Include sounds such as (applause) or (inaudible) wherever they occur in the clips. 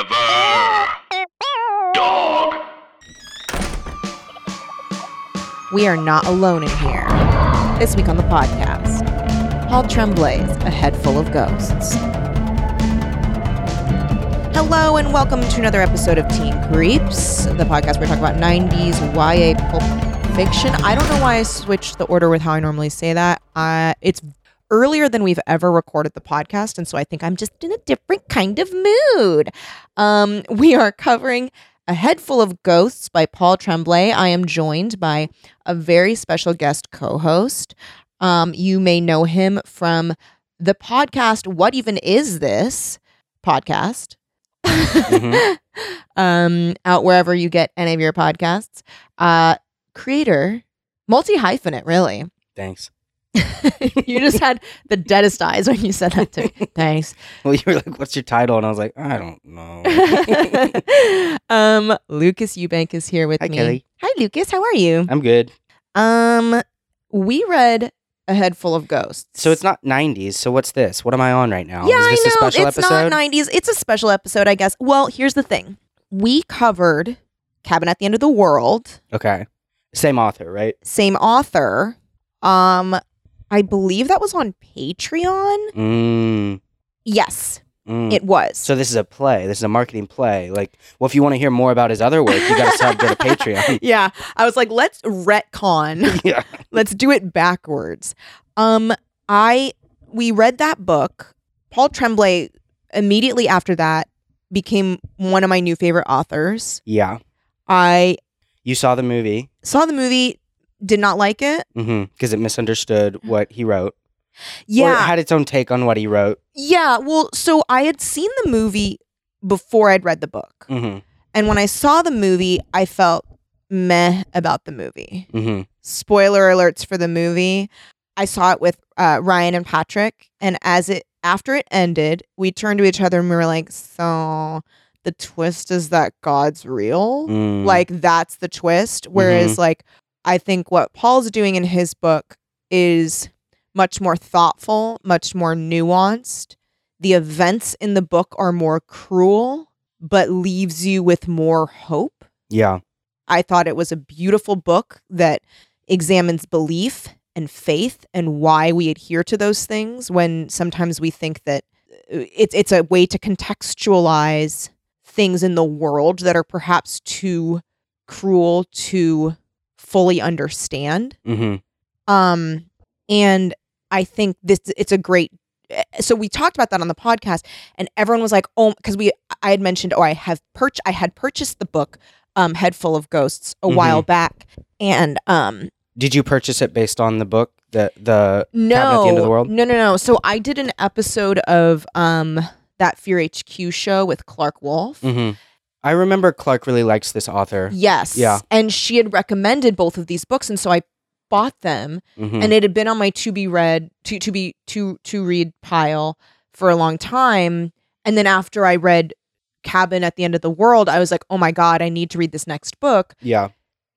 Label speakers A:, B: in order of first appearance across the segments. A: Forever. Dog.
B: We are not alone in here. This week on the podcast, Paul Tremblay's A Head Full of Ghosts. Hello, and welcome to another episode of Teen Creeps, the podcast where we talk about 90s YA pulp fiction. I don't know why I switched the order with how I normally say that. Uh, it's earlier than we've ever recorded the podcast, and so I think I'm just in a different kind of mood. Um, (laughs) we are covering A Head Full of Ghosts by Paul Tremblay. I am joined by a very special guest co host. Um, you may know him from the podcast, What Even Is This? podcast.
C: Mhm.
B: (laughs) um, out wherever you get any of your podcasts. Uh, creator, multi hyphenate, really.
C: Thanks.
B: (laughs) you just had the deadest eyes when you said that to
C: (laughs)
B: me. Thanks.
C: Well, you were like, "What's your title?" And I was like, "I don't know." (laughs)
B: um, Lucas Eubank is here with
C: Hi,
B: me.
C: Kelly.
B: Hi, Lucas. How are you?
C: I'm good.
B: Um, we read A Head Full of Ghosts.
C: So it's not '90s. So what's this? What am I on right now?
B: yeah,
C: Is this
B: I know.
C: a special
B: it's
C: episode?
B: not 90s. It's a special episode, I guess. Well, here's the thing. We covered Cabin at the End of the World,
C: okay. Same author,
B: (laughs)
C: right?
B: same author. Um, I believe that was on Patreon.
C: Mm,
B: Yes,
C: mm.
B: it was.
C: so this is a play. This is a marketing play. Like, well, if you want to hear more about his other work, you
B: (laughs)
C: got to sub go to Patreon.
B: yeah, I was like, let's retcon.
C: yeah.
B: Let's do it backwards. Um, I we read that book. Paul Tremblay immediately after that became one of my new favorite authors.
C: Yeah.
B: I
C: You saw the movie
B: saw the movie, did not like it.
C: because it misunderstood what he wrote. Or it
B: Mm. Yeah,
C: had its own take on what he wrote.
B: yeah. Well, so I had seen the movie before I'd read the book,
C: hmm
B: and when I saw the movie, I felt meh about the movie.
C: hmm
B: spoiler alerts for the movie. I saw it with uh, Ryan and Patrick, and as it after it ended, we turned to each other and we were like, "So the twist is that God's real?
C: Mm.
B: Like that's the twist." Whereas, like, I think what Paul's doing in his book is much more thoughtful, much more nuanced. The events in the book are more cruel, but leaves you with more hope.
C: Mm. yeah.
B: I thought it was a beautiful book that examines belief and faith and why we adhere to those things when sometimes we think that uh, it's it's a way to contextualize things in the world that are perhaps too cruel to fully understand.
C: hmm
B: Um and I think this it's a great eh, so we talked about that on the podcast and everyone was like, "Oh, cuz we I had mentioned, "Oh, I have perch I had purchased the book um Head Full of Ghosts
C: Mm-hmm.
B: a while back." And um
C: Did you purchase it based on the book? The the
B: no.
C: Cabin at the End of the World?
B: No, no, no. So I did an episode of um that Fear HQ show with Clark Wolf.
C: hmm I remember Clark really likes this author.
B: Yes.
C: Yeah.
B: And she had recommended both of these books and so I bought them
C: hmm
B: and it had been on my to be read to to be to to read pile for a long time and then after i read cabin at the end of the world i was like oh my god i need to read this next book
C: yeah.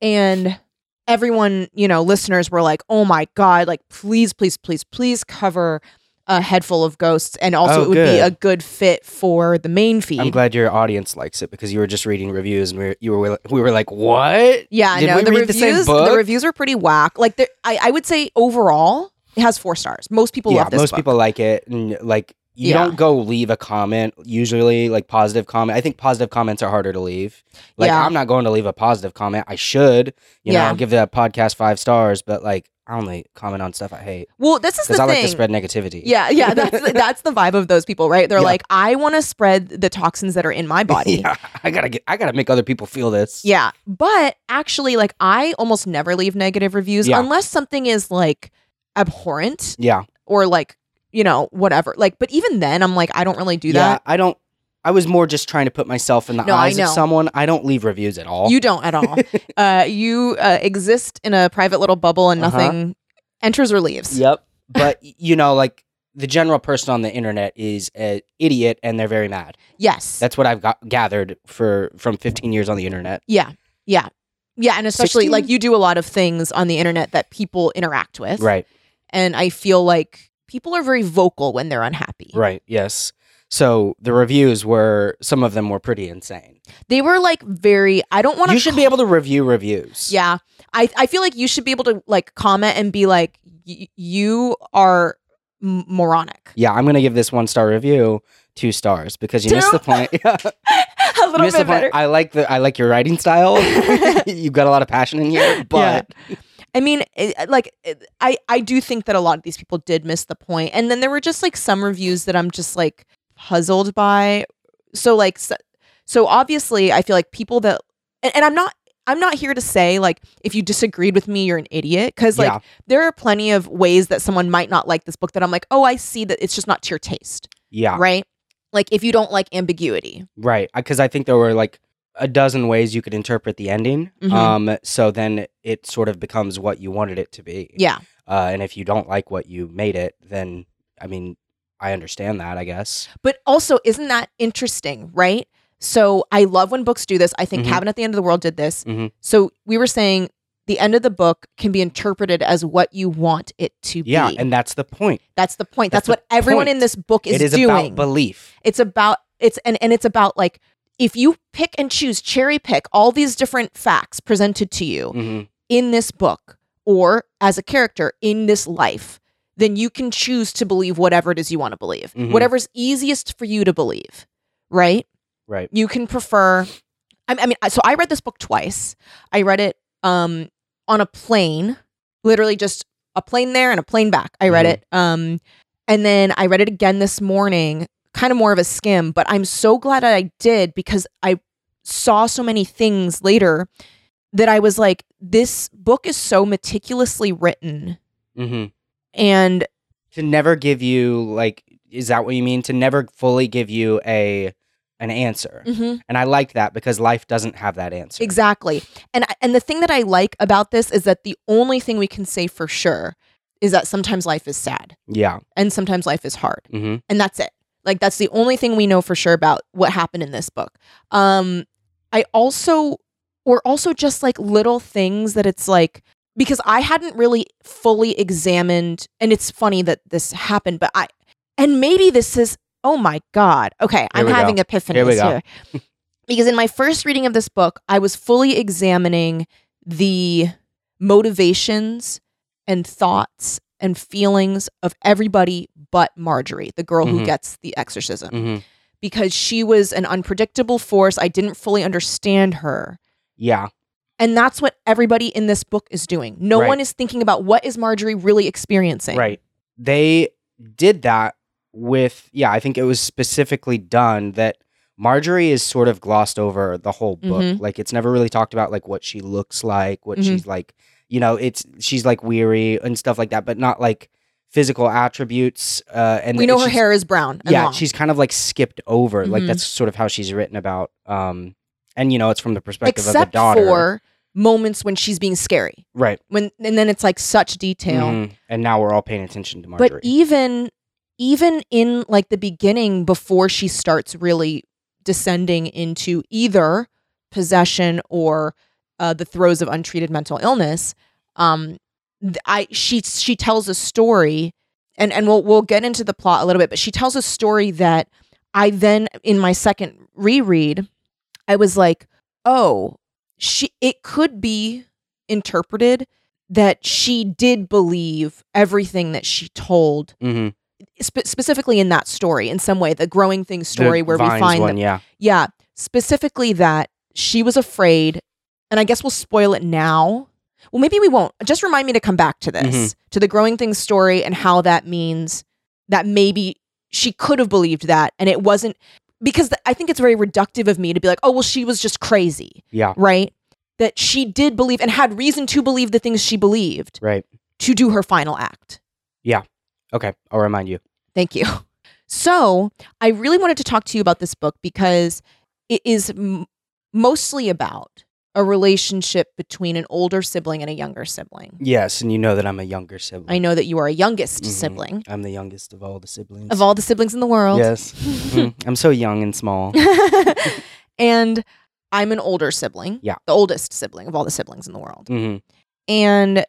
B: and everyone you know listeners were like oh my god like please please please please cover a head full of ghosts and also
C: Oh,
B: it would be a
C: good.
B: good fit for the main feed
C: I'm glad your audience likes it because you were just reading reviews and we were, you were we were like, what?
B: yeah i
C: Did
B: know
C: we
B: the
C: read the
B: reviews
C: same book?
B: reviews were pretty whack like the, I, I would say overall it has four stars most people
C: yeah,
B: love this
C: most
B: book.
C: people like it, and like you
B: Yeah.
C: don't go leave a comment usually, like positive comment. I think positive comments are harder to leave. Like
B: Yeah.
C: I'm not going to leave a positive comment. I should, you know,
B: Yeah.
C: I'll give that podcast five stars, but like I only comment on stuff I hate
B: well this is the
C: because I
B: thing
C: like to spread negativity.
B: Yeah, yeah, that's that's the vibe of those people, right? They're
C: Yeah.
B: like, I want to spread the toxins that are in my body. yeah.
C: (laughs) yeah, I gotta get, I gotta make other people feel this.
B: but actually, like, I almost never leave negative reviews
C: Yeah.
B: unless something is like abhorrent
C: yeah.
B: or like you know whatever. Like, but even then, I'm like, I don't really do that.
C: I don't. I was more just trying to put myself in the
B: No, I
C: eyes of
B: know.
C: someone. I don't leave reviews at all.
B: You don't at
C: (laughs)
B: all. uh, you uh, exist in a private little bubble, and
C: Uh-huh.
B: nothing enters or leaves.
C: Yep. (laughs) But you know, like the general person on the internet is an idiot, and they're very mad.
B: Yes.
C: That's what I've got gathered for from 15 years on the internet.
B: yeah. Yeah. Yeah, and especially
C: 16?
B: like you do a lot of things on the internet that people interact with.
C: Right.
B: and I feel like people are very vocal when they're unhappy.
C: Right. Yes. So the reviews were some of them were pretty insane.
B: They were like very. I don't want
C: You should be able to review reviews.
B: Yeah, I I feel like you should be able to like comment and be like, y- you are m- moronic.
C: Yeah, I'm gonna give this one star review two stars because you missed
B: Two?
C: the point. (laughs)
B: (laughs)
C: Yeah,
B: a little
C: missed the
B: bit
C: point.
B: better.
C: I like the I like your writing
B: (laughs)
C: style. (laughs) You've got a lot of passion in here, but
B: I mean, it, uh, like, it, I I do think that a lot of these people did miss the point, and then there were just like some reviews that I'm just like puzzled by. So like, so, so obviously, I feel like people that, and, and I'm not. I'm not here to say like if you disagreed with me you're an idiot cuz like
C: Yeah.
B: there are plenty of ways that someone might not like this book that I'm like oh I see that it's just not to your taste
C: yeah,
B: right like if you don't like ambiguity
C: Right, because I think there were like a dozen ways you could interpret the ending.
B: Mhm.
C: Um, so then it sort of becomes what you wanted it to be.
B: yeah
C: Uh, and if you don't like what you made it, then I mean, I understand that. I guess.
B: But also, isn't that interesting, right? So I love when books do this. I think
C: Mhm.
B: Cabin at the End of the World did this.
C: Mhm.
B: So we were saying the end of the book can be interpreted as what you want it to
C: Yeah,
B: be.
C: and that's the point.
B: that's the point.
C: that's
B: That's,
C: the
B: what everyone
C: point.
B: in this book is,
C: it is
B: doing.
C: about belief.
B: it's about it's and and it's about like if you pick and choose cherry pick all these different facts presented to you
C: hmm
B: in this book or as a character in this life, then you can choose to believe whatever it is you want to believe,
C: Mhm.
B: whatever's easiest for you to believe, right?
C: Right.
B: You can prefer. I, I mean, I- so I read this book twice. I read it um, on a plane, literally just a plane there and a plane back. I read
C: Mhm.
B: it. Um, and then I read it again this morning, kind of more of a skim, but I'm so glad that I did because I saw so many things later that I was like, this book is so meticulously written.
C: hmm
B: And
C: To never give you like, is that what you mean? To never fully give you a an answer.
B: Mm.
C: And I liked that because life doesn't have that answer.
B: exactly. And I- and the thing that I like about this is that the only thing we can say for sure is that sometimes life is sad
C: Yeah.
B: and sometimes life is hard.
C: hmm
B: and that's it. Like that's the only thing we know for sure about what happened in this book. Um I also or also just like little things that it's like because I hadn't really fully examined and it's funny that this happened but I and maybe this is oh my god. Okay, I'm
C: we go.
B: having epiphanies
C: Here
B: here.
C: we go. (laughs)
B: because in my first reading of this book, I was fully examining the motivations and thoughts and feelings of everybody but Marjorie, the girl
C: Mhm.
B: who gets the exorcism,
C: hmm
B: because she was an unpredictable force. I didn't fully understand her.
C: Yeah.
B: And that's what everybody in this book is doing. No
C: Right.
B: one is thinking about what is Marjorie really experiencing.
C: Right. They did that with yeah, I think it was specifically done that Marjorie is sort of glossed over the whole book.
B: Mhm.
C: Like it's never really talked about like what she looks like, what
B: Mhm.
C: she's like, you know, it's she's like weary and stuff like that, but not like physical attributes uh and
B: We know her
C: she's-
B: hair is brown. And
C: yeah,
B: long.
C: she's kind of like skipped over. Like
B: Mhm.
C: that's sort of how she's written about um and you know, it's from the perspective of the
B: except
C: daughter.
B: for moments when she's being scary.
C: right.
B: When and then it's like such detail.
C: Mhm. And now we're all paying attention to Marjorie.
B: but E even even in like the beginning before she starts really descending into either possession or uh, the throes of untreated mental illness um th- i she she tells a story and and we'll we'll get into the plot a little bit but she tells a story that i then in my second reread i was like oh she it could be interpreted that she did believe everything that she told,
C: Mhm.
B: spe- specifically in that story, in some way, the growing things
C: The
B: story where we
C: Vines
B: find,
C: one,
B: them.
C: yeah.
B: yeah, specifically that she was afraid, and I guess we'll spoil it now. Well, maybe we won't. Just remind me to come back to this,
C: Mm-hmm.
B: to the growing things story, and how that means that maybe she could have believed that, and it wasn't because th- I think it's very reductive of me to be like, oh, well, she was just crazy,
C: Yeah.
B: right? That she did believe and had reason to believe the things she believed.
C: Right.
B: to do her final act.
C: Okay. I'll remind you.
B: Thank you. So, I really wanted to talk to you about this book because it is m- mostly about a relationship between an older sibling and a younger sibling.
C: Yes, and you know that I'm a younger sibling.
B: I know that you are a youngest
C: Mhm.
B: sibling
C: I'm the youngest of all the siblings.
B: of all the siblings in the world. (laughs)
C: Yes. Mm, I'm so young and small.
B: and I'm an older sibling.
C: Yeah.
B: The oldest sibling of all the siblings in the world.
C: Mhm.
B: and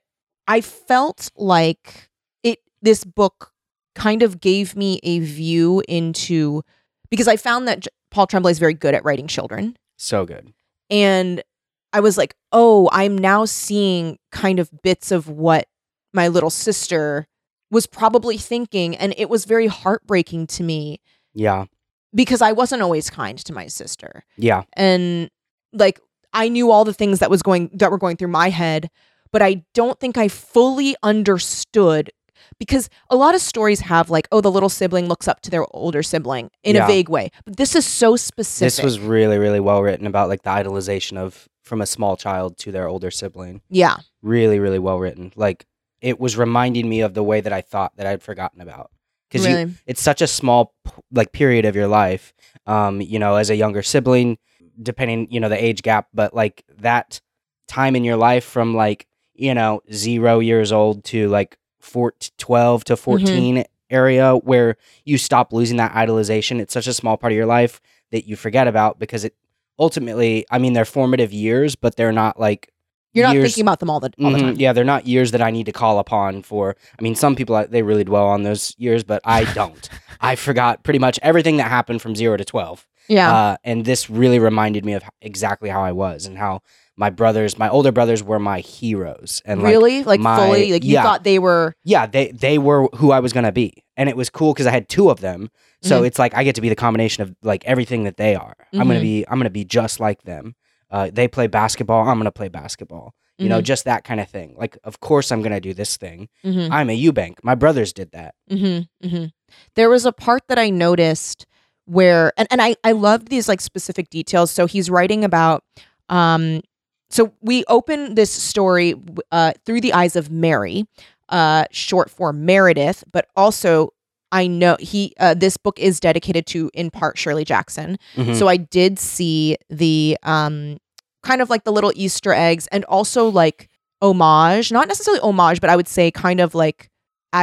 B: I felt like it this book kind of gave me a view into because I found that J- Paul Tremblay is very good at writing children.
C: So good.
B: and I was like, "Oh, I'm now seeing kind of bits of what my little sister was probably thinking and it was very heartbreaking to me
C: Yeah.
B: because I wasn't always kind to my sister.
C: Yeah.
B: And like I knew all the things that was going that were going through my head, but I don't think I fully understood because a lot of stories have like, oh, the little sibling looks up to their older sibling in
C: Yeah.
B: a vague way. But this is so specific.
C: This was really, really well written about like the idolization of from a small child to their older sibling.
B: yeah.
C: Really, really well written. Like it was reminding me of the way that I thought that I'd forgotten about. Because you,
B: Really.
C: it's such a small p- like period of your life um you know as a younger sibling depending you know the age gap but like that time in your life from like you know 0 years old to like four, 12
B: Mm-hmm.
C: to 14 area where you stop losing that idolization it's such a small part of your life that you forget about because it ultimately i mean they're formative years but they're not like
B: You're not
C: years-
B: thinking about them all the all the
C: Mhm,
B: time.
C: yeah they're not years that i need to call upon for i mean some people uh, they really dwell on those years but i
B: (laughs)
C: don't i forgot pretty much everything that happened from 0 to 12
B: Yeah.
C: uh, and this really reminded me of h- exactly how i was and how my brothers my older brothers were my heroes and like,
B: really? Like
C: my-
B: fully? Like
C: yeah.
B: you thought they were
C: yeah they they were who i was going to be and it was cool cuz i had two of them so
B: Mhm.
C: it's like i get to be the combination of like everything that they are i'm going
B: Mhm.
C: to be i'm going to be just like them uh, they play basketball i'm going to play basketball you know just that kind of thing like of course i'm going to do this thing
B: Mm-hmm,
C: I'm a Eubank. My brothers did that.
B: mm-hmm, mm-hmm. There was a part that I noticed where and, and I, I loved these like specific details. So he's writing about um so we open this story w- uh through the eyes of Mary, uh short for Meredith, but also I know he uh, this book is dedicated to in part Shirley Jackson.
C: So
B: So I did see the um kind of like the little Easter eggs and also like homage, not necessarily homage, but I would say kind of like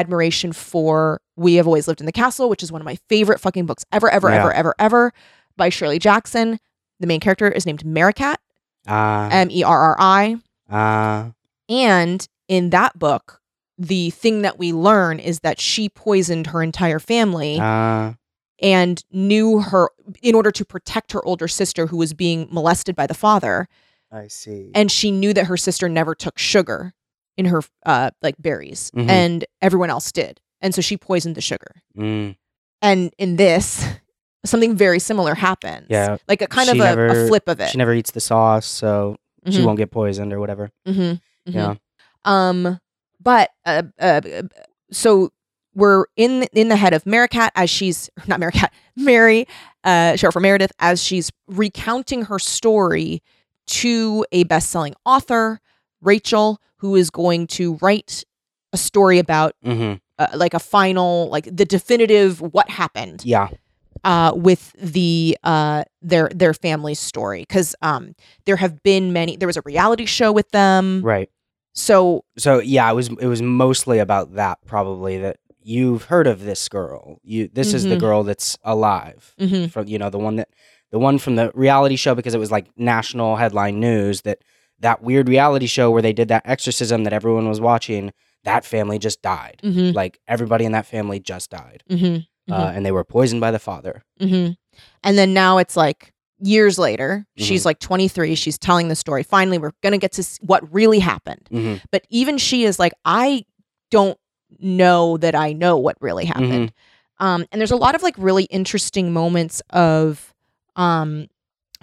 B: admiration for We Have Always Lived in the Castle, which is one of my favorite fucking books ever, ever,
C: Yeah.
B: ever, ever, ever by Shirley Jackson. The main character is named Maricat,
C: uh,
B: M E R R I.
C: uh,
B: And in that book, the thing that we learn is that she poisoned her entire family
C: uh,
B: and knew her in order to protect her older sister who was being molested by the father
C: I see.
B: and she knew that her sister never took sugar in her uh like berries
C: Mhm.
B: and everyone else did and so she poisoned the sugar
C: Mm,
B: and in this (laughs) something very similar happens
C: Yeah.
B: like a kind
C: She
B: of a, a
C: never-
B: flip of it
C: she never eats the sauce, so she
B: Mhm.
C: won't get poisoned or whatever.
B: Mm-hmm.
C: Yeah.
B: Um, but uh, uh, so we're in in the head of Maricat as she's (laughs) not Maricat, Mary, uh, short for Meredith, as she's recounting her story to a best selling author, Rachel, who is going to write a story about
C: Mm-hmm.
B: uh, like a final, like the definitive what happened
C: Yeah.
B: uh, with the uh, their their family's story because um, there have been many. There was a reality show with them,
C: Right.
B: so
C: So yeah, it was it was mostly about that probably that you've heard of this girl. You this is the
B: Mhm.
C: girl that's alive.
B: mhm,
C: from you know the one that the one from the reality show because it was like national headline news that that weird reality show where they did that exorcism that everyone was watching that family just died
B: mhm,
C: like everybody in that family just died
B: mhm,
C: uh, and they were poisoned by the father
B: mhm. and then now it's like years later. She's like 23. She's telling the story. Finally, we're gonna get to s- what really happened.
C: Mhm.
B: But even she is like, I don't know that I know what really happened. Um, and there's a lot of like really interesting moments of um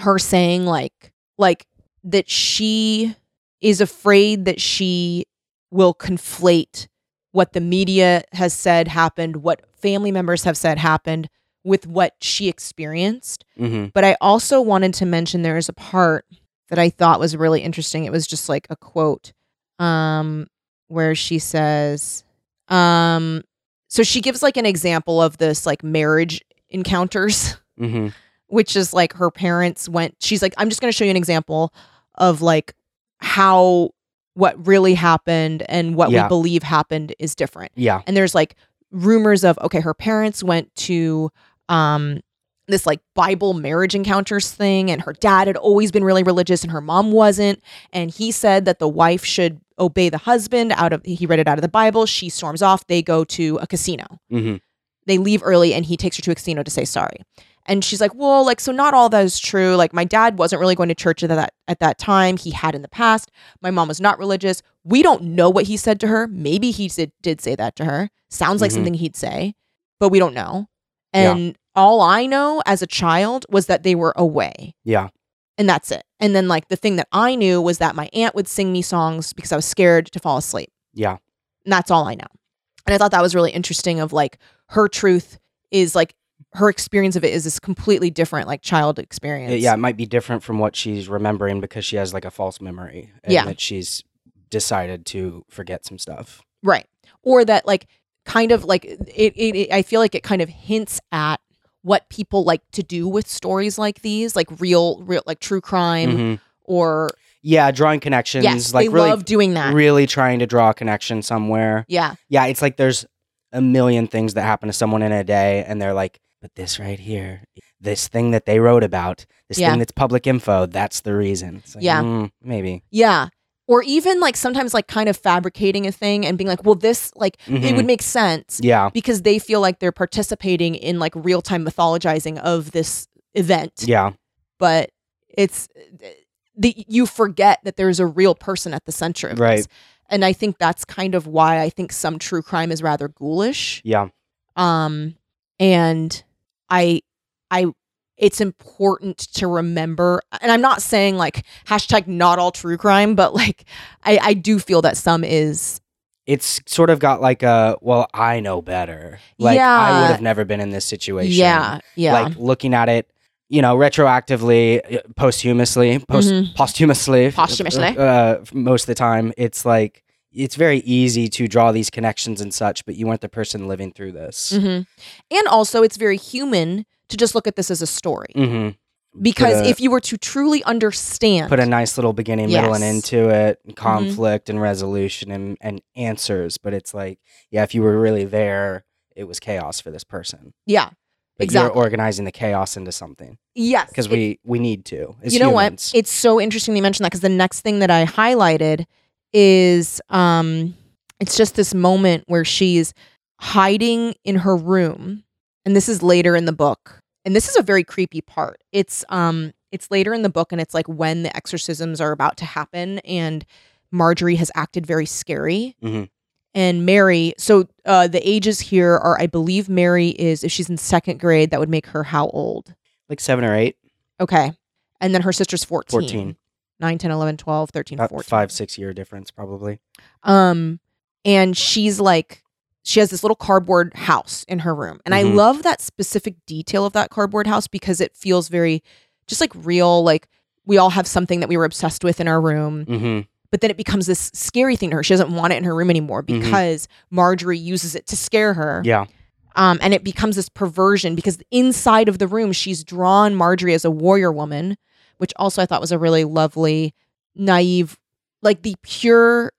B: her saying like like that she is afraid that she will conflate what the media has said happened, what family members have said happened with what she experienced.
C: Mhm.
B: But I also wanted to mention there is a part that I thought was really interesting. It was just like a quote um, where she says, um, so she gives like an example of this like marriage encounters (laughs)
C: Mhm.
B: which is like her parents went she's like i'm just going to show you an example of like how what really happened and what
C: Yeah.
B: we believe happened is different
C: yeah
B: and there's like rumors of okay her parents went to um this like bible marriage encounters thing and her dad had always been really religious and her mom wasn't and he said that the wife should obey the husband out of he read it out of the bible she storms off they go to a casino
C: Mhm.
B: they leave early and he takes her to a casino to say sorry. And she's like, well, like, so not all that is true. Like, my dad wasn't really going to church at that at that time. He had in the past. My mom was not religious. We don't know what he said to her. Maybe he did, did say that to her. Sounds like
C: Mhm.
B: something he'd say, but we don't know.
C: Yeah.
B: And all I know as a child was that they were away
C: Yeah.
B: and that's it. And then like the thing that I knew was that my aunt would sing me songs because I was scared to fall asleep.
C: Yeah.
B: And that's all I know. And I thought that was really interesting of like her truth is like her experience of it is this completely different like child experience.
C: It- yeah, it might be different from what she's remembering because she has like a false memory and
B: Yeah.
C: that she's decided to forget some stuff.
B: Right. Or that like kind of like it, it, it I feel like it kind of hints at what people like to do with stories like these, like real real like true crime
C: Mhm.
B: or
C: Yeah, drawing connections,
B: yes,
C: like
B: they
C: really
B: love doing that.
C: really trying to draw a connection somewhere.
B: yeah.
C: Yeah, it's like there's a million things that happen to someone in a day and they're like, but this right here, this thing that they wrote about, this
B: Yeah.
C: thing that's public info, that's the reason. It's like,
B: Yeah.
C: mm, maybe.
B: Yeah. Or even like sometimes like kind of fabricating a thing and being like, well, this like it
C: Mhm.
B: would make sense
C: Yeah.
B: because they feel like they're participating in like real time mythologizing of this event.
C: Yeah.
B: But it's the you forget that there's a real person at the center of
C: Right.
B: this. And I think that's kind of why I think some true crime is rather ghoulish
C: Yeah.
B: um and i i it's important to remember and i'm not saying like hashtag not all true crime but like i i do feel that some is
C: It's sort of got like a, well, I know better. Like, I
B: Yeah.
C: would have never been in this situation.
B: yeah yeah
C: Like, looking at it, you know, retroactively, uh, posthumously, post,
B: Mhm.
C: posthumously,
B: Posthumously.
C: uh, most of the time, it's like, it's very easy to draw these connections and such, but you weren't the person living through this.
B: Mhm. and also it's very human to just look at this as a story
C: hmm
B: Mm-hmm. because
C: Put a-
B: if you were to truly understand
C: Put a nice little beginning, middle, and
B: Yes. Mm-hmm.
C: end to it, and conflict and resolution and, and answers. But it's like, yeah, if you were really there, it was chaos for this person.
B: yeah
C: But
B: Exactly.
C: You're organizing the chaos into something
B: yes
C: because
B: it-
C: we we need to. As
B: you know
C: humans.
B: what? It's so interesting you mentioned that because the next thing that I highlighted is um, it's just this moment where she's hiding in her room, and this is later in the book, and this is a very creepy part. It's um, it's later in the book, and it's like when the exorcisms are about to happen, and Marjorie has acted very scary.
C: Mhm.
B: And Mary, so uh, the ages here are, I believe Mary is, if she's in second grade, that would make her how old?
C: Like seven or eight,
B: Okay. And then her sister's 14.
C: 14,
B: 9, 10, 11, 12, 13,
C: about
B: 14.
C: five, six year difference probably.
B: Um, and she's like, she has this little cardboard house in her room. And I
C: Mhm.
B: love that specific detail of that cardboard house because it feels very just like real. Like we all have something that we were obsessed with in our room.
C: hmm
B: But then it becomes this scary thing to her. She doesn't want it in her room anymore
C: Mhm.
B: because Marjorie uses it to scare her.
C: Yeah.
B: Um, and it becomes this perversion because inside of the room, she's drawn Marjorie as a warrior woman, which also I thought was a really lovely, naive, like the pure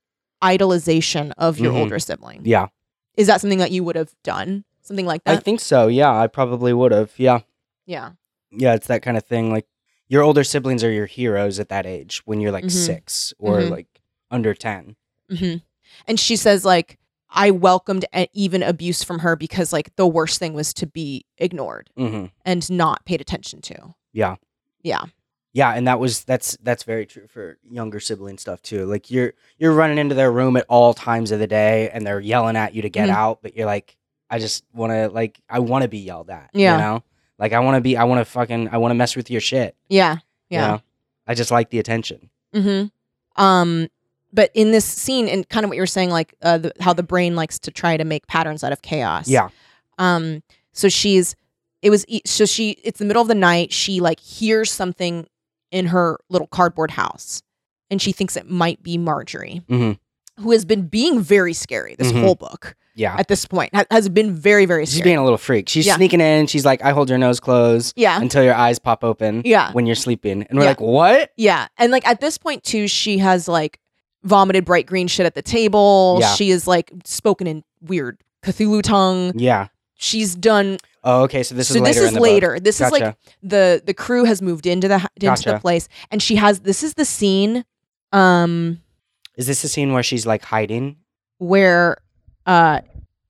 B: idolization of your
C: Mhm.
B: older sibling.
C: Yeah.
B: Is that something that you would have done? Something like that?
C: I think so. Yeah. I probably would have. Yeah.
B: yeah.
C: yeah, it's that kind of thing. Like your older siblings are your heroes at that age when you're like
B: Mhm.
C: six or
B: Mhm.
C: like under ten.
B: hmm And she says, like, I welcomed a- even abuse from her because, like, the worst thing was to be ignored
C: Mm-hmm.
B: and not paid attention to.
C: Yeah,
B: Yeah.
C: yeah, and that was that's that's very true for younger sibling stuff too. Like you're you're running into their room at all times of the day, and they're yelling at you to get
B: Mhm.
C: out, but you're like, I just want to like I want to be yelled at.
B: Yeah.
C: you know, like I want to be I want to fucking I want to mess with your shit.
B: Yeah.
C: you
B: Yeah.
C: know? I just like the attention.
B: Mm-hmm. Um, but in this scene, and kind of what you were saying, like uh, the, how the brain likes to try to make patterns out of chaos.
C: Yeah,
B: Um. So she's, it was e- so she. It's the middle of the night. She like hears something in her little cardboard house, and she thinks it might be Marjorie,
C: Mhm.
B: who has been being very scary this
C: Mhm.
B: whole book.
C: yeah.
B: At this point, ha- has been very very
C: She's
B: scary.
C: being a little freak. She's
B: Yeah.
C: sneaking in. She's like, I hold your nose closed
B: yeah.
C: until your eyes pop open.
B: yeah.
C: when you're sleeping. And we're
B: Yeah.
C: like, what?
B: Yeah. And like at this point too, she has like vomited bright green shit at the table.
C: Yeah.
B: She is like spoken in weird Cthulhu tongue.
C: Yeah.
B: She's done
C: Oh, okay. So this is
B: so
C: later.
B: this is
C: in the
B: later.
C: Book.
B: This is like
C: Gotcha.
B: the the crew has moved into the into the
C: Gotcha.
B: place and she has this is the scene um
C: Is this the scene where she's like hiding?
B: where uh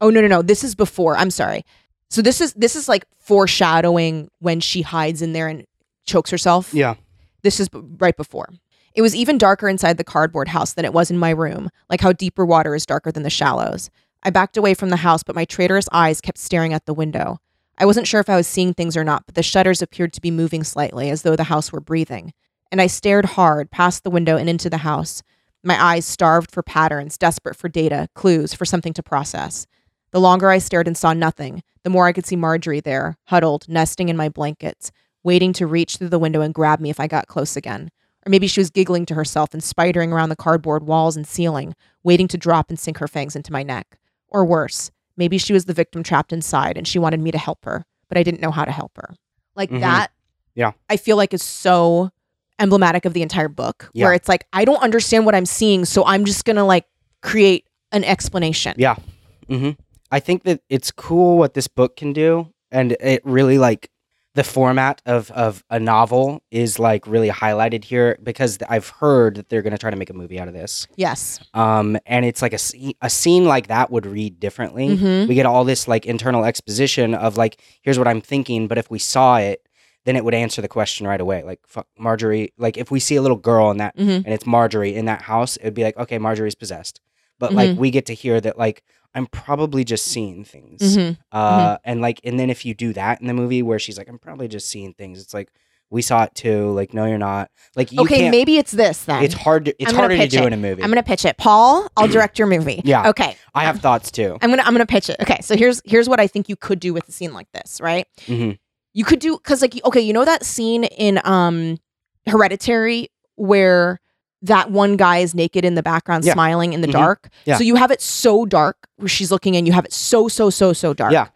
B: oh no no no this is before i'm sorry So this is this is like foreshadowing when she hides in there and chokes herself.
C: Yeah.
B: This is b- right before. It was even darker inside the cardboard house than it was in my room, like how deeper water is darker than the shallows. I backed away from the house, but my traitorous eyes kept staring at the window. I wasn't sure if I was seeing things or not, but the shutters appeared to be moving slightly, as though the house were breathing. And I stared hard, past the window and into the house, my eyes starved for patterns, desperate for data, clues, for something to process. The longer I stared and saw nothing, the more I could see Marjorie there, huddled, nesting in my blankets, waiting to reach through the window and grab me if I got close again. Or maybe she was giggling to herself and spidering around the cardboard walls and ceiling, waiting to drop and sink her fangs into my neck. Or worse, maybe she was the victim trapped inside and she wanted me to help her, but I didn't know how to help her. Like
C: Mhm.
B: that,
C: Yeah.
B: I feel like is so emblematic of the entire book, where
C: Yeah.
B: it's like, I don't understand what I'm seeing, so I'm just gonna like create an explanation.
C: Yeah. hmm I think that it's cool what this book can do, and it really like the format of of a novel is like really highlighted here because I've heard that they're gonna try to make a movie out of this.
B: Yes.
C: Um, and it's like a sce- a scene like that would read differently.
B: Mm-hmm.
C: We get all this like internal exposition of like here's what I'm thinking, but if we saw it, then it would answer the question right away. Like fuck Marjorie, like if we see a little girl in that
B: Mm-hmm.
C: and it's Marjorie in that house, it'd be like, okay, Marjorie's possessed. But
B: Mm-hmm.
C: like we get to hear that like I'm probably just seeing things.
B: Mm-hmm.
C: Uh and like and then if you do that in the movie where she's like, I'm probably just seeing things, it's like we saw it too. Like, no, you're not. Like you
B: Okay,
C: can't
B: maybe it's this then.
C: it's hard to, it's
B: I'm gonna
C: harder to
B: pitch
C: do
B: it.
C: in a movie.
B: I'm gonna pitch it, Paul. I'll direct your movie.
C: Yeah.
B: Okay.
C: I have thoughts too.
B: I'm gonna I'm gonna pitch it. Okay. So here's here's what I think you could do with a scene like this, right?
C: hmm
B: You could do because like okay, you know that scene in um Hereditary where that one guy is naked in the background,
C: Yeah.
B: smiling in the
C: Mhm.
B: dark.
C: Yeah.
B: So you have it so dark where she's looking in. You have it so so so so dark.
C: Yeah.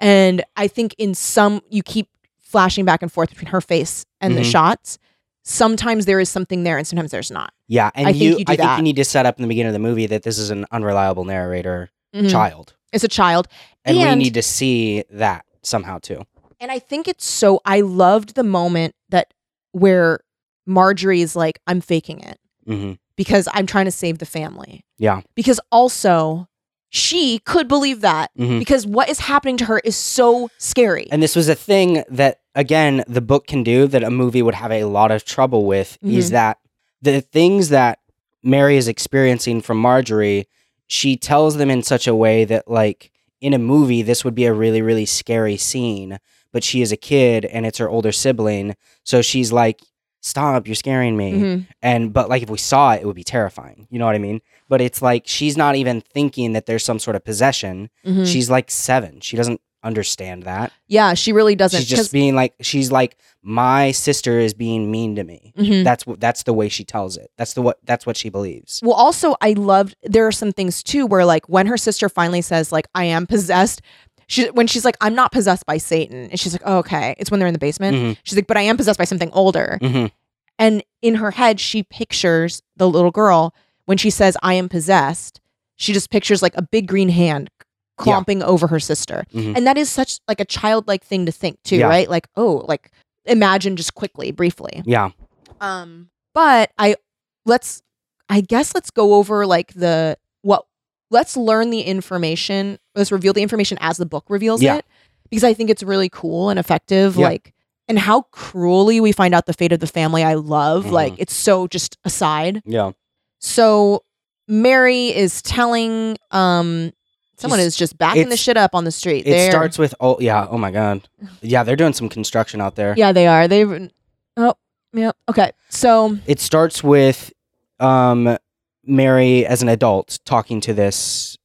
B: And I think in some you keep flashing back and forth between her face and the
C: Mhm.
B: shots. Sometimes there is something there, and sometimes there's not.
C: Yeah. And
B: I think
C: you,
B: you do
C: I think
B: that.
C: you need to set up in the beginning of the movie that this is an unreliable narrator
B: Mhm.
C: child.
B: It's a child.
C: And,
B: And-
C: we need to see that somehow too.
B: And I think it's so I loved the moment that where Marjorie is like, I'm faking it
C: hmm
B: because I'm trying to save the family.
C: Yeah.
B: Because also she could believe that
C: hmm
B: because what is happening to her is so scary.
C: And this was a thing that, again, the book can do that a movie would have a lot of trouble with
B: Mm-hmm.
C: is that the things that Mary is experiencing from Marjorie, she tells them in such a way that, like, in a movie, this would be a really, really scary scene. But she is a kid and it's her older sibling. So she's like, stop, you're scaring me
B: Mhm.
C: and but like if we saw it it would be terrifying you know what i mean but it's like she's not even thinking that there's some sort of possession
B: Mhm.
C: she's like seven she doesn't understand that
B: yeah, she really doesn't.
C: she's just being like she's like my sister is being mean to me
B: Mhm.
C: that's what that's the way she tells it that's the what that's what she believes
B: Well, also, I loved there are some things too where, like, when her sister finally says, like, I am possessed, she, when she's like, I'm not possessed by Satan, and she's like, oh, okay, it's when they're in the basement.
C: Mhm.
B: She's like, but I am possessed by something older.
C: hmm
B: And in her head, she pictures the little girl when she says, I am possessed. She just pictures like a big green hand
C: Yeah.
B: clomping over her sister.
C: Mhm.
B: And that is such like a childlike thing to think too,
C: Yeah.
B: right? Like, oh, like imagine just quickly, briefly.
C: yeah
B: Um, but I let's I guess let's go over like the what let's learn the information. Let's reveal the information as the book reveals
C: Yeah.
B: it. Because I think it's really cool and effective.
C: Yeah.
B: Like and how cruelly we find out the fate of the family I love.
C: Mhm.
B: Like it's so just aside.
C: yeah
B: So Mary is telling um someone
C: She's-
B: is just backing the
C: it's-
B: shit up on the street.
C: it
B: They're-
C: starts with oh yeah oh
B: (laughs)
C: my god yeah they're doing some construction out there
B: Yeah, they are. They've oh yeah. Okay. So
C: it starts with um mary as an adult talking to this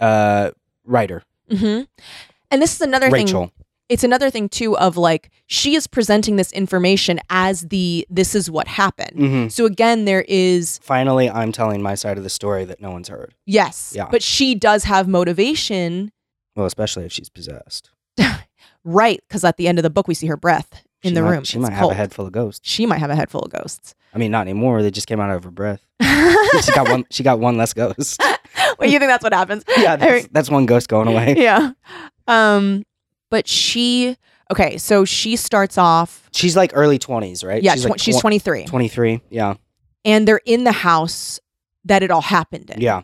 C: uh writer
B: mhm. and this is another thing
C: rachel
B: it's another thing too of like she is presenting this information as the this is what happened.
C: hmm
B: So again, there is
C: Finally, I'm telling my side of the story that no one's heard.
B: yes,
C: Yeah.
B: but she does have motivation,
C: Well, especially if she's possessed.
B: right? Because at the end of the book, we see her breath in
C: She
B: the
C: might-
B: room.
C: She
B: It's
C: might
B: cold.
C: have a head full of ghosts.
B: She might have a head full of ghosts. (laughs)
C: I mean, not anymore. They just came out of her breath.
B: well,
C: she got one. She got one less
B: (laughs)
C: ghost.
B: you think that's what happens?
C: Yeah, that's,
B: Alright.
C: that's one ghost
B: (laughs)
C: going away.
B: yeah. Um, but she okay. So she starts off.
C: She's like early twenties, right?
B: Yeah, she's,
C: she's,
B: tw-
C: like
B: she's
C: twen-
B: twenty three,
C: 23. Yeah,
B: and they're in the house that it all happened in.
C: yeah.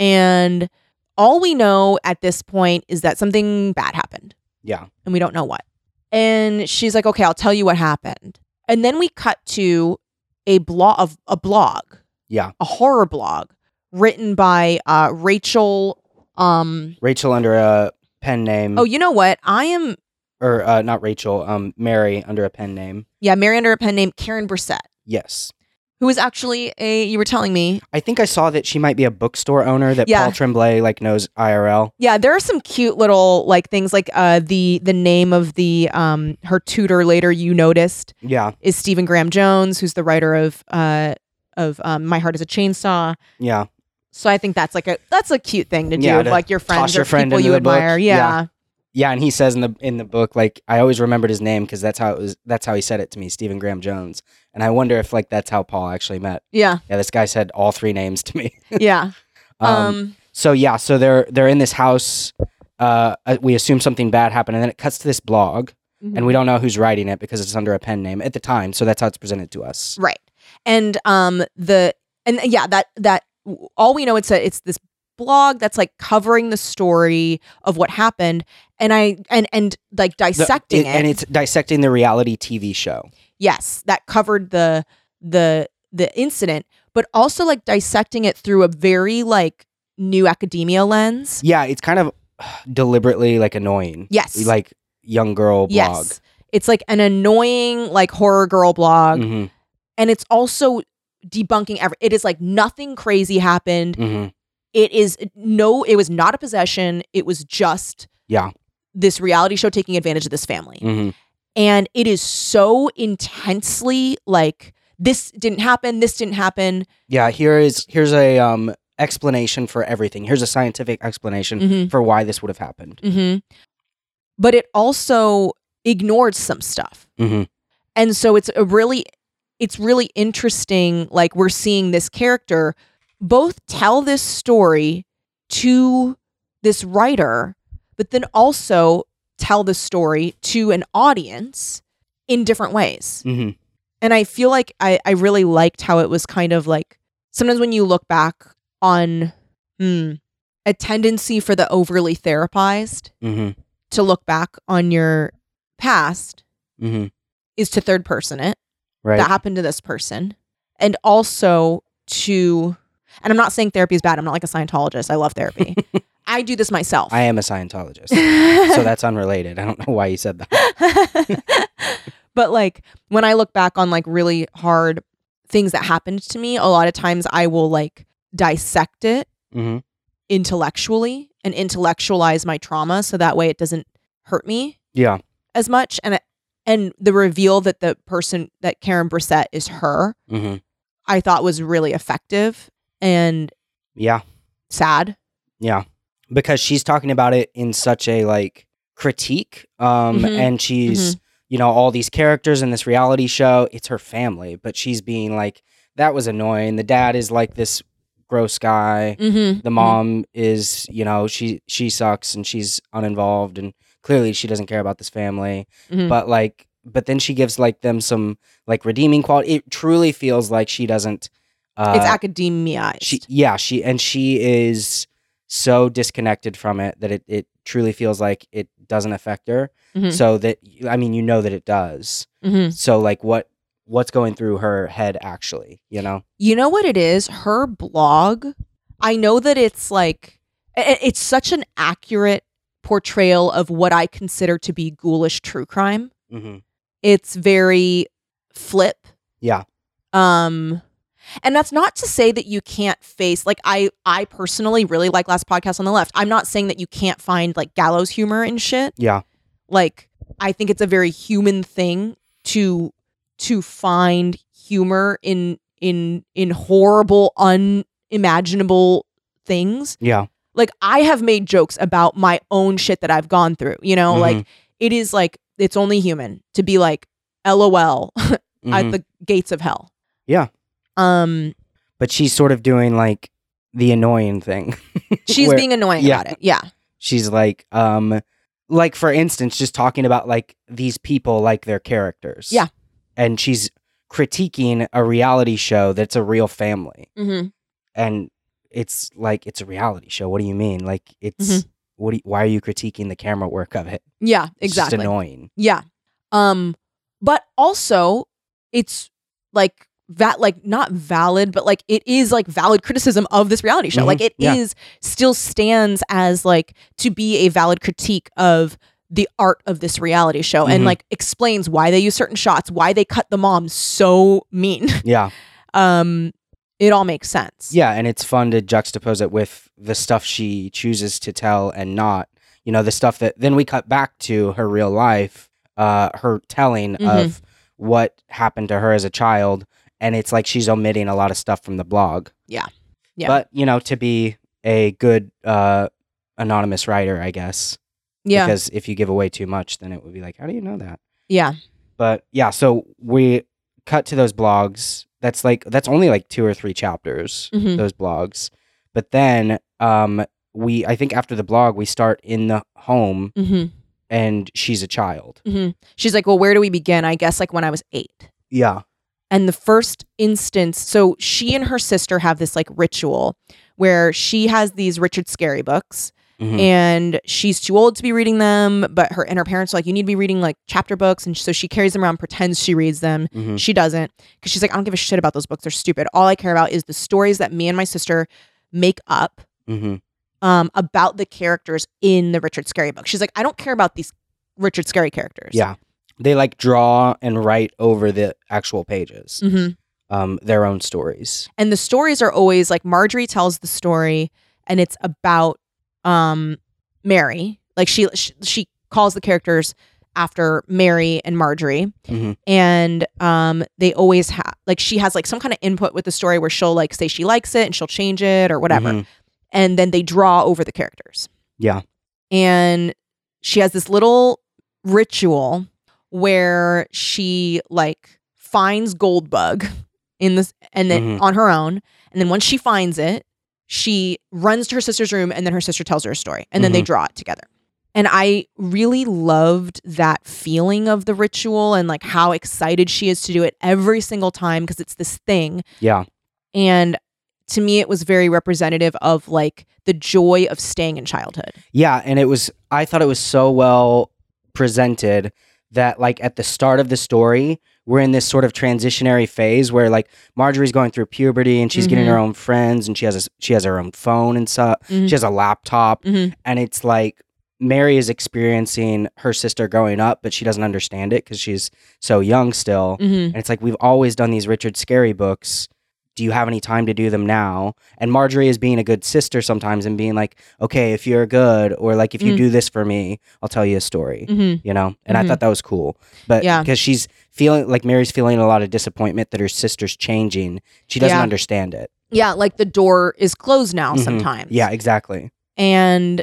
B: And all we know at this point is that something bad happened.
C: Yeah.
B: and we don't know what. And she's like, okay, I'll tell you what happened. And then we cut to a blog of a blog.
C: Yeah.
B: A horror blog written by uh Rachel um
C: Rachel under a pen name.
B: oh, you know what? I am
C: or uh, not Rachel, um, Mary under a pen name.
B: yeah, Mary under a pen name Karen Brissett,
C: Yes.
B: who is actually a you were telling me.
C: I think I saw that she might be a bookstore owner that
B: Yeah.
C: Paul Tremblay like knows IRL.
B: Yeah, there are some cute little like things like uh the the name of the um her tutor later you noticed
C: Yeah.
B: is Stephen Graham Jones, who's the writer of uh of um, My Heart is a Chainsaw.
C: Yeah.
B: So I think that's like a that's a cute thing to do
C: Yeah,
B: with
C: to
B: like your friends
C: toss your
B: or
C: friend
B: people
C: into
B: you
C: the book.
B: admire. Yeah.
C: Yeah, and he says in the in the book, like I always remembered his name because that's how it was. That's how he said it to me, Stephen Graham Jones. And I wonder if like that's how Paul actually met.
B: Yeah.
C: Yeah, this guy said all three names to me. (laughs)
B: Yeah.
C: Um,
B: um
C: so yeah, so they're they're in this house. Uh, uh, we assume something bad happened, and then it cuts to this blog,
B: mhm.
C: and we don't know who's writing it because it's under a pen name at the time. So that's how it's presented to us.
B: Right. And um the and yeah, that that all we know it's a it's this blog that's like covering the story of what happened and I and and like
C: The-
B: dissecting it,
C: and it's dissecting the reality TV show.
B: yes, that covered the the the incident, but also like dissecting it through a very like new academia lens.
C: Yeah, it's kind of (sighs) deliberately like annoying.
B: Yes.
C: like young girl blog.
B: Yes. It's like an annoying like horror girl blog
C: Mhm,
B: and it's also debunking every it is like nothing crazy happened.
C: mhm.
B: It is no it was not a possession. It was just
C: Yeah.
B: This reality show taking advantage of this family.
C: hmm
B: And it is so intensely like this didn't happen, this didn't happen.
C: Yeah, here is here's a um explanation for everything. Here's a scientific explanation
B: Mhm.
C: for why this would have happened.
B: Mhm. But it also ignored some stuff.
C: Mm-hmm.
B: and so it's a really it's really interesting like we're seeing this character both tell this story to this writer but then also tell the story to an audience in different ways
C: Mm-hmm.
B: and i feel like i, I really liked how it was kind of like sometimes when you look back on hmm, a tendency for the overly therapized
C: Mm-hmm.
B: to look back on your past
C: Mm-hmm.
B: is to third person it
C: Right.
B: that happened to this person and also to and i'm not saying therapy is bad i'm not like a scientologist i love
C: (laughs)
B: therapy i do this myself
C: I am a
B: (laughs)
C: Scientologist, so
B: so
C: that's unrelated. I don't know why you said that.
B: but like when i look back on like really hard things that happened to me a lot of times i will like dissect it
C: Mm-hmm.
B: intellectually and intellectualize my trauma so that way it doesn't hurt me
C: Yeah.
B: as much and and the reveal that the person that karen brissett is her
C: Mm-hmm.
B: I thought was really effective and
C: Yeah.
B: sad.
C: Yeah. Because she's talking about it in such a like critique, um,
B: Mhm.
C: and she's you know all these characters in this reality show. It's her family, but she's being like that was annoying. The dad is like this gross guy.
B: Mm-hmm.
C: the mom is you know she she sucks and she's uninvolved and clearly she doesn't care about this family
B: Mhm.
C: but like but then she gives like them some like redeeming quality it truly feels like she doesn't uh,
B: Mm-hmm. it's academia.
C: she yeah she and she is so disconnected from it that it, it truly feels like it doesn't affect her
B: Mhm.
C: so that i mean you know that it does
B: Mm-hmm.
C: so like what what's going through her head actually you know
B: You know what it is? Her blog. I know that it's like i- i- it's such an accurate portrayal of what I consider to be ghoulish true crime.
C: mm-hmm.
B: It's very flip.
C: Yeah.
B: Um and that's not to say that you can't face like I I personally really like last podcast on the left. I'm not saying that you can't find like gallows humor and shit.
C: yeah
B: like i think it's a very human thing to to find humor in in in horrible unimaginable things
C: yeah
B: like i have made jokes about my own shit that i've gone through you know like
C: Mm-hmm.
B: it is like it's only human to be like lol (laughs) at
C: Mhm.
B: the gates of hell
C: Yeah.
B: um
C: but she's sort of doing like the annoying thing. (laughs)
B: she's
C: Where-
B: being annoying
C: yeah.
B: about it yeah
C: She's like, um, like for instance, just talking about like these people like their characters.
B: Yeah.
C: And she's critiquing a reality show that's a real family.
B: mm-hmm. Mm-hmm.
C: And it's like it's a reality show. What do you mean? Like it's what? Do you, why are you critiquing the camera work of it?
B: Yeah,
C: It's just
B: exactly.
C: annoying.
B: Yeah. Um but also it's like that like not valid but like it is like valid criticism of this reality show.
C: Mhm.
B: Like it is
C: Yeah.
B: still stands as like to be a valid critique of the art of this reality show and
C: Mhm.
B: like explains why they use certain shots, why they cut the mom so mean. (laughs)
C: Yeah,
B: Um it all makes sense.
C: yeah, and it's fun to juxtapose it with the stuff she chooses to tell and not. You know, the stuff that then we cut back to her real life, uh, her telling
B: Mm-hmm.
C: of what happened to her as a child, and it's like she's omitting a lot of stuff from the blog.
B: Yeah. Yeah.
C: But you know, to be a good uh, anonymous writer, I guess.
B: Yeah.
C: Because if you give away too much, then it would be like, how do you know that?
B: yeah.
C: But yeah, so we cut to those blogs. That's like that's only like two or three chapters.
B: Mhm.
C: Those blogs, but then um, we I think after the blog we start in the home
B: Mhm.
C: and she's a child.
B: She's like, "Well, where do we begin?" I guess like when I was 8.
C: Yeah.
B: And the first instance, so she and her sister have this like ritual where she has these Richard Scary books
C: Mhm.
B: and she's too old to be reading them, but her and her parents are like, you need to be reading like chapter books. And so she carries them around, pretends she reads them.
C: Mhm.
B: She doesn't because she's like, I don't give a shit about those books. They're stupid. All I care about is the stories that me and my sister make up
C: Mhm.
B: um, about the characters in the Richard Scary book. She's like, I don't care about these Richard Scary characters.
C: Yeah. They like draw and write over the actual pages,
B: hmm
C: um, their own stories.
B: and the stories are always like Marjorie tells the story and it's about um Mary like she she, she calls the characters after Mary and Marjorie
C: Mhm.
B: and um they always have like she has like some kind of input with the story where she'll like say she likes it and she'll change it or whatever
C: Mhm.
B: and then they draw over the characters
C: Yeah.
B: and she has this little ritual where she like finds gold bug in this and then
C: Mhm.
B: on her own and then once she finds it she runs to her sister's room and then her sister tells her a story and then they
C: Mhm.
B: draw it together and i really loved that feeling of the ritual and like how excited she is to do it every single time because it's this thing
C: Yeah.
B: and to me it was very representative of like the joy of staying in childhood
C: Yeah, and it was I thought it was so well presented that like at the start of the story, we're in this sort of transitionary phase where like Marjorie's going through puberty and she's getting her own friends and she has a, she has her own phone and stuff.
B: Mhm.
C: She has a laptop
B: Mhm.
C: and it's like Mary is experiencing her sister growing up, but she doesn't understand it because she's so young still.
B: mm-hmm.
C: And it's like, we've always done these Richard Scary books. Do you have any time to do them now? And Marjorie is being a good sister sometimes and being like, okay, if you're good, or like, if you
B: Mm.
C: do this for me, I'll tell you a story,
B: Mm-hmm.
C: you know? And
B: Mhm.
C: I thought that was cool. But
B: Yeah.
C: because she's feeling like Mary's feeling a lot of disappointment that her sister's changing, she doesn't
B: Yeah.
C: understand it.
B: yeah like the door is closed now
C: Mhm.
B: sometimes
C: Yeah, exactly.
B: and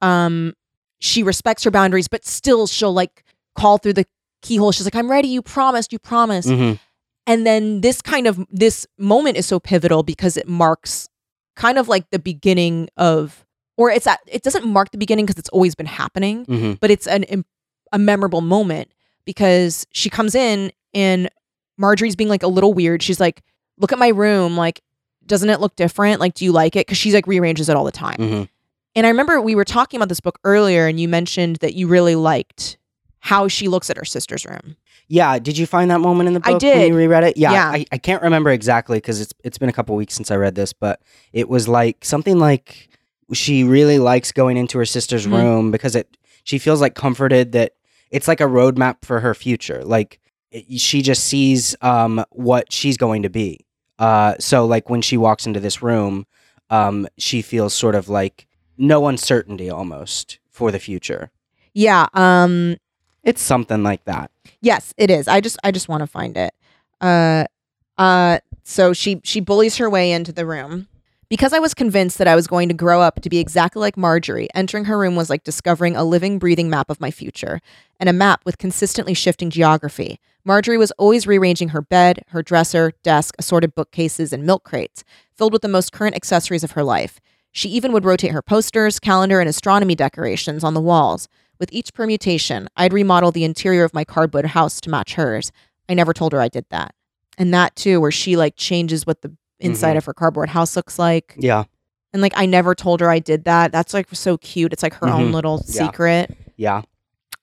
B: um she respects her boundaries but still she'll like call through the keyhole she's like i'm ready you promised you promised
C: Mhm.
B: and then this kind of this moment is so pivotal because it marks kind of like the beginning of or it's at, it doesn't mark the beginning because it's always been happening
C: Mhm.
B: but it's an im- a memorable moment because she comes in and Marjorie's being like a little weird. She's like, "Look at my room. Like, doesn't it look different? Like, do you like it?" Because she's like rearranges it all the time.
C: Mhm.
B: And I remember we were talking about this book earlier, and you mentioned that you really liked how she looks at her sister's room.
C: Yeah. Did you find that moment in the
B: I
C: book when
B: did.
C: you reread it? Yeah.
B: Yeah.
C: I, I can't remember exactly because it's it's been a couple weeks since I read this, but it was like something like she really likes going into her sister's
B: Mhm.
C: room because it she feels like comforted that it's like a roadmap for her future. Like it, she just sees um what she's going to be. Uh, so like when she walks into this room, um, she feels sort of like no uncertainty almost for the future.
B: Yeah. Um.
C: It's something like that.
B: Yes, it is. I just I just want to find it. Uh. Uh. So she she bullies her way into the room. Because I was convinced that I was going to grow up to be exactly like Marjorie, entering her room was like discovering a living, breathing map of my future, and a map with consistently shifting geography. Marjorie was always rearranging her bed, her dresser, desk, assorted bookcases, and milk crates, filled with the most current accessories of her life. She even would rotate her posters, calendar, and astronomy decorations on the walls. With each permutation, I'd remodel the interior of my cardboard house to match hers. I never told her I did that. And that too, where she like changes what the inside of her cardboard house looks like
C: Yeah.
B: And like I never told her I did that. That's like so cute. It's like her own
C: Mhm.
B: little
C: Yeah.
B: secret.
C: Yeah.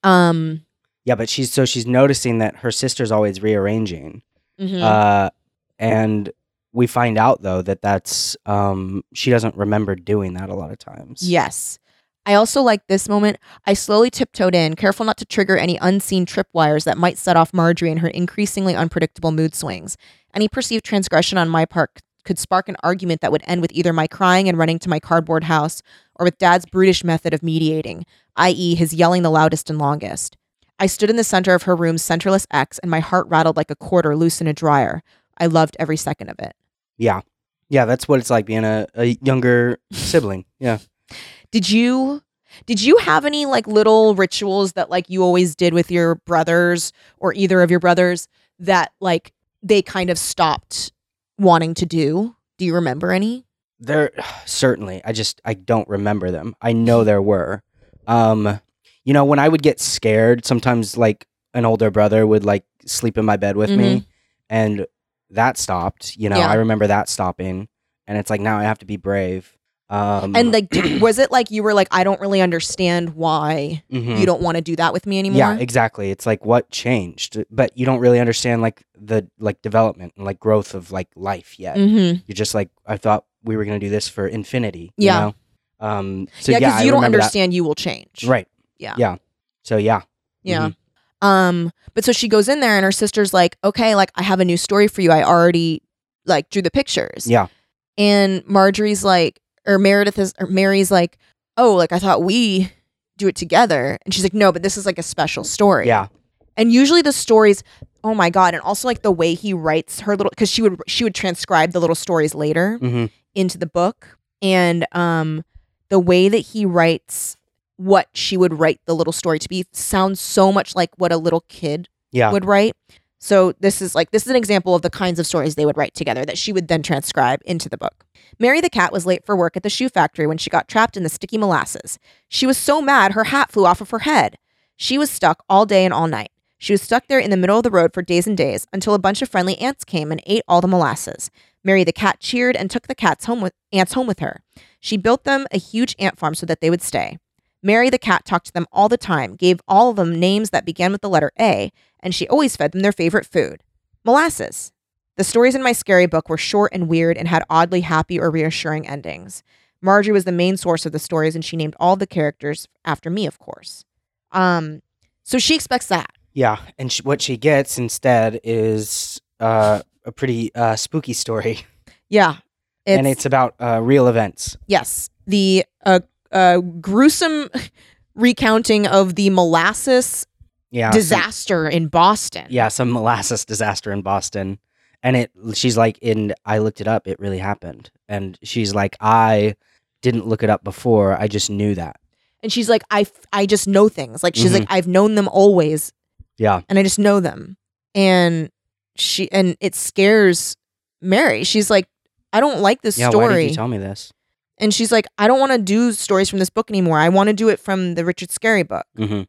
B: Um
C: Yeah, but she's so she's noticing that her sister's always rearranging.
B: mhm.
C: Uh, and we find out though that that's um, she doesn't remember doing that a lot of times.
B: Yes. I also like this moment. I slowly tiptoed in, careful not to trigger any unseen tripwires that might set off Marjorie in her increasingly unpredictable mood swings. Any perceived transgression on my part c- could spark an argument that would end with either my crying and running to my cardboard house or with dad's brutish method of mediating, i.e., his yelling the loudest and longest. I stood in the center of her room's centerless X and my heart rattled like a quarter loose in a dryer. I loved every second of it.
C: Yeah. Yeah, that's what it's like being a, a younger sibling. Yeah.
B: did you did you have any like little rituals that like you always did with your brothers or either of your brothers that like they kind of stopped wanting to do do you remember any
C: There (sighs) certainly. I just I don't remember them. I know there were. Um you know, when I would get scared, sometimes like an older brother would like sleep in my bed with me and that stopped, you know.
B: Mm-hmm. Yeah.
C: I remember that stopping and it's like now I have to be brave. Um
B: and like
C: (clears throat)
B: did- was it like you were like i don't really understand why
C: mhm.
B: you don't want to do that with me anymore
C: Yeah, exactly. It's like what changed, but you don't really understand like the like development and like growth of like life yet.
B: mm-hmm.
C: You're just like I thought we were gonna do this for infinity.
B: Yeah.
C: You know? Um. So
B: yeah
C: yeah,
B: because
C: I
B: you don't
C: remember that.
B: understand you will change
C: Right.
B: Yeah.
C: Yeah. So yeah. Mm-hmm.
B: Yeah. Um, but so she goes in there and her sister's like, okay, like I have a new story for you. I already like drew the pictures.
C: Yeah.
B: And Marjorie's like, or Meredith is, or Mary's like, oh, like I thought we do it together. And she's like, no, but this is like a special story.
C: Yeah.
B: And usually the stories, oh my God. And also like the way he writes her little, cause she would, she would transcribe the little stories later
C: hmm
B: into the book and um the way that he writes what she would write the little story to be sounds so much like what a little kid
C: Yeah.
B: would write so this is like this is an example of the kinds of stories they would write together that she would then transcribe into the book mary the cat was late for work at the shoe factory when she got trapped in the sticky molasses she was so mad her hat flew off of her head she was stuck all day and all night she was stuck there in the middle of the road for days and days until a bunch of friendly ants came and ate all the molasses Mary the cat cheered and took the cats home with ants home with her. She built them a huge ant farm so that they would stay. Mary the cat talked to them all the time, gave all of them names that began with the letter A, and she always fed them their favorite food, molasses. The stories in my scary book were short and weird and had oddly happy or reassuring endings. Marjorie was the main source of the stories and she named all the characters after me, of course. Um so she expects that.
C: Yeah. And sh- what she gets instead is uh, a pretty uh, spooky story,
B: Yeah.
C: and it's about uh, real events.
B: Yes, the uh, uh, gruesome (laughs) recounting of the molasses
C: Yeah. some-
B: disaster in Boston.
C: yeah. Some molasses disaster in Boston, and it. She's like, and I looked it up. It really happened, and she's like, I didn't look it up before. I just knew that.
B: and she's like, I, f- I just know things. Like she's
C: Mhm.
B: like, I've known them always,
C: Yeah.
B: and I just know them. And she, and it scares Mary. She's like, I don't like this
C: Yeah. Why did
B: story.
C: you tell me this?
B: and she's like, I don't want to do stories from this book anymore. I want to do it from the Richard Scarry book.
C: hmm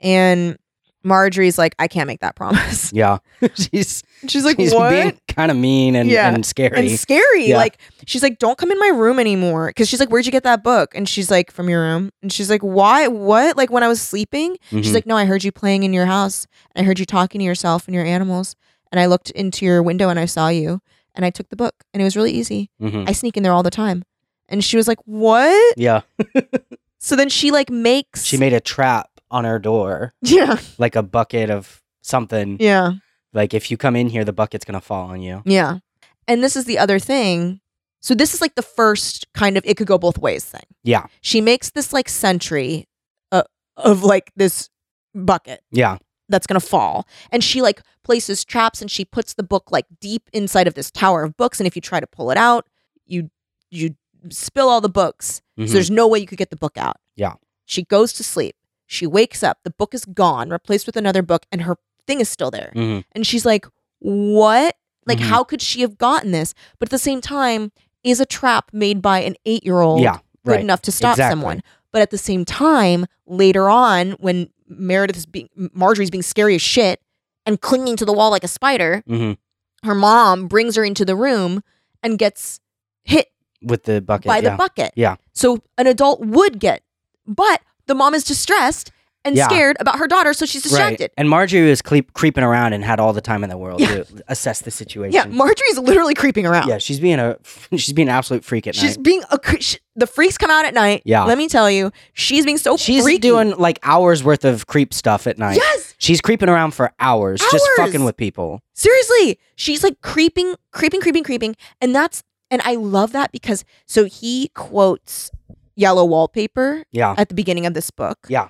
B: And Marjorie's like, I can't make that promise. (laughs)
C: Yeah. (laughs) she's
B: And she's like,
C: she's
B: what?
C: being kind of mean and,
B: Yeah.
C: and scary.
B: and scary.
C: Yeah.
B: Like she's like, don't come in my room anymore. Cause she's like, where'd you get that book? And she's like, from your room. And she's like, why? What? Like when I was sleeping? She's
C: Mhm.
B: like, no, I heard you playing in your house. And I heard you talking to yourself and your animals. And I looked into your window and I saw you. And I took the book and it was really easy.
C: Mhm.
B: I sneak in there all the time. And she was like, what?
C: Yeah.
B: So then she like makes.
C: She made a trap on her door,
B: (laughs) yeah.
C: like a bucket of something.
B: Yeah.
C: Like if you come in here, the bucket's gonna fall on you.
B: Yeah. And this is the other thing. So this is like the first kind of it could go both ways thing.
C: Yeah.
B: She makes this like sentry uh, of like this bucket
C: Yeah.
B: that's going to fall. And she like places traps and she puts the book like deep inside of this tower of books and if you try to pull it out, you you spill all the books. So
C: Mhm.
B: there's no way you could get the book out.
C: Yeah.
B: She goes to sleep. She wakes up. The book is gone, replaced with another book and her thing is still there.
C: Mhm.
B: And she's like, what? Like,
C: Mhm.
B: how could she have gotten this? But at the same time, is a trap made by an eight year old
C: Yeah.
B: good
C: Right.
B: enough to stop
C: Exactly.
B: someone? But at the same time, later on, when Meredith is being, Marjorie's being scary as shit and clinging to the wall like a spider,
C: Mhm.
B: her mom brings her into the room and gets hit
C: with the bucket.
D: by the
C: yeah.
D: bucket.
C: Yeah.
D: So an adult would get, but the mom is distressed and
C: Yeah.
D: scared about her daughter, so she's distracted.
C: Right. And Marjorie was cleep creeping around and had all the time in the world
D: Yeah.
C: to assess the situation.
B: Yeah, Marjorie's literally creeping around.
C: yeah, she's being a she's being an absolute freak at
B: She's
C: night.
B: being a cre- sh- the freaks come out at night.
C: Yeah.
B: let me tell you, she's being so
C: She's
B: freaky.
C: doing like hours worth of creep stuff at night.
D: Yes,
C: She's creeping around for hours, just
D: Hours!
C: fucking with people.
D: seriously, she's like creeping, creeping, creeping, creeping, and that's and I love that because
B: So he quotes yellow wallpaper
C: Yeah.
B: at the beginning of this book.
C: Yeah.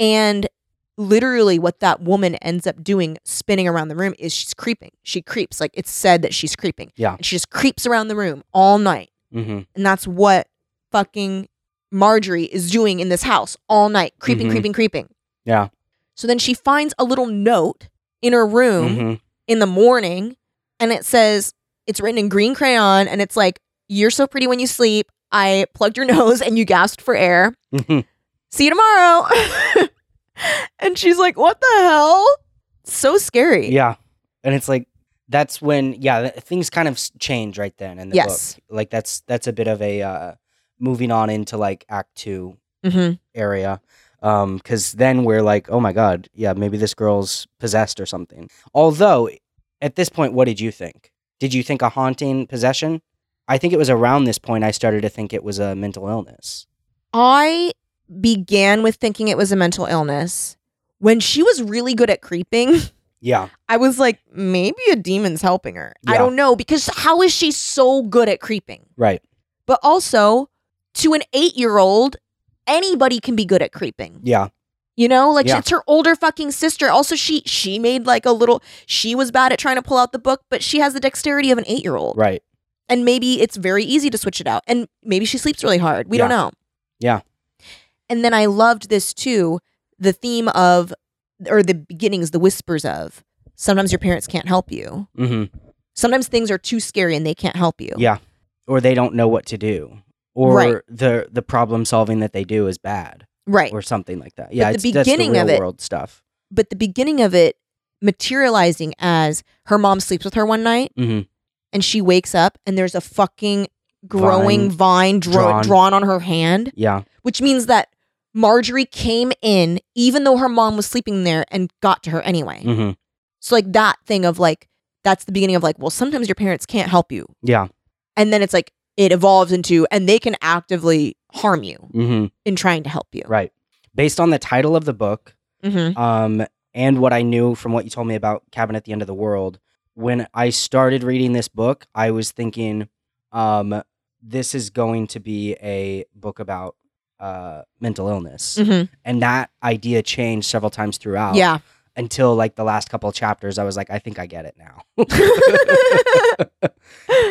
B: and literally what that woman ends up doing, spinning around the room, is she's creeping. She creeps. Like it's said that she's creeping.
C: Yeah.
B: and she just creeps around the room all night.
C: hmm
B: And that's what fucking Marjorie is doing in this house all night, creeping,
C: Mhm.
B: creeping, creeping.
C: Yeah.
B: So then she finds a little note in her room
C: hmm
B: in the morning and it says, it's written in green crayon and it's like, You're so pretty when you sleep. I plugged your (laughs) nose and you gasped for air.
C: hmm
B: See you tomorrow. (laughs) and she's like, What the hell? So scary.
C: Yeah. And it's like that's when yeah, th- things kind of s- change right then in the
B: Yes.
C: book. Like that's that's a bit of a uh moving on into like act 2
B: hmm
C: area um cuz then we're like, "Oh my god, yeah, maybe this girl's possessed or something." Although at this point what did you think? Did you think a haunting possession? I think it was around this point I started to think it was a mental illness.
B: I began with thinking it was a mental illness. When she was really good at creeping,
C: Yeah.
B: I was like, maybe a demon's helping her. I
C: Yeah.
B: don't know because how is she so good at creeping?
C: Right.
B: But also, to an eight year old, anybody can be good at creeping.
C: Yeah.
B: You know, like
C: Yeah.
B: it's her older fucking sister. Also, she she made like a little. She was bad at trying to pull out the book, but she has the dexterity of an eight year old,
C: Right.
B: and maybe it's very easy to switch it out. And maybe she sleeps really hard. We don't
C: Yeah.
B: know.
C: Yeah.
B: And then I loved this too. The theme of, or the beginnings, the whispers of. Sometimes your parents can't help you.
C: Mhm.
B: Sometimes things are too scary and they can't help you.
C: Yeah. Or they don't know what to do. Or
B: Right.
C: the the problem solving that they do is bad.
B: Right.
C: or something like that. Yeah,
B: the
C: it's that's
B: beginning
C: the
B: of
C: real
B: it-
C: world stuff.
B: But the beginning of it materializing as her mom sleeps with her one night
C: hmm
B: and she wakes up and there's a fucking growing vine,
C: Vine
B: dra- drawn.
C: drawn.
B: on her hand,
C: Yeah,
B: which means that Marjorie came in even though her mom was sleeping there and got to her anyway.
C: hmm
B: So, like, that thing of like, that's the beginning of like, well, sometimes your parents can't help you.
C: yeah,
B: And then it's like, it evolves into, and they can actively harm you
C: hmm
B: in trying to help you.
C: right. Based on the title of the book,
B: Mm-hmm.
C: um, and what I knew from what you told me about Cabin at the End of the World, when I started reading this book, I was thinking, um, this is going to be a book about uh, mental illness,
B: Mhm.
C: and that idea changed several times throughout.
B: Yeah.
C: until like the last couple of chapters, I was like, I think I get it
B: (laughs)
C: now.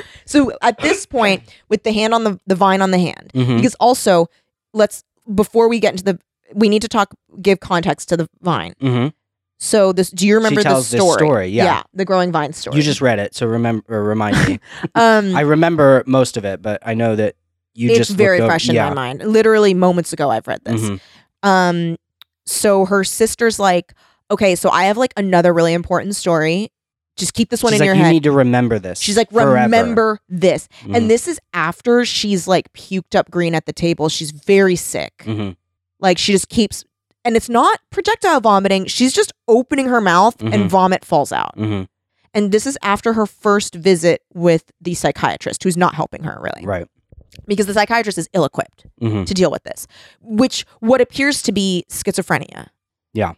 C: (laughs)
B: so at
C: (coughs)
B: this point, with the hand on the, the vine on the hand,
C: Mhm.
B: because also let's before we get into the we need to talk give context to the vine.
C: Mhm.
B: So this do you remember
C: tells
B: the
C: this
B: story?
C: story, yeah.
B: the growing vine story.
C: You just read it, so remember or remind me.
B: um
C: I remember most of it, but I know that you
B: it's
C: just
B: very
C: looked over-
B: fresh in
C: yeah.
B: my mind. Literally moments ago I've read this.
C: Mhm.
B: Um, so her sister's like, okay, so I have like another really important story. Just keep this one
C: She's
B: in your
C: like, you
B: head.
C: need to remember this.
B: She's like,
C: forever."
B: remember this.
C: Mhm.
B: And this is after she's like puked up green at the table. She's very sick.
C: Mhm.
B: Like she just keeps, and it's not projectile vomiting. She's just opening her mouth and
C: Mhm.
B: vomit falls out.
C: Mhm.
B: And this is after her first visit with the psychiatrist, who's not helping her really,
C: right.
B: because the psychiatrist is ill equipped
C: Mhm.
B: to deal with this, which what appears to be schizophrenia.
C: Yeah.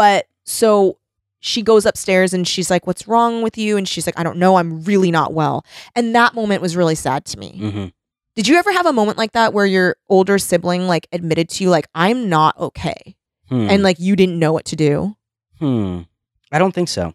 B: But so she goes upstairs and she's like, What's wrong with you? And she's like, I don't know. I'm really not well. And that moment was really sad to me.
C: Mhm.
B: Did you ever have a moment like that where your older sibling like admitted to you, like, I'm not okay?
C: Hmm.
B: And like you didn't know what to do?
C: Hmm. I don't think so.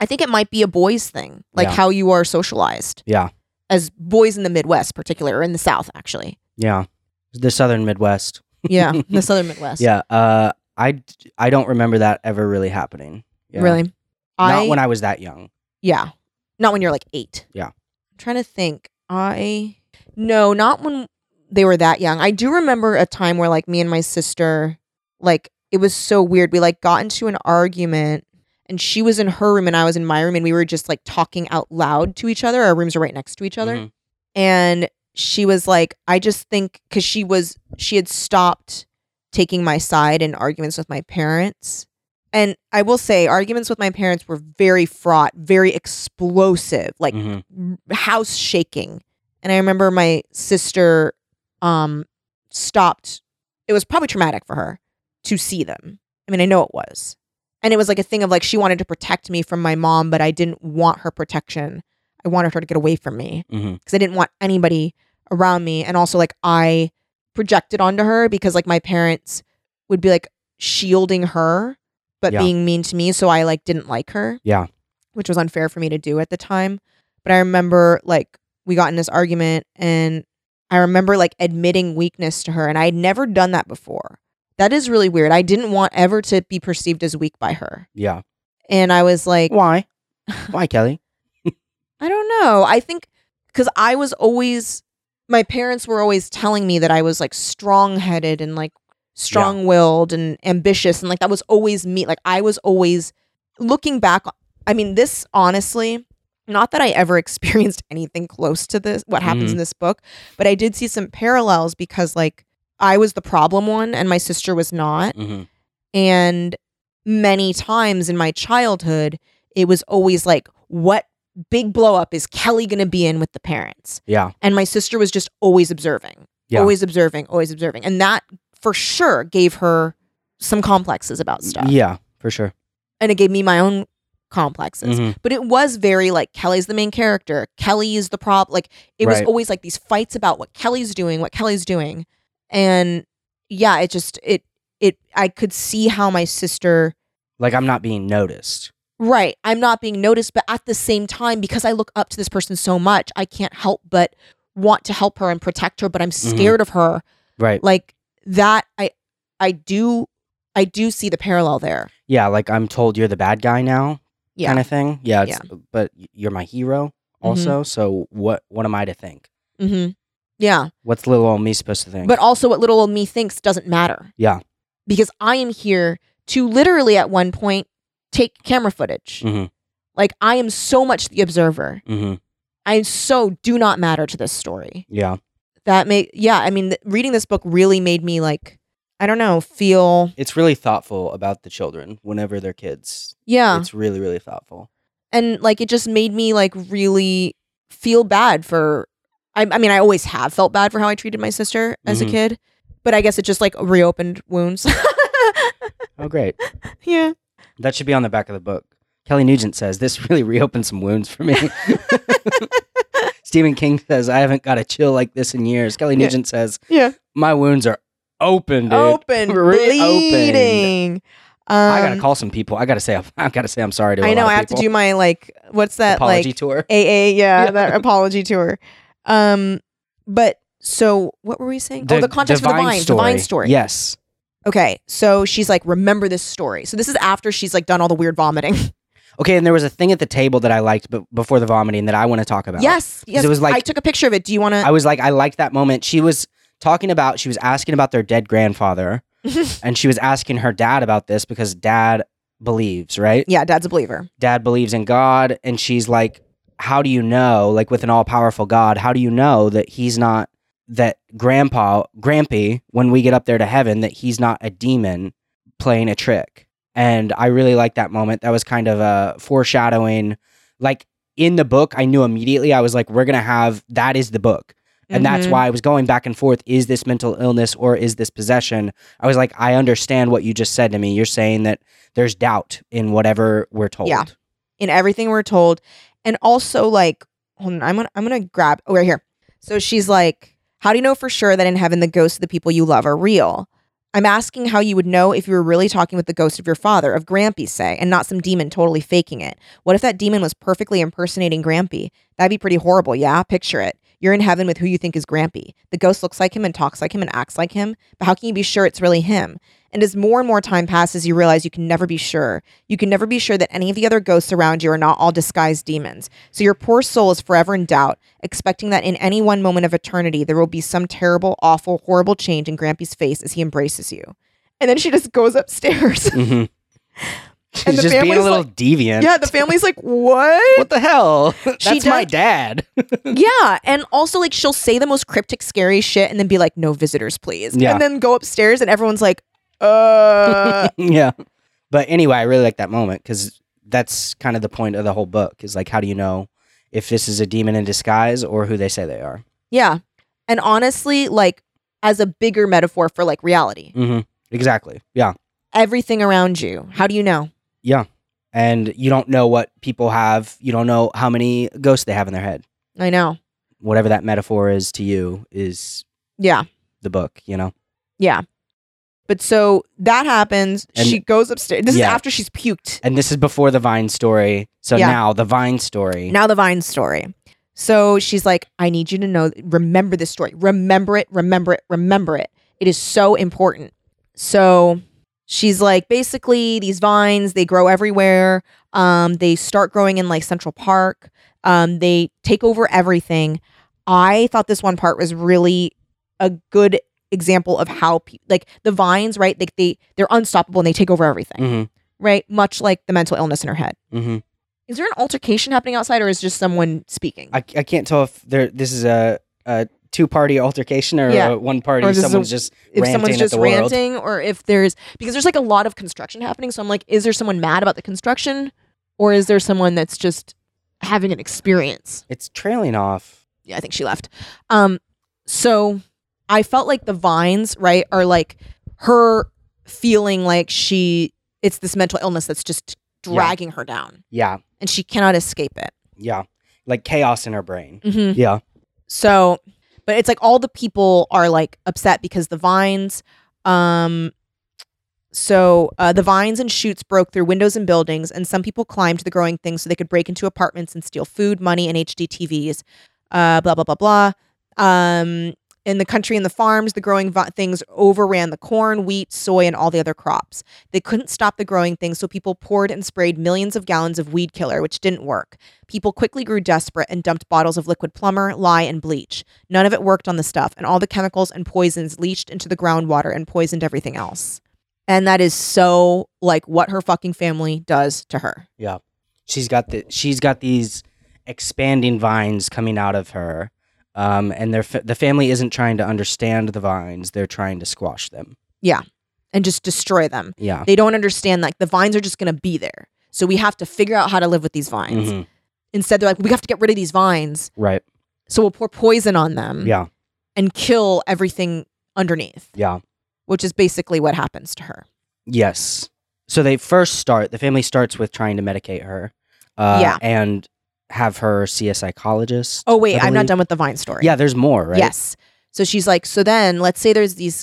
B: I think it might be a boys thing, like
C: Yeah.
B: how you are socialized.
C: Yeah.
B: As boys in the Midwest, particular, or in the South, actually.
C: Yeah, the Southern Midwest. (laughs)
B: Yeah. the Southern Midwest.
C: Yeah. Uh, I d- I don't remember that ever really happening. Yeah.
B: Really?
C: Not when I was that young.
B: Yeah. Not when you're like eight.
C: Yeah.
B: I'm trying to think. I no, not when they were that young. I do remember a time where like me and my sister, like it was so weird. We like got into an argument and she was in her room and I was in
C: Mm-hmm.
B: my room and we were just like talking out loud to each other. Our rooms are right next to each other.
C: Mhm.
B: And she was like, I just think because she was she had stopped taking my side in arguments with my parents. And I will say, arguments with my parents were very fraught, very explosive, like
C: Mhm.
B: m- house shaking. And I remember my sister um stopped. It was probably traumatic for her to see them. I mean, I know it was. And it was like a thing of like she wanted to protect me from my mom, but I didn't want her protection. I wanted her to get away from me
C: Mhm.
B: because I didn't want anybody around me. And also, like, I projected onto her because, like, my parents would be like shielding her, but
C: Yeah.
B: being mean to me. So I, like, didn't like her.
C: Yeah.
B: Which was unfair for me to do at the time. But I remember, like, we got in this argument and I remember, like, admitting weakness to her. And I had never done that before. That is really weird. I didn't want ever to be perceived as weak by her.
C: Yeah.
B: And I was like, (laughs)
C: Why? Why, Kelly?
B: I don't know. I think because I was always, my parents were always telling me that I was like strong headed and like strong willed and ambitious. And like that was always me. Like I was always looking back. I mean, this honestly, not that I ever (laughs) experienced anything close to this, what happens
C: Mhm.
B: in this book, but I did see some parallels because like I was the problem one and my sister was not.
C: hmm
B: And many times in my childhood, it was always like, what big blow up is Kelly going to be in with the parents?
C: Yeah.
B: And my sister was just always observing,
C: Yeah.
B: always observing, always observing. And that for sure gave her some complexes about stuff.
C: Yeah, for sure.
B: And it gave me my own complexes.
C: Mhm.
B: But it was very like Kelly's the main character. Kelly is the prop. Like it was
C: Right.
B: always like these fights about what Kelly's doing, what Kelly's doing, and yeah, it just it it I could see how my sister.
C: Like I'm not being noticed.
B: Right, I'm not being noticed, but at the same time, because I look up to this person so much, I can't help but want to help her and protect her. But I'm scared of her.
C: Right.
B: Like that, I I do I do see the parallel there.
C: Yeah, like I'm told you're the bad guy now,
B: Yeah.
C: kind of thing. Yeah, it's, but y- you're my hero also. So what? What am I to think?
B: Mm-hmm. Yeah.
C: What's little old me supposed to think?
B: But also, what little old me thinks doesn't matter.
C: Yeah.
B: Because I am here to literally at one point take camera footage.
C: Mhm.
B: Like, I am so much the observer.
C: hmm
B: I so do not matter to this story.
C: Yeah,
B: That may, yeah, I mean, th- reading this book really made me, like, I don't know, feel,
C: it's really thoughtful about the children whenever they're kids.
B: yeah.
C: It's really really thoughtful.
B: and, like, it just made me, like, really feel bad for, I, I mean, I always have felt bad for how I treated my sister as a
C: Mhm.
B: kid, but I guess it just, like, reopened wounds. (laughs)
C: Oh great,
B: yeah.
C: that should be on the back of the book. Kelly Nugent says this (laughs) really reopened some wounds
B: (laughs)
C: for me. (laughs) Stephen King says I haven't got a chill like this in years. Kelly
B: Yeah.
C: Nugent says
B: Yeah.
C: my wounds are open, dude.
B: open,
C: Reopened.
B: bleeding. Um,
C: I gotta call some people. I gotta say (laughs) I gotta say I'm sorry to. I
B: I know. I have to do my like. What's that
C: apology
B: like?
C: tour.
B: AA. Yeah,
C: (laughs) Yeah.
B: that apology tour. Um, but so what were we saying? oh, the context for the vine, the vine story.
C: Yes.
B: Okay, so she's like, remember this story. So this is after she's like done all the weird vomiting.
C: Okay, and there was a thing at the table that I liked, but before the vomiting that I want to talk about.
B: yes, yes.
C: it was like-
B: I took a picture of it. Do you want
C: I
B: to?
C: was like, I liked that moment. She was talking about, she was asking about their
B: (laughs)
C: dead grandfather, and she was asking her dad about this because dad believes, right?
B: Yeah, Dad's a believer.
C: Dad believes in God, and she's like, how do you know, like with an all powerful God, how do you know that he's not that grandpa, grampy, when we get up there to heaven, that he's not a demon playing a trick? And I really liked that moment. That was kind of a foreshadowing. Like in the book, I knew immediately, I was like, we're going to have that is the book. And that's
B: Mhm.
C: why I was going back and forth is this mental illness or is this possession? I was like, I understand what you just said to me. You're saying that there's doubt in whatever we're told.
B: Yeah. in everything we're told, and also like, hold on, I'm gonna I'm gonna grab oh right here. So she's like, "How do you know for sure that in heaven the ghosts of the people you love are real?" I'm asking how you would know if you were really talking with the ghost of your father, of Grampy, say, and not some demon totally faking it. What if that demon was perfectly impersonating Grampy? That'd be pretty horrible, yeah? Picture it. You're in heaven with who you think is Grampy. The ghost looks like him and talks like him and acts like him, but how can you be sure it's really him? And as more and more time passes, you realize you can never be sure. You can never be sure that any of the other ghosts around you are not all disguised demons. So your poor soul is forever in doubt, expecting that in any one moment of eternity, there will be some terrible, awful,
E: (laughs)
B: horrible (laughs) change in Grampy's face as he embraces you. And then she just goes upstairs.
E: And
C: Mhm. Mm-hmm. She's
E: the
C: just being a
E: family's
C: little
E: like-
C: deviant.
E: Yeah, the family's like, what?
C: (laughs) what the
E: (laughs)
C: hell? That's
B: does-
C: my dad.
B: yeah. And also, like, she'll say the most cryptic, scary shit and then be like, no visitors, please.
C: Yeah.
E: And then go upstairs and everyone's
C: (laughs)
E: like, uh.
C: yeah. But anyway, I really like that moment because that's kind of the point of the whole book is like, how do you know if this is a demon in disguise or who they say they are?
B: Yeah. And honestly, like, as a bigger metaphor for like reality,
C: Mm-hmm. Exactly. Yeah.
B: everything around you, how do you know?
C: And you don't know what people have. You don't know how many ghosts they have in their head.
B: I know.
C: Whatever that metaphor is to you is
B: Yeah.
C: the book, you know?
E: But so that happens.
C: And-
E: she goes upstairs. This
C: Yeah.
E: is after she's puked.
C: And this is before the Vine story. So
B: Yeah.
C: now the Vine story.
B: Now the Vine story.
E: So she's like, I need you to know, remember this story. Remember it, remember it, remember it.
B: It is so important. So she's like, basically, these vines, they grow everywhere. Um, they start growing in like Central Park. Um, they take over everything. I thought this one part was really a good example of how pe- like the vines, right? Like they they're unstoppable and they take over everything,
C: Mm-hmm.
B: right? Much like the mental illness in her head.
C: Mm-hmm.
B: Is there an altercation happening outside or is just someone speaking?
C: I, I can't tell if there this is a, a two party altercation or
B: Yeah.
C: a one party.
B: Or this is
C: Someone's
B: a-
C: just
B: if
C: ranting
B: someone's
C: at
B: just
C: the world.
B: ranting or if there's because there's like a lot of construction happening so i'm like is there someone mad about the construction or is there someone that's just having an experience
C: it's trailing off.
B: yeah i think she left um so i felt like the vines right are like her feeling like she it's this mental illness that's just
C: Yeah.
B: dragging her down
C: Yeah.
B: and she cannot escape it
C: Yeah. Like chaos in her brain.
B: mm-hmm.
C: Yeah.
B: So, but it's like all the people are like upset because the vines, um, so uh, the vines and shoots broke through windows and buildings, and some people climbed the growing things so they could break into apartments and steal food, money, and HDTVs. Uh, blah blah blah blah. Um, in the country and the farms, the growing vi- things overran the corn, wheat, soy, and all the other crops. They couldn't stop the growing things, so people poured and sprayed millions of gallons of weed killer, which didn't work. People quickly grew desperate and dumped bottles of liquid plumber, lye, and bleach. None of it worked on the stuff, and all the chemicals and poisons leached into the groundwater and poisoned everything else. And that is so like what her fucking family does to her.
C: She's got the she's got these expanding vines coming out of her. Um, and their fa- the family isn't trying to understand the vines; they're trying to squash them.
B: And just destroy them.
C: Yeah,
B: They don't understand like the vines are just gonna be there. So we have to figure out how to live with these vines.
C: Mhm.
B: Instead, they're like, we have to get rid of these vines.
C: right.
B: So we'll pour poison on them
C: Yeah,
B: and kill everything underneath,
C: yeah,
B: which is basically what happens to her.
C: yes. So they first start. The family starts with trying to medicate her. Uh,
B: Yeah.
C: and have her see a psychologist.
B: Oh, wait,
C: I
B: I'm not
C: believe.
B: done with the vine story.
C: Yeah, there's more, right?
B: Yes. So she's like, so then let's say there's these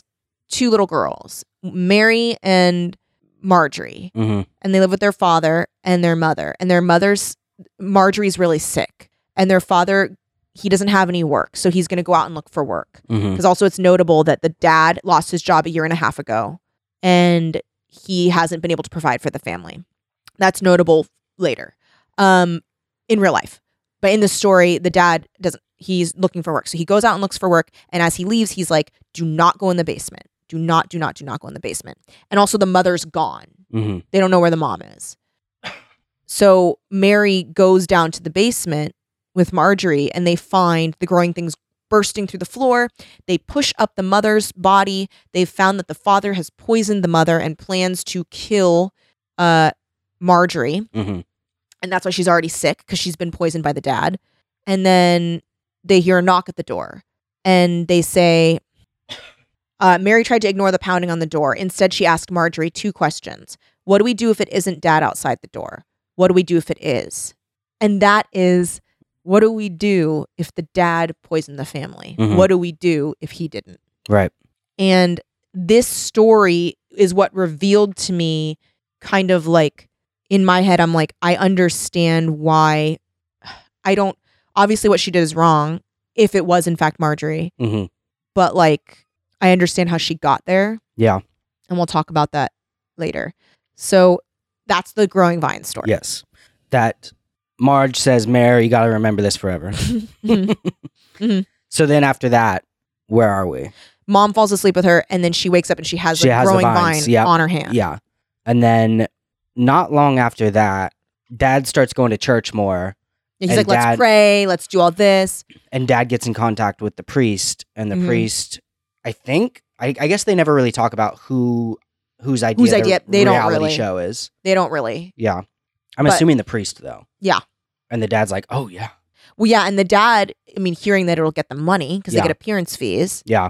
B: two little girls, Mary and Marjorie,
C: hmm
B: and they live with their father and their mother. And their mother's, Marjorie's really sick. And their father, he doesn't have any work. So he's going to go out and look for work.
C: hmm
B: Because also, it's notable that the dad lost his job a year and a half ago and he hasn't been able to provide for the family. That's notable later um, in real life. But in the story, the dad doesn't, he's looking for work. So he goes out and looks for work. And as he leaves, he's like, do not go in the basement. Do not, do not, do not go in the basement. And also, the mother's gone.
C: hmm
B: They don't know where the mom is. So Mary goes down to the basement with Marjorie and they find the growing things bursting through the floor. They push up the mother's body. They've found that the father has poisoned the mother and plans to kill uh, Marjorie.
C: hmm
B: And that's why she's already sick because she's been poisoned by the dad. And then they hear a knock at the door and they say, uh, Mary tried to ignore the pounding on the door. Instead, she asked Marjorie two questions What do we do if it isn't dad outside the door? What do we do if it is? And that is, what do we do if the dad poisoned the family?
C: Mhm.
B: What do we do if he didn't?
C: Right.
B: And this story is what revealed to me, kind of like in my head, I'm like, I understand why I don't, obviously, what she did is wrong if it was, in fact, Marjorie,
C: hmm
B: but like, I understand how she got there.
C: Yeah.
B: And we'll talk about that later. So that's the growing vine story.
C: Yes. That Marge says, Mary, you got to remember this forever.
B: Mhm.
C: so then after that, where are we?
B: (laughs) Mom falls asleep with her, and then she wakes up and she has
C: She
B: like
C: has the
B: growing
C: vines,
B: vine
C: yep.
B: on her hand.
C: Yeah. And then not long after that, dad starts going to church more,
B: And
C: And
B: he's like, let's
C: dad-
B: pray, let's do all this.
C: and dad gets in contact with the priest, and the
B: Mhm.
C: priest, I think, I, I guess they never really talk about who whose idea
B: Whose
C: the
B: idea- they don't
C: reality
B: really.
C: show is.
B: They don't really.
C: Yeah, I'm
B: But-
C: assuming the priest though.
B: Yeah.
C: and the dad's like, oh yeah,
B: Well, yeah, and the dad, I mean, hearing that it'll get them money because
C: Yeah.
B: they get appearance fees
C: yeah,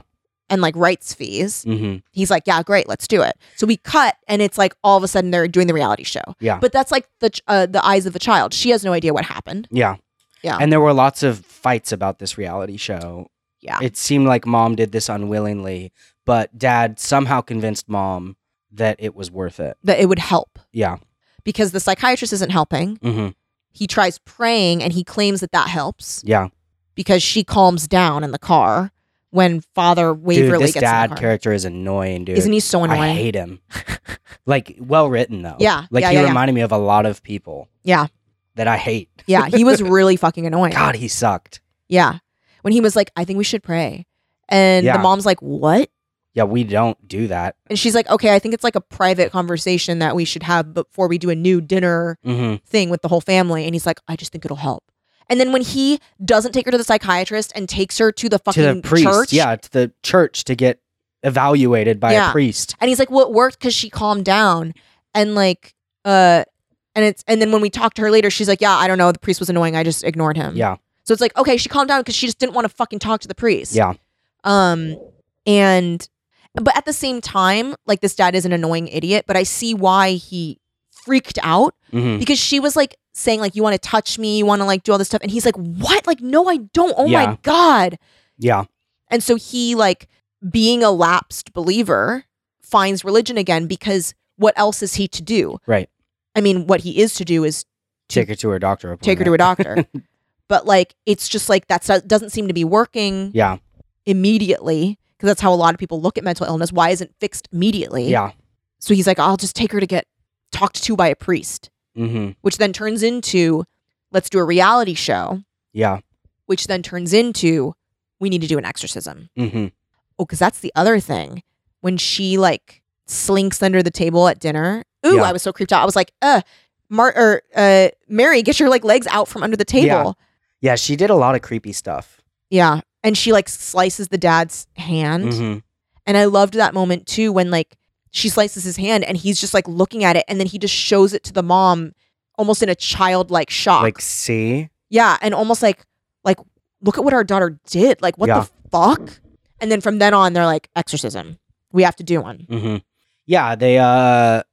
B: and like rights fees,
C: hmm
B: he's like, yeah, great, let's do it. So we cut, and it's like all of a sudden they're doing the reality show.
C: Yeah.
B: But that's like the ch- uh, the eyes of a child. She has no idea what happened.
C: yeah,
B: Yeah.
C: And there were lots of fights about this reality show.
B: Yeah.
C: it seemed like mom did this unwillingly, but dad somehow convinced mom that it was worth it.
B: That it would help
C: Yeah.
B: because the psychiatrist isn't helping.
C: hmm
B: He tries praying, and he claims that that helps.
C: Yeah.
B: because she calms down in the car when Father Waverly
C: dude, this
B: gets in
C: dad
B: the car.
C: character is annoying, dude.
B: Isn't he so annoying?
C: I hate
B: (laughs)
C: him. like, well written, though.
B: Yeah,
C: Like,
B: yeah,
C: he
B: yeah, yeah.
C: reminded me of a lot of people.
B: Yeah.
C: That I hate.
B: yeah, he was really fucking annoying.
C: (laughs) God, he sucked.
B: Yeah, when he was like, "I think we should pray," and
C: Yeah.
B: the mom's like, "What?"
C: Yeah, we don't do that.
B: And she's like, "Okay, I think it's like a private conversation that we should have before we do a new dinner
C: hmm
B: thing with the whole family." And he's like, "I just think it'll help." And then when he doesn't take her to the psychiatrist and takes her to the
C: To
B: fucking
C: the priest.
B: church,
C: Yeah, to the church to get evaluated by a
B: Yeah.
C: priest.
B: and he's like well it worked because she calmed down and like uh and it's and then when we talked to her later she's like yeah i don't know the priest was annoying i just ignored him
C: Yeah.
B: so it's like okay she calmed down because she just didn't want to fucking talk to the priest
C: Yeah.
B: um and but at the same time like this dad is an annoying idiot but i see why he freaked out
C: hmm
B: because she was like saying like you want to touch me you want to like do all this stuff and he's like what like no i don't oh
C: Yeah.
B: my god
C: Yeah.
B: and so he, like, being a lapsed believer, finds religion again because what else is he to do?
C: Right.
B: I mean, what he is to do is
C: Take her to her doctor appointment.
B: take her to a doctor. but, like, it's just like that doesn't seem to be working
C: Yeah.
B: immediately because that's how a lot of people look at mental illness. Why isn't it fixed immediately?
C: Yeah.
B: So he's like, I'll just take her to get talked to by a priest,
C: hmm
B: which then turns into let's do a reality show,
C: Yeah.
B: which then turns into we need to do an exorcism.
C: hmm
B: Oh, because that's the other thing. When she like slinks under the table at dinner. Ooh,
C: Yeah.
B: I was so creeped out. I was like, uh, Mar- or, uh, Mary, get your like legs out from under the table.
C: Yeah, she did a lot of creepy stuff.
B: Yeah. And she like slices the dad's hand.
C: hmm
B: And I loved that moment too when like she slices his hand and he's just like looking at it and then he just shows it to the mom almost in a childlike shock.
C: Like, see?
B: yeah. And almost like, like, look at what our daughter did. Like, what
C: Yeah.
B: the fuck? And then from then on, they're like, exorcism. We have to do one.
C: Mm-hmm. Yeah, they. Uh,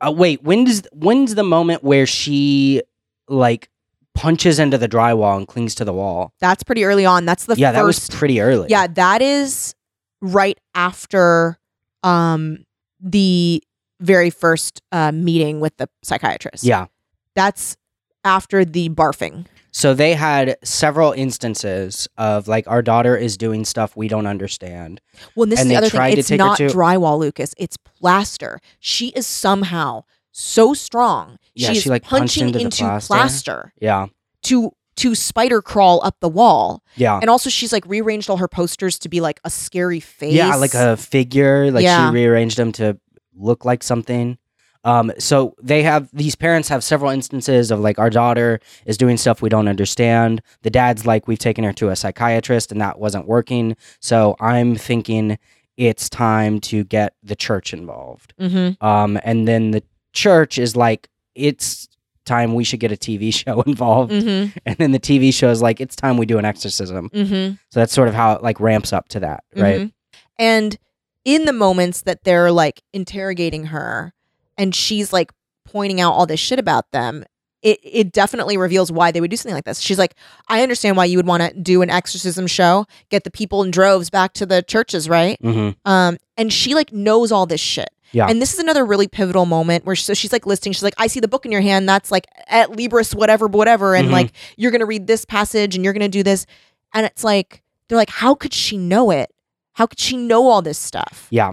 C: uh, wait. When does when's the moment where she like punches into the drywall and clings to the wall?
B: That's pretty early on. That's the
C: yeah, that was
B: first.
C: pretty early.
B: yeah, that is right after um the very first uh meeting with the psychiatrist.
C: yeah.
B: That's after the barfing.
C: So they had several instances of like our daughter is doing stuff we don't understand.
B: Well, and this
C: And
B: is
C: they
B: the other
C: tried
B: thing.
C: to
B: It's
C: take her
B: not
C: to-
B: drywall, Lucas. It's plaster. She is somehow so strong.
C: Yeah,
B: she is
C: she, like, punched
B: punching
C: into the plaster.
B: plaster. plaster
C: Yeah,
B: to to spider crawl up the wall.
C: yeah,
B: And also she's like rearranged all her posters to be like a scary face.
C: yeah. Like a figure. Like
B: Yeah.
C: she rearranged them to look like something. Um, so they have these parents have several instances of like our daughter is doing stuff we don't understand. The dad's like, we've taken her to a psychiatrist and that wasn't working. So I'm thinking it's time to get the church involved.
B: Mhm.
C: Um, and then the church is like, it's time we should get a TV (laughs) show involved.
B: Mhm.
C: And then the TV show is like, it's time we do an exorcism.
B: Mhm.
C: So that's sort of how it like ramps up to that, right?
B: Mhm. And in the moments that they're like interrogating her and she's like pointing out all this shit about them, it, it definitely reveals why they would do something like this. She's like, I understand why you would want to do an exorcism show, get the people in droves back to the churches, right?
C: hmm
B: Um, and she like knows all this shit.
C: Yeah.
B: And this is another really pivotal moment where so she's like listing, she's like, I see the book in your hand. That's like at Libris, whatever, whatever. And
C: Mhm.
B: like, you're going to read this passage and you're going to do this. And it's like, they're like, how could she know it? How could she know all this stuff?
C: Yeah.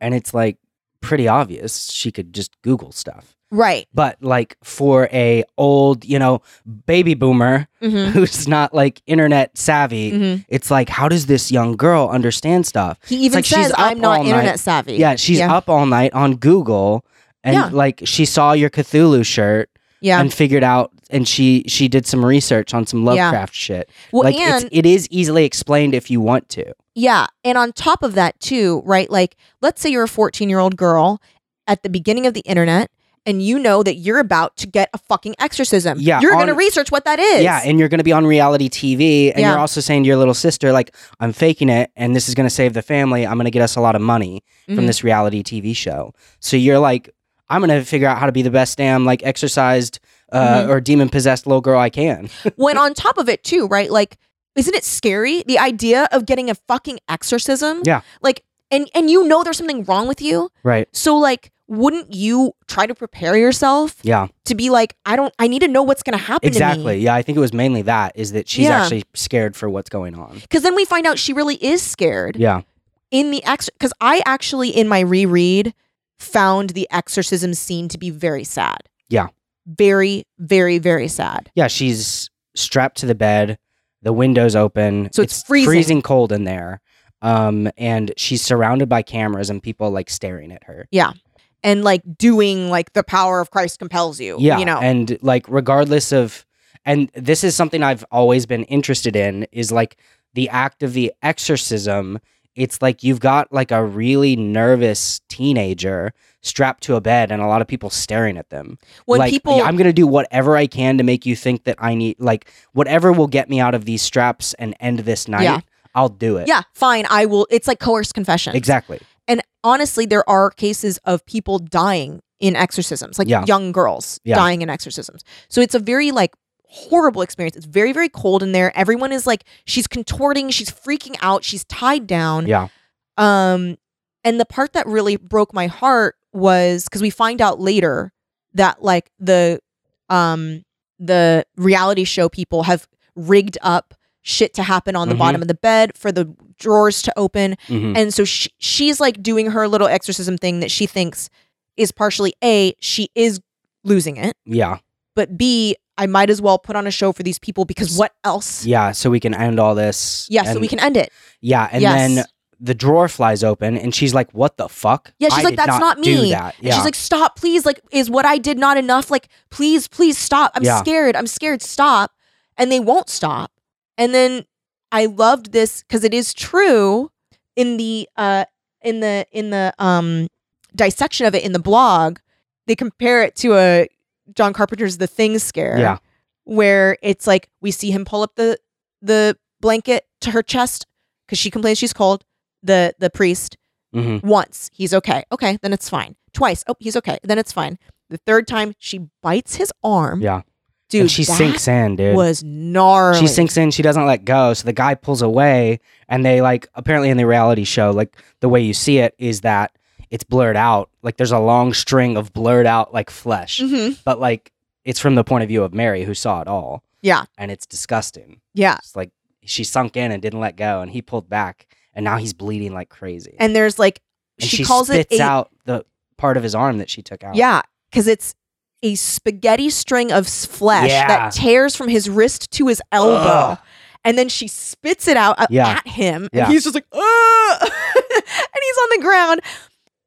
C: And it's like pretty obvious she could just Google stuff.
B: Right.
C: but like for a old you know baby boomer
B: Mm-hmm.
C: who's not like internet savvy
B: Mm-hmm.
C: it's like how does this young girl understand stuff
B: He even
C: like she's
B: says,
C: up
B: I'm not
C: all
B: internet
C: night.
B: savvy.
C: yeah she's
B: Yeah.
C: up all night on google and
B: Yeah.
C: like she saw your Cthulhu shirt
B: Yeah.
C: and figured out, and she she did some research on some
B: Yeah.
C: Lovecraft shit.
B: well,
C: like
B: and
C: it's, it is easily explained if you want to.
B: yeah, and on top of that too, right? Like let's say you're a 14-year-old girl at the beginning of the internet and you know that you're about to get a fucking exorcism.
C: Yeah,
B: You're going to
C: on-
B: research what that is.
C: Yeah, and you're going to be on reality TV, and
B: Yeah.
C: you're also saying to your little sister, like, I'm faking it, and this is going to save the family. I'm going to get us a lot of money
B: Mhm.
C: from this reality TV show. So you're like, I'm going to figure out how to be the best damn like exercised uh,
B: Mm-hmm.
C: or demon possessed little girl I can.
B: when on top of it too, right? Like, isn't it scary the idea of getting a fucking exorcism?
C: Yeah.
B: Like, and and you know there's something wrong with you,
C: Right.
B: so like, wouldn't you try to prepare yourself
C: Yeah.
B: to be like, I don't, I need to know what's gonna happen to
C: Exactly.
B: me.
C: Yeah. I think it was mainly that is that she's
B: Yeah.
C: actually scared for what's going on.
B: Because then we find out she really is scared
C: Yeah.
B: in the ex. Because I actually in my reread found the exorcism scene to be very sad.
C: Yeah.
B: Very, very, very sad.
C: Yeah. She's strapped to the bed, the window's open.
B: So it's freezing.
C: cold in there. Um, and she's surrounded by cameras and people like staring at her.
B: And like doing like the power of Christ compels you.
C: yeah
B: You know.
C: and like regardless of and this is something i've always been interested in is like the act of the exorcism it's like you've got like a really nervous teenager strapped to a bed and a lot of people staring at them
B: when
C: like,
B: people,
C: i'm gonna do whatever i can to make you think that i need like whatever will get me out of these straps and end this night
B: Yeah.
C: i'll do it
B: yeah, fine, I will. It's like coerced confession.
C: exactly
B: And honestly, there are cases of people dying in exorcisms, like
C: Yeah.
B: young girls
C: Yeah.
B: dying in exorcisms. So it's a very like horrible experience. It's very very cold in there. Everyone is like she's contorting, she's freaking out, she's tied down.
C: yeah
B: Um, and the part that really broke my heart was because we find out later that like the um the reality show people have rigged up shit to happen on the
C: Mhm.
B: bottom of the bed for the drawers to open
C: Mhm.
B: and so she, she's like doing her little exorcism thing that she thinks is partially a she is losing it
C: yeah
B: but b i might as well put on a show for these people because what else
C: yeah so we can end all this
B: yeah so
C: and-
B: we can end it
C: yeah and
B: yes
C: then the drawer flies open and she's like, "What the fuck?"
B: Yeah, she's
C: I
B: like,
C: did
B: "That's not
C: do
B: me."
C: that.
B: And she's like, stop, please. Like, is what I did not enough? Like, please, please stop. I'm
C: Yeah.
B: scared. I'm scared. Stop. And they won't stop. And then I loved this because it is true in the uh in the in the um dissection of it in the blog, they compare it to a John Carpenter's The Thing Scare.
C: Yeah.
B: Where it's like we see him pull up the the blanket to her chest because she complains she's cold. The the priest
C: Mhm.
B: once, he's okay. Okay, then it's fine. Twice, oh, he's okay. Then it's fine. The third time, she bites his arm.
C: "Yeah,
B: Dude,
C: And she
B: that
C: sinks in, dude.
B: was gnarly.
C: she sinks in. She doesn't let go. So the guy pulls away, and they like apparently in the reality show, like the way you see it is that it's blurred out. Like there's a long string of blurred out like flesh,
B: Mhm.
C: but like it's from the point of view of Mary who saw it all.
B: Yeah.
C: and it's disgusting.
B: Yeah.
C: It's like she sunk in and didn't let go, and he pulled back, and now he's bleeding like crazy.
B: And there's like,
C: And
B: she, calls it
C: spits
B: a,
C: out the part of his arm that she took out.
B: Yeah, because it's a spaghetti string of s- flesh
C: Yeah.
B: that tears from his wrist to his elbow.
C: Ugh.
B: And then she spits it out at,
C: Yeah.
B: at him. And
C: Yeah.
B: he's just like, "Ugh!" (laughs) and he's on the ground.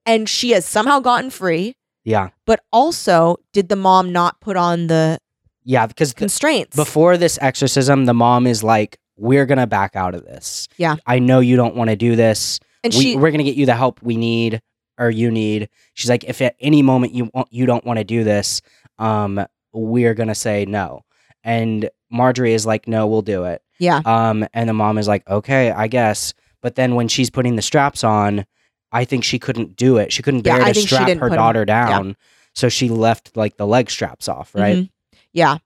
B: And she has somehow gotten free.
C: Yeah.
B: But also, did the mom not put on the
C: Yeah, because th-
B: constraints?
C: before this exorcism, the mom is like, "We're gonna back out of this.
B: Yeah.
C: I know you don't want to do this.
B: and
C: we,
B: she
C: we're gonna get you the help we need or you need." She's like, "If at any moment you want, you don't want to do this, um, we're gonna say no." And Marjorie is like, "No, we'll do it."
B: Yeah.
C: Um, and the mom is like, "Okay, I guess." But then when she's putting the straps on, I think she couldn't do it. She couldn't
B: Yeah,
C: bear
B: I
C: to
B: think she
C: strap
B: didn't
C: her
B: put 'em-
C: daughter down, so she left like the leg straps off, right?
B: Mhm. Yeah.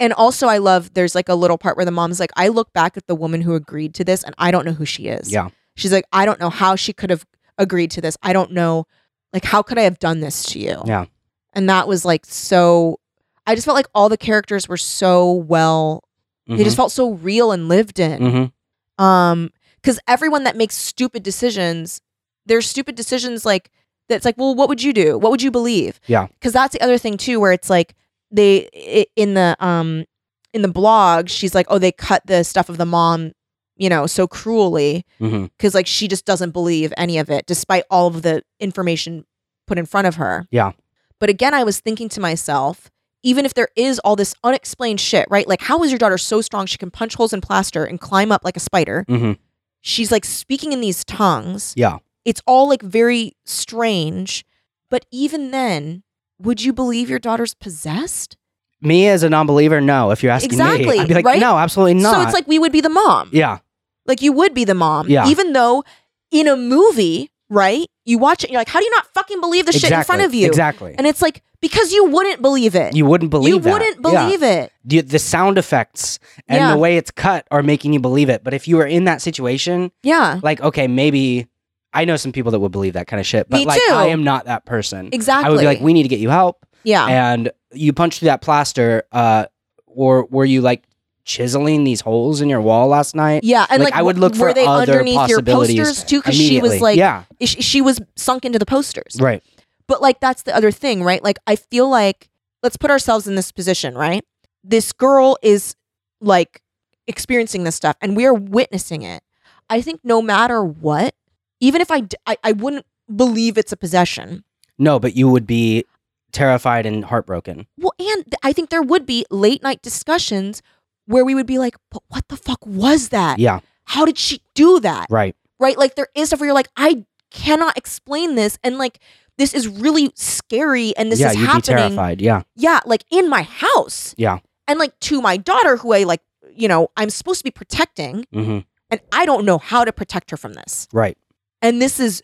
B: And also I love there's like a little part where the mom's like, I look back at the woman who agreed to this and I don't know who she is.
C: Yeah.
B: She's like, I don't know how she could have agreed to this. I don't know like how could I have done this to you?
C: Yeah.
B: And that was like so I just felt like all the characters were so well they
C: Mm-hmm.
B: just felt so real and lived in.
C: Mhm. Mhm.
B: um because everyone that makes stupid decisions there's stupid decisions like that's like well what would you do what would you believe
C: Yeah.
B: because that's the other thing too where it's like they i- in the um in the blog she's like oh they cut the stuff of the mom you know so cruelly
C: Mm-hmm.
B: because like she just doesn't believe any of it despite all of the information put in front of her
C: Yeah.
B: But again, I was thinking to myself, even if there is all this unexplained shit, right? Like, how is your daughter so strong she can punch holes in plaster and climb up like a spider?
C: Mhm.
B: She's like speaking in these tongues.
C: Yeah.
B: It's all like very strange. But even then, would you believe your daughter's possessed?
C: Me as a non-believer, no. If you're asking me,
B: Exactly,
C: I'd be like,
B: right?
C: no, absolutely not.
B: So it's like we would be the mom.
C: yeah,
B: Like you would be the mom.
C: Yeah.
B: Even though in a movie, right? You watch it, you're like, how do you not fucking believe the shit in front
C: exactly,
B: of you?
C: Exactly.
B: And it's like, because you wouldn't believe it.
C: you wouldn't believe
B: You
C: that.
B: wouldn't
C: Yeah.
B: believe it.
C: the, the sound effects and
B: Yeah.
C: the way it's cut are making you believe it. But if you were in that situation,
B: Yeah.
C: like, okay, maybe I know some people that would believe that kind of shit, but
B: Me
C: like,
B: too.
C: I am not that person.
B: Exactly.
C: I would be like, we need to get you help.
B: yeah.
C: And you punch through that plaster, uh, or were you like chiseling these holes in your wall last night?
B: Yeah, and
C: Like,
B: like,
C: I would look
B: were
C: for
B: they
C: other
B: underneath your
C: possibilities
B: posters too? Because she
C: Immediately.
B: was like,
C: yeah,
B: ish- she was sunk into the posters.
C: right.
B: But like, that's the other thing, right? Like, I feel like let's put ourselves in this position, right? This girl is like experiencing this stuff, and we are witnessing it. I think no matter what, even if I, d- I, I wouldn't believe it's a possession.
C: No, but you would be terrified and heartbroken.
B: Well, and th- I think there would be late night discussions where we would be like, but what the fuck was that?
C: Yeah,
B: How did she do that?
C: right.
B: right? Like there is stuff where you're like, I cannot explain this, and like this is really scary, and this
C: yeah,
B: is
C: you'd be
B: happening.
C: terrified. Yeah,
B: Yeah, like in my house.
C: Yeah.
B: and like to my daughter, who I like, you know, I'm supposed to be protecting,
C: hmm
B: and I don't know how to protect her from this.
C: right.
B: And this is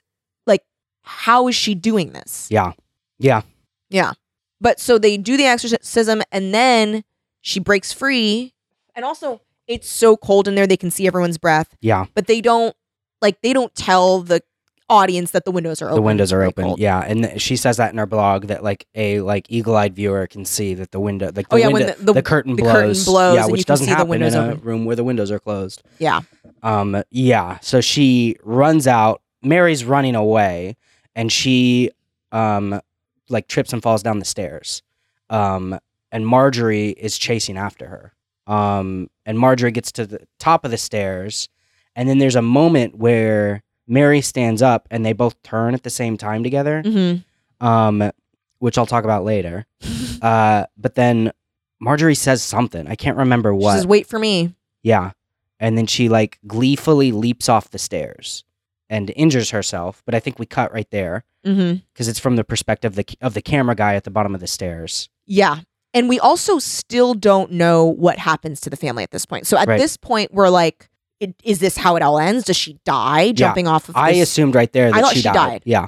B: like, how is she doing this?
C: Yeah, yeah.
B: But so they do the exorcism, and then she breaks free, and also. It's so cold in there; they can see everyone's breath,
C: Yeah,
B: but they don't like they don't tell the audience that the windows are open.
C: the windows
B: It's
C: are
B: very
C: open.
B: cold.
C: Yeah, and th- she says that in her blog that like a like eagle-eyed viewer can see that the window, like the
B: Oh yeah,
C: window,
B: when the, the,
C: curtain
B: the
C: blows,
B: curtain blows
C: yeah,
B: and
C: which
B: you can
C: doesn't
B: see the
C: happen
B: windows
C: in a
B: open.
C: room where the windows are closed.
B: Yeah.
C: Um. Yeah. So she runs out. Mary's running away, and she, um, like trips and falls down the stairs. Um, and Marjorie is chasing after her. Um, and Marjorie gets to the top of the stairs, and then there's a moment where Mary stands up, and they both turn at the same time together
B: Mhm.
C: um, which I'll talk about
B: (laughs)
C: later. uh, but then Marjorie says something. I can't remember
B: She
C: what.
B: says, "Wait for me."
C: yeah. And then she like gleefully leaps off the stairs and injures herself. But I think we cut right there
B: hmm
C: because it's from the perspective of the, of the camera guy at the bottom of the stairs.
B: Yeah, and we also still don't know what happens to the family at this point. So at
C: Right.
B: this point, we're like, i- "Is this how it all ends? Does she die jumping off of?"
C: I
B: this?
C: assumed right there
B: I
C: that
B: thought
C: she
B: she
C: died.
B: died.
C: Yeah.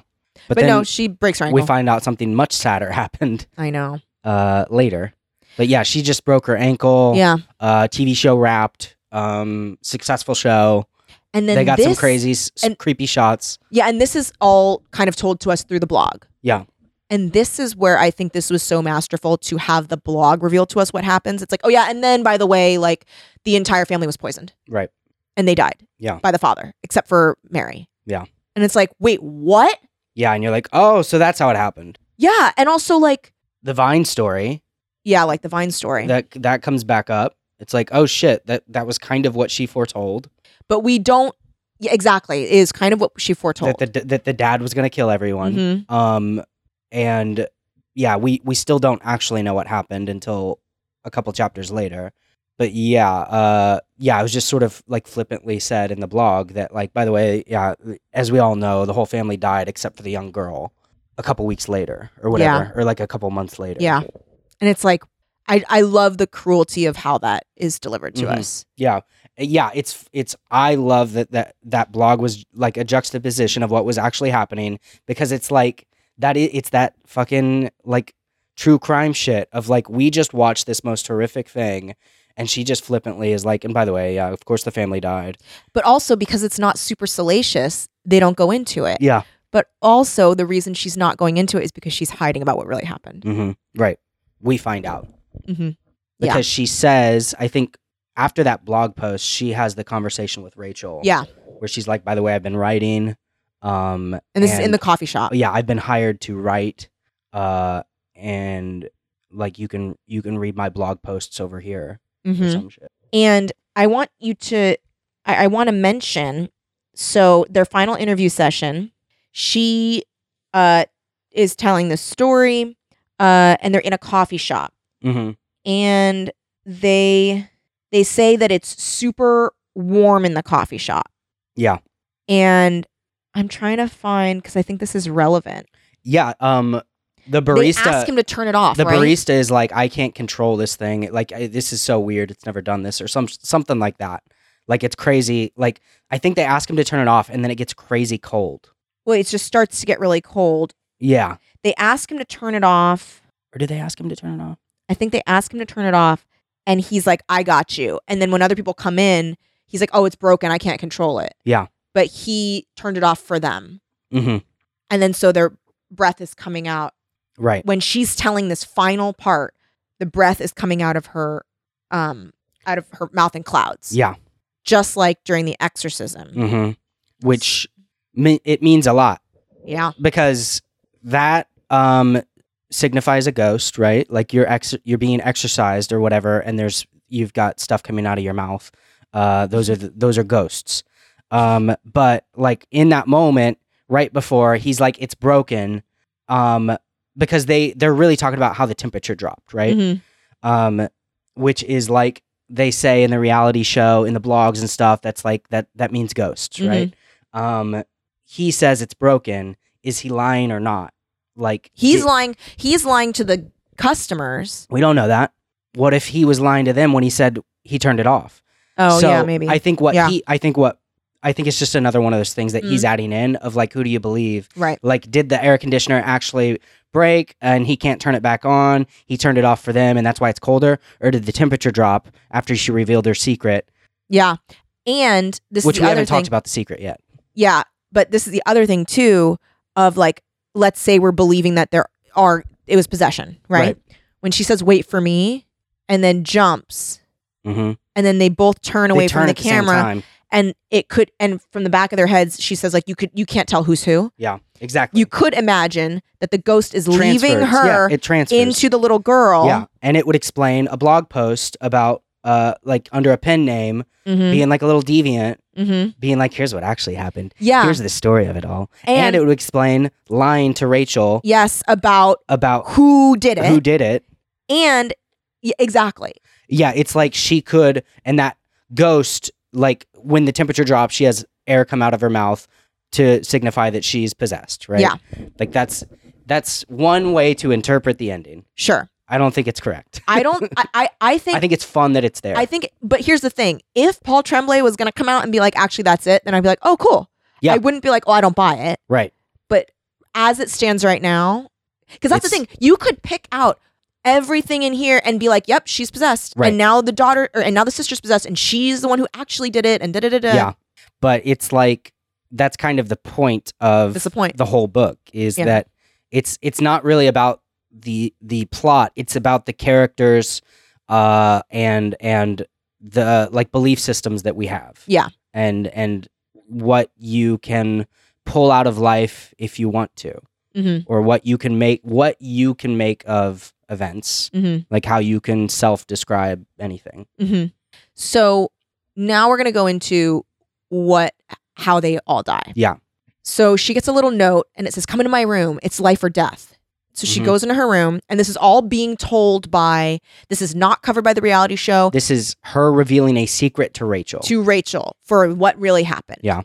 B: but,
C: But, then
B: no, she breaks her ankle.
C: we find out something much sadder (laughs) happened
B: I know.
C: uh, later. But yeah, she just broke her ankle.
B: Yeah,
C: Uh, TV show wrapped. Um, successful show.
B: and then
C: they got some
B: this-
C: crazy, s-
B: and-
C: creepy shots.
B: Yeah, and this is all kind of told to us through the blog.
C: Yeah.
B: And this is where I think this was so masterful to have the blog reveal to us what happens. It's like, oh yeah, and then by the way, like the entire family was poisoned.
C: Right.
B: And they died.
C: Yeah.
B: By the father, except for Mary.
C: Yeah.
B: And it's like, wait, what?
C: Yeah, and you're like, oh, so that's how it happened.
B: Yeah. And also like,
C: The Vine story
B: yeah, like the Vine story.
C: that that comes back up. It's like, oh shit, that that was kind of what she foretold
B: but we don't yeah, exactly. It is kind of what she foretold.
C: that the that the dad was gonna kill everyone.
B: Mhm.
C: Um, and yeah, we we still don't actually know what happened until a couple chapters later. But yeah, uh, yeah, it was just sort of like flippantly said in the blog that like, by the way, yeah, as we all know, the whole family died except for the young girl a couple weeks later or whatever, or like a couple months later.
B: Yeah. And it's like I I love the cruelty of how that is delivered to
C: Mhm.
B: us.
C: Yeah. Yeah, it's it's I love that that that blog was like a juxtaposition of what was actually happening because it's like that i- it's that fucking like true crime shit of like we just watched this most horrific thing and she just flippantly is like and by the way, yeah, of course the family died.
B: But also because it's not super salacious, they don't go into it.
C: Yeah.
B: But also, the reason she's not going into it is because she's hiding about what really happened.
C: Mhm. Right. We find out. Mm-hmm.
B: Mhm. Yeah.
C: Because she says, I think after that blog post, she has the conversation with Rachel.
B: Yeah.
C: Where she's like, by the way, I've been writing. Um
B: And this is in the coffee shop.
C: Uh, yeah i've been hired to write uh and like you can you can read my blog posts over here or
B: Mhm.
C: some shit
B: And I want you to, I, I want to mention so their final interview session, she uh, is telling the story uh, and they're in a coffee shop,
C: hmm
B: and they they say that it's super warm in the coffee shop.
C: Yeah.
B: and I'm trying to find because I think this is relevant.
C: Yeah. Um, the
B: Barista, they
C: barista.
B: ask him to turn it off.
C: the
B: right?
C: barista is like, I can't control this thing. Like, I, this is so weird. It's never done this or some something like that. Like, it's crazy. Like, I think they ask him to turn it off, and then it gets crazy cold.
B: Well, it just starts to get really cold.
C: Yeah.
B: They ask him to turn it off.
C: Or did they ask him to turn it off?
B: I think they ask him to turn it off, and he's like, "I got you." And then when other people come in, he's like, "Oh, it's broken. I can't control it."
C: Yeah.
B: but he turned it off for them,
C: Mm-hmm.
B: and then so their breath is coming out
C: Right.
B: when she's telling this final part. The breath is coming out of her, um, out of her mouth in clouds,
C: Yeah.
B: just like during the exorcism.
C: Mm-hmm. Which me- it means a lot
B: Yeah,
C: because that um signifies a ghost, right? Like you're ex- you're being exercised or whatever, and there's you've got stuff coming out of your mouth. Uh, those are th- those are ghosts. Um, but like in that moment, right before he's like, it's broken. Um, because they they're really talking about how the temperature dropped, right?
B: Mhm.
C: um, which is like they say in the reality show in the blogs and stuff that's like that that means ghosts
B: Mhm.
C: right um, he says it's broken is he lying or not like
B: he's
C: we,
B: lying. He's lying to the customers.
C: we don't know that what if he was lying to them when he said he turned it off
B: Oh
C: So
B: yeah, maybe.
C: i think what
B: Yeah. Mm.
C: he i think what i think it's just another one of those things that he's adding in of like who do you believe
B: right.
C: like did the air conditioner actually break and he can't turn it back on he turned it off for them and that's why it's colder or did the temperature drop after she revealed her secret
B: Yeah. And this
C: which
B: is
C: we
B: the
C: haven't
B: other thing.
C: talked about the secret yet
B: yeah. But this is the other thing too of like, let's say we're believing that there are it was possession, right?
C: Right.
B: When she says wait for me and then jumps
C: mm-hmm.
B: and then they both turn away from the
C: same
B: camera
C: time.
B: and it could and from the back of their heads she says like you could you can't tell who's who.
C: yeah exactly
B: You could imagine that the ghost is leaving
C: Transfers.
B: her
C: yeah, it transfers
B: into the little girl.
C: yeah and it would explain a blog post about uh like under a pen name
B: Mhm.
C: being like a little deviant
B: Mhm.
C: being like here's what actually happened
B: Yeah.
C: here's the story of it all
B: and
C: and it would explain lying to rachel
B: yes, about
C: about
B: who did it.
C: who did it
B: and yeah, exactly.
C: yeah, it's like she could, and that ghost, like when the temperature drops, she has air come out of her mouth to signify that she's possessed, right?
B: Yeah.
C: Like that's that's one way to interpret the ending.
B: Sure.
C: I don't think it's correct.
B: I
C: (laughs)
B: don't. I. I, I think.
C: I think it's fun that it's there.
B: I think. But here's the thing: if Paul Tremblay was going to come out and be like, "Actually, that's it," then I'd be like, "Oh, cool."
C: Yeah.
B: I wouldn't be like, "Oh, I don't buy it."
C: right.
B: As it stands right now, because that's the
C: It's-
B: thing: you could pick out everything in here and be like, "Yep, she's possessed,"
C: Right.
B: and now the daughter, or, and now the sister's possessed, and she's the one who actually did it, and da da da da.
C: yeah. But it's like that's kind of the point of
B: that's the point.
C: the whole book is
B: Yeah.
C: that it's it's not really about the the plot it's about the characters uh and and the like belief systems that we have
B: Yeah.
C: and and what you can pull out of life if you want to
B: Mhm.
C: or what you can make what you can make of events
B: Mhm.
C: like how you can self describe anything
B: hmm So now we're going to go into what how they all die.
C: Yeah.
B: So she gets a little note and it says, "Come into my room. It's life or death." So she
C: Mhm.
B: goes into her room, and this is all being told by. This is not covered by the reality show
C: this is her revealing a secret to Rachel
B: to Rachel for what really happened.
C: Yeah.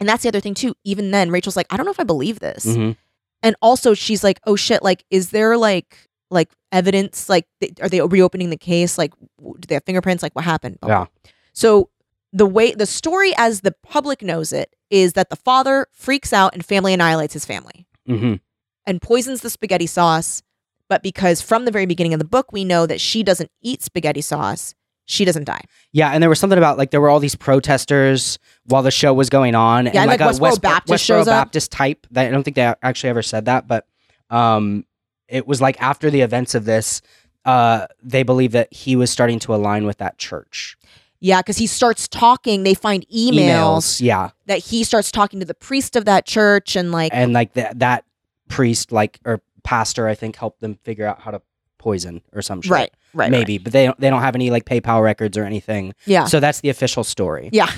B: And that's the other thing too. Even then, Rachel's like, "I don't know if I believe this."
C: Mhm.
B: And also, she's like, "Oh shit! Like, is there like like evidence? Like, th- are they reopening the case? Like, w- do they have fingerprints? Like, what happened?"
C: Yeah.
B: So the way the story as the public knows it is that the father freaks out and family annihilates his family
C: Mhm.
B: and poisons the spaghetti sauce. But because from the very beginning of the book, we know that she doesn't eat spaghetti sauce, she doesn't die.
C: Yeah, and there was something about like there were all these protesters while the show was going on,
B: Yeah,
C: and
B: and,
C: like,
B: like,
C: a
B: Westboro
C: West,
B: Baptist
C: Westboro
B: shows up.
C: Baptist type. That, I don't think they actually ever said that, but um, it was like after the events of this, uh, they believe that he was starting to align with that church.
B: Yeah, because he starts talking. They find emails,
C: yeah,
B: that he starts talking to the priest of that church and like,
C: and like that that priest, like or pastor, I think helped them figure out how to poison or some shit.
B: right, right, right.
C: Maybe, but they don't, they don't have any like PayPal records or anything.
B: Yeah.
C: So that's the official story.
B: Yeah.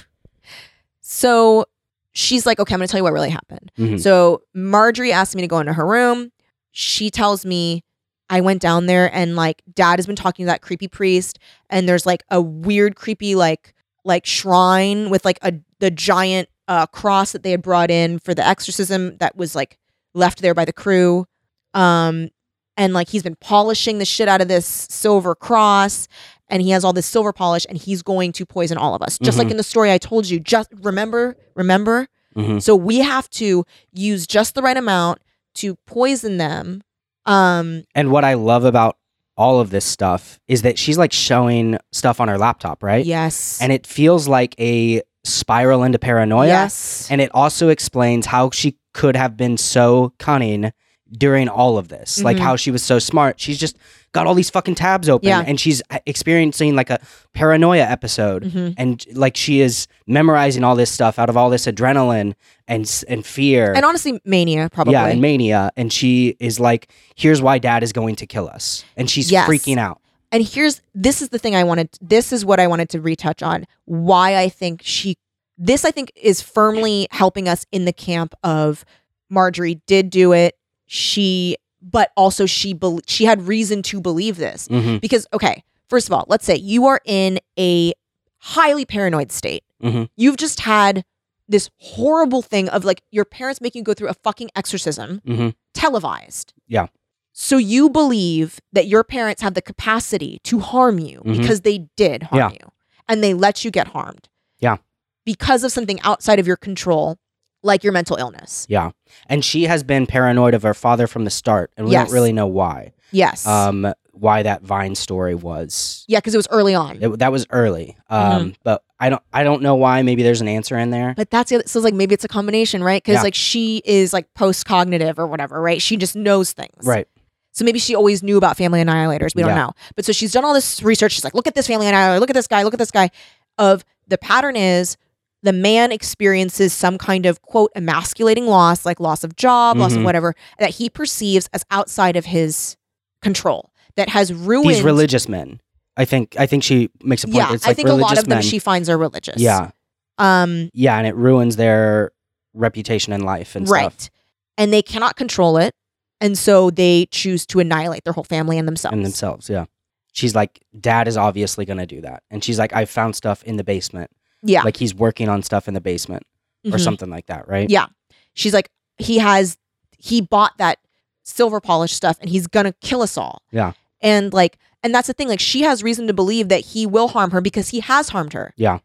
B: So she's like, okay, I'm going to tell you what really happened.
C: Mhm.
B: So Marjorie asked me to go into her room. She tells me I went down there and like dad has been talking to that creepy priest and there's like a weird creepy like like shrine with like a the giant uh cross that they had brought in for the exorcism that was like left there by the crew. Um and like he's been polishing the shit out of this silver cross and he has all this silver polish and he's going to poison all of us. Just like
C: Mhm.
B: in the story I told you, just remember remember
C: Mhm.
B: so we have to use just the right amount to poison them. Um,
C: And what I love about all of this stuff is that she's like showing stuff on her laptop, right?
B: yes.
C: And it feels like a spiral into paranoia.
B: yes.
C: And it also explains how she could have been so cunning during all of this. Like
B: Mhm.
C: how she was so smart. She's just got all these fucking tabs open
B: Yeah.
C: and she's uh, experiencing like a paranoia episode.
B: Mhm.
C: And like she is memorizing all this stuff out of all this adrenaline and s- and fear.
B: And honestly, mania probably.
C: Yeah, and mania. And she is like, here's why dad is going to kill us. And she's
B: Yes.
C: freaking out.
B: and here's this is the thing I wanted. This is what I wanted to retouch on. Why I think she. This I think is firmly helping us in the camp of Marjorie did do it. She, but also she bel- she had reason to believe this.
C: Mm-hmm.
B: Because okay, first of all, let's say you are in a highly paranoid state.
C: Mhm.
B: You've just had this horrible thing of like your parents making you go through a fucking exorcism
C: Mhm.
B: televised.
C: Yeah.
B: So you believe that your parents have the capacity to harm you
C: Mhm.
B: because they did harm you and they let you get harmed.
C: Yeah.
B: Because of something outside of your control, like your mental illness.
C: Yeah. And she has been paranoid of her father from the start. And we
B: Yes.
C: don't really know why.
B: Yes.
C: Um, why that Vine story was.
B: yeah, because it was early on.
C: It, that was early. Um,
B: Mm-hmm.
C: but I don't I don't know why. Maybe there's an answer in there.
B: But that's the other, so it's like maybe it's a combination, right? Because
C: Yeah.
B: like she is like post cognitive or whatever, right? She just knows things,
C: Right.
B: So maybe she always knew about family annihilators. We don't
C: Yeah.
B: know. But so she's done all this research. She's like, look at this family annihilator. Look at this guy. Look at this guy. Of the pattern is the man experiences some kind of quote emasculating loss, like loss of job, loss of
C: Mhm.
B: whatever that he perceives as outside of his control. That has ruined.
C: These religious men. I think I think she makes a point.
B: Yeah,
C: it's
B: I
C: like
B: think a
C: religious
B: lot of
C: men.
B: them she finds are religious.
C: yeah.
B: Um.
C: Yeah. And it ruins their reputation in life and
B: right.
C: stuff.
B: And they cannot control it. And so they choose to annihilate their whole family and themselves.
C: and themselves. Yeah. She's like, Dad is obviously going to do that. And she's like, I found stuff in the basement.
B: Yeah.
C: Like he's working on stuff in the basement or
B: Mhm.
C: something like that, right?
B: Yeah. She's like, he has, he bought that silver polish stuff and he's going to kill us all.
C: Yeah.
B: And like, and that's the thing. Like, she has reason to believe that he will harm her because he has harmed her.
C: Yeah.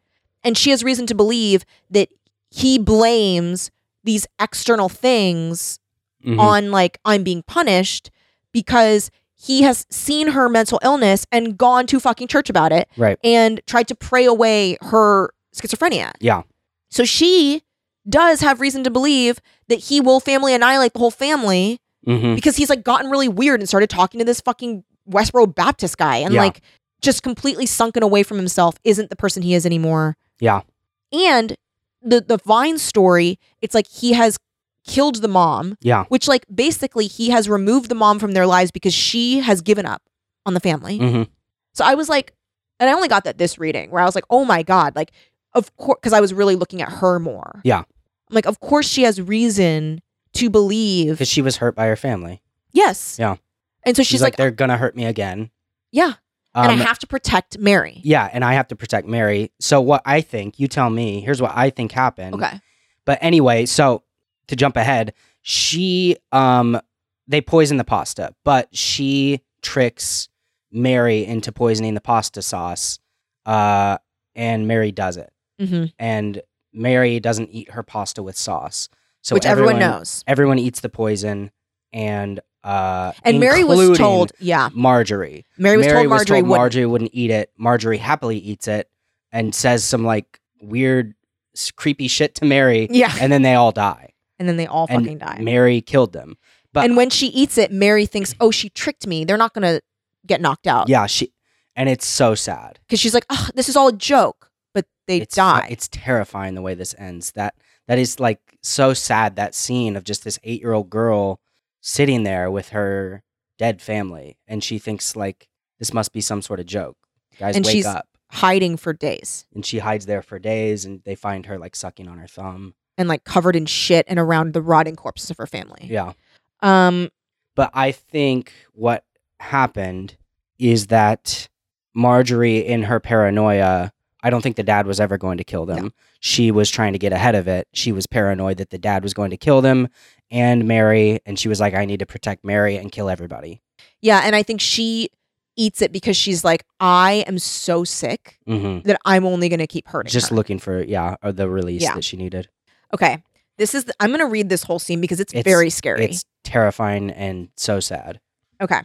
B: And she has reason to believe that he blames these external things
C: Mhm.
B: on like I'm being punished because he has seen her mental illness and gone to fucking church about it
C: Right.
B: and tried to pray away her schizophrenia.
C: Yeah.
B: So she does have reason to believe that he will family annihilate the whole family
C: Mhm.
B: because he's like gotten really weird and started talking to this fucking Westboro Baptist guy and
C: Yeah.
B: like just completely sunken away from himself, isn't the person he is anymore.
C: Yeah.
B: And the the Vine story, it's like he has killed the mom
C: Yeah.
B: which like basically he has removed the mom from their lives because she has given up on the family.
C: Mhm.
B: So I was like, and I only got that this reading where I was like, oh my God, like, of course, because I was really looking at her more.
C: Yeah.
B: I'm like, of course she has reason to believe.
C: Because she was hurt by her family.
B: yes.
C: Yeah.
B: And so
C: She's,
B: she's,
C: like,
B: like, "Uh,
C: they're going to hurt me again.
B: yeah.
C: Um,
B: and I have to protect Mary.
C: yeah. And I have to protect Mary. So, what I think, you tell me, here's what I think happened.
B: Okay.
C: But anyway, so to jump ahead, she um they poison the pasta, but she tricks Mary into poisoning the pasta sauce. Uh and Mary does it.
B: hmm
C: And Mary doesn't eat her pasta with sauce. So
B: Which everyone, knows.
C: Everyone eats the poison and uh
B: And Mary was
C: including
B: told, yeah.
C: Marjorie.
B: Mary was
C: Mary
B: told Marjorie
C: told
B: wouldn't.
C: Marjorie wouldn't eat it. Marjorie happily eats it and says some like weird s- creepy shit to Mary
B: Yeah.
C: and then they all die.
B: And then they all
C: And
B: fucking die.
C: Mary killed them. But
B: and when she eats it, Mary thinks, oh, she tricked me. They're not going to get knocked out.
C: yeah, she and it's so sad.
B: because she's like, oh, this is all a joke, but they
C: it's fu-
B: die.
C: It's terrifying the way this ends. That that is like so sad. That scene of just this eight year old girl sitting there with her dead family, and she thinks like this must be some sort of joke. Guys,
B: And
C: wake
B: she's-
C: up!
B: Hiding for days
C: And she hides there for days, and they find her like sucking on her thumb.
B: and like covered in shit and around the rotting corpses of her family.
C: Yeah.
B: Um,
C: But I think what happened is that Marjorie, in her paranoia, I don't think the dad was ever going to kill them. She was trying to get ahead of it. She was paranoid that the dad was going to kill them and Mary. And she was like, I need to protect Mary and kill everybody.
B: Yeah, and I think she eats it because she's like, I am so sick
C: hmm
B: that I'm only going to keep hurting.
C: Just
B: her.
C: looking for, yeah, or the release
B: Yeah.
C: that she needed.
B: okay. This is. The, I'm going to read this whole scene because it's,
C: It's-
B: very scary.
C: It's terrifying and so sad.
B: Okay.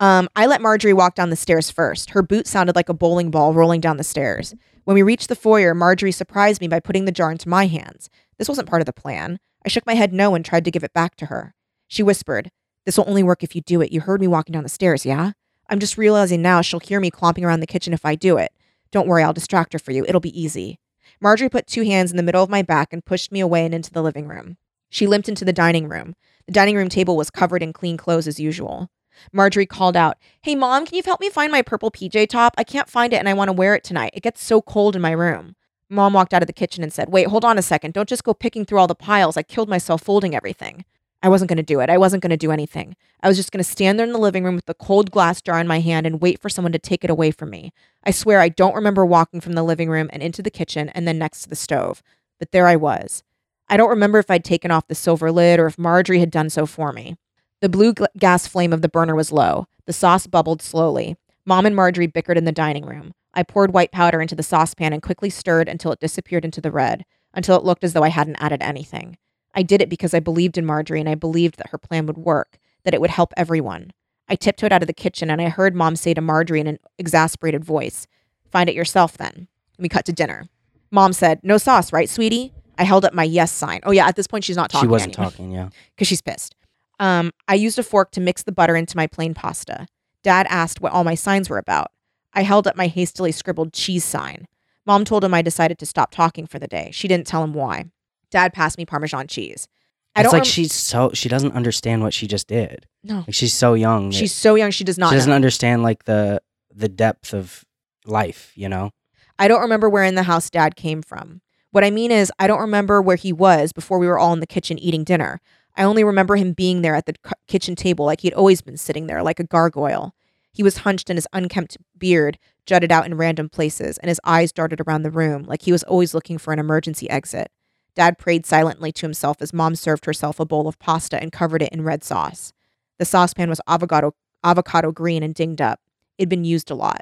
B: Um, I let Marjorie walk down the stairs first. Her boot sounded like a bowling ball rolling down the stairs. When we reached the foyer, Marjorie surprised me by putting the jar into my hands. This wasn't part of the plan. I shook my head no and tried to give it back to her. She whispered, This will only work if you do it. You heard me walking down the stairs, yeah? I'm just realizing now she'll hear me clomping around the kitchen if I do it. Don't worry, I'll distract her for you. It'll be easy. Marjorie put two hands in the middle of my back and pushed me away and into the living room. She limped into the dining room. The dining room table was covered in clean clothes as usual. Marjorie called out, Hey, mom, can you help me find my purple PJ top? I can't find it and I want to wear it tonight. It gets so cold in my room. Mom walked out of the kitchen and said, Wait, hold on a second. Don't just go picking through all the piles. I killed myself folding everything. I wasn't going to do it. I wasn't going to do anything. I was just going to stand there in the living room with the cold glass jar in my hand and wait for someone to take it away from me. I swear I don't remember walking from the living room and into the kitchen and then next to the stove. But there I was. I don't remember if I'd taken off the silver lid or if Marjorie had done so for me. The blue gl- gas flame of the burner was low. The sauce bubbled slowly. Mom and Marjorie bickered in the dining room. I poured white powder into the saucepan and quickly stirred until it disappeared into the red, until it looked as though I hadn't added anything. I did it because I believed in Marjorie and I believed that her plan would work, that it would help everyone. I tiptoed out of the kitchen and I heard Mom say to Marjorie in an exasperated voice, Find it yourself then. And we cut to dinner. Mom said, No sauce, right, sweetie? I held up my yes sign. Oh, yeah, at this point, she's not talking.
C: she wasn't
B: anymore
C: talking, yeah.
B: because she's pissed. Um, I used a fork to mix the butter into my plain pasta. Dad asked what all my signs were about. I held up my hastily scribbled cheese sign. Mom told him I decided to stop talking for the day. She didn't tell him why. Dad passed me Parmesan cheese. I
C: It's
B: don't
C: like
B: rem-
C: she's so, she doesn't understand what she just did.
B: No.
C: Like she's so young. that-
B: She's so young. She does not.
C: she doesn't
B: know.
C: understand like the the depth of life you know
B: I don't remember where in the house Dad came from. What I mean is, I don't remember where he was before we were all in the kitchen eating dinner. I only remember him being there at the cu- kitchen table, like he'd always been sitting there, like a gargoyle. He was hunched and his unkempt beard jutted out in random places, and his eyes darted around the room, like he was always looking for an emergency exit. Dad prayed silently to himself as Mom served herself a bowl of pasta and covered it in red sauce. The saucepan was avocado, avocado green and dinged up. It'd been used a lot.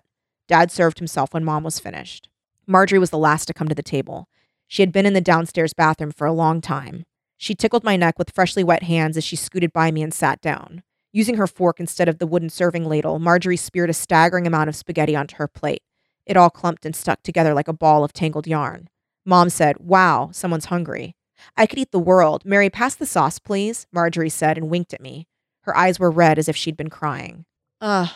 B: Dad served himself when Mom was finished. Marjorie was the last to come to the table. She had been in the downstairs bathroom for a long time. She tickled my neck with freshly wet hands as she scooted by me and sat down. Using her fork instead of the wooden serving ladle, Marjorie speared a staggering amount of spaghetti onto her plate. It all clumped and stuck together like a ball of tangled yarn. Mom said, Wow, someone's hungry. I could eat the world. Mary, pass the sauce, please, Marjorie said and winked at me. Her eyes were red as if she'd been crying.
E: Ugh,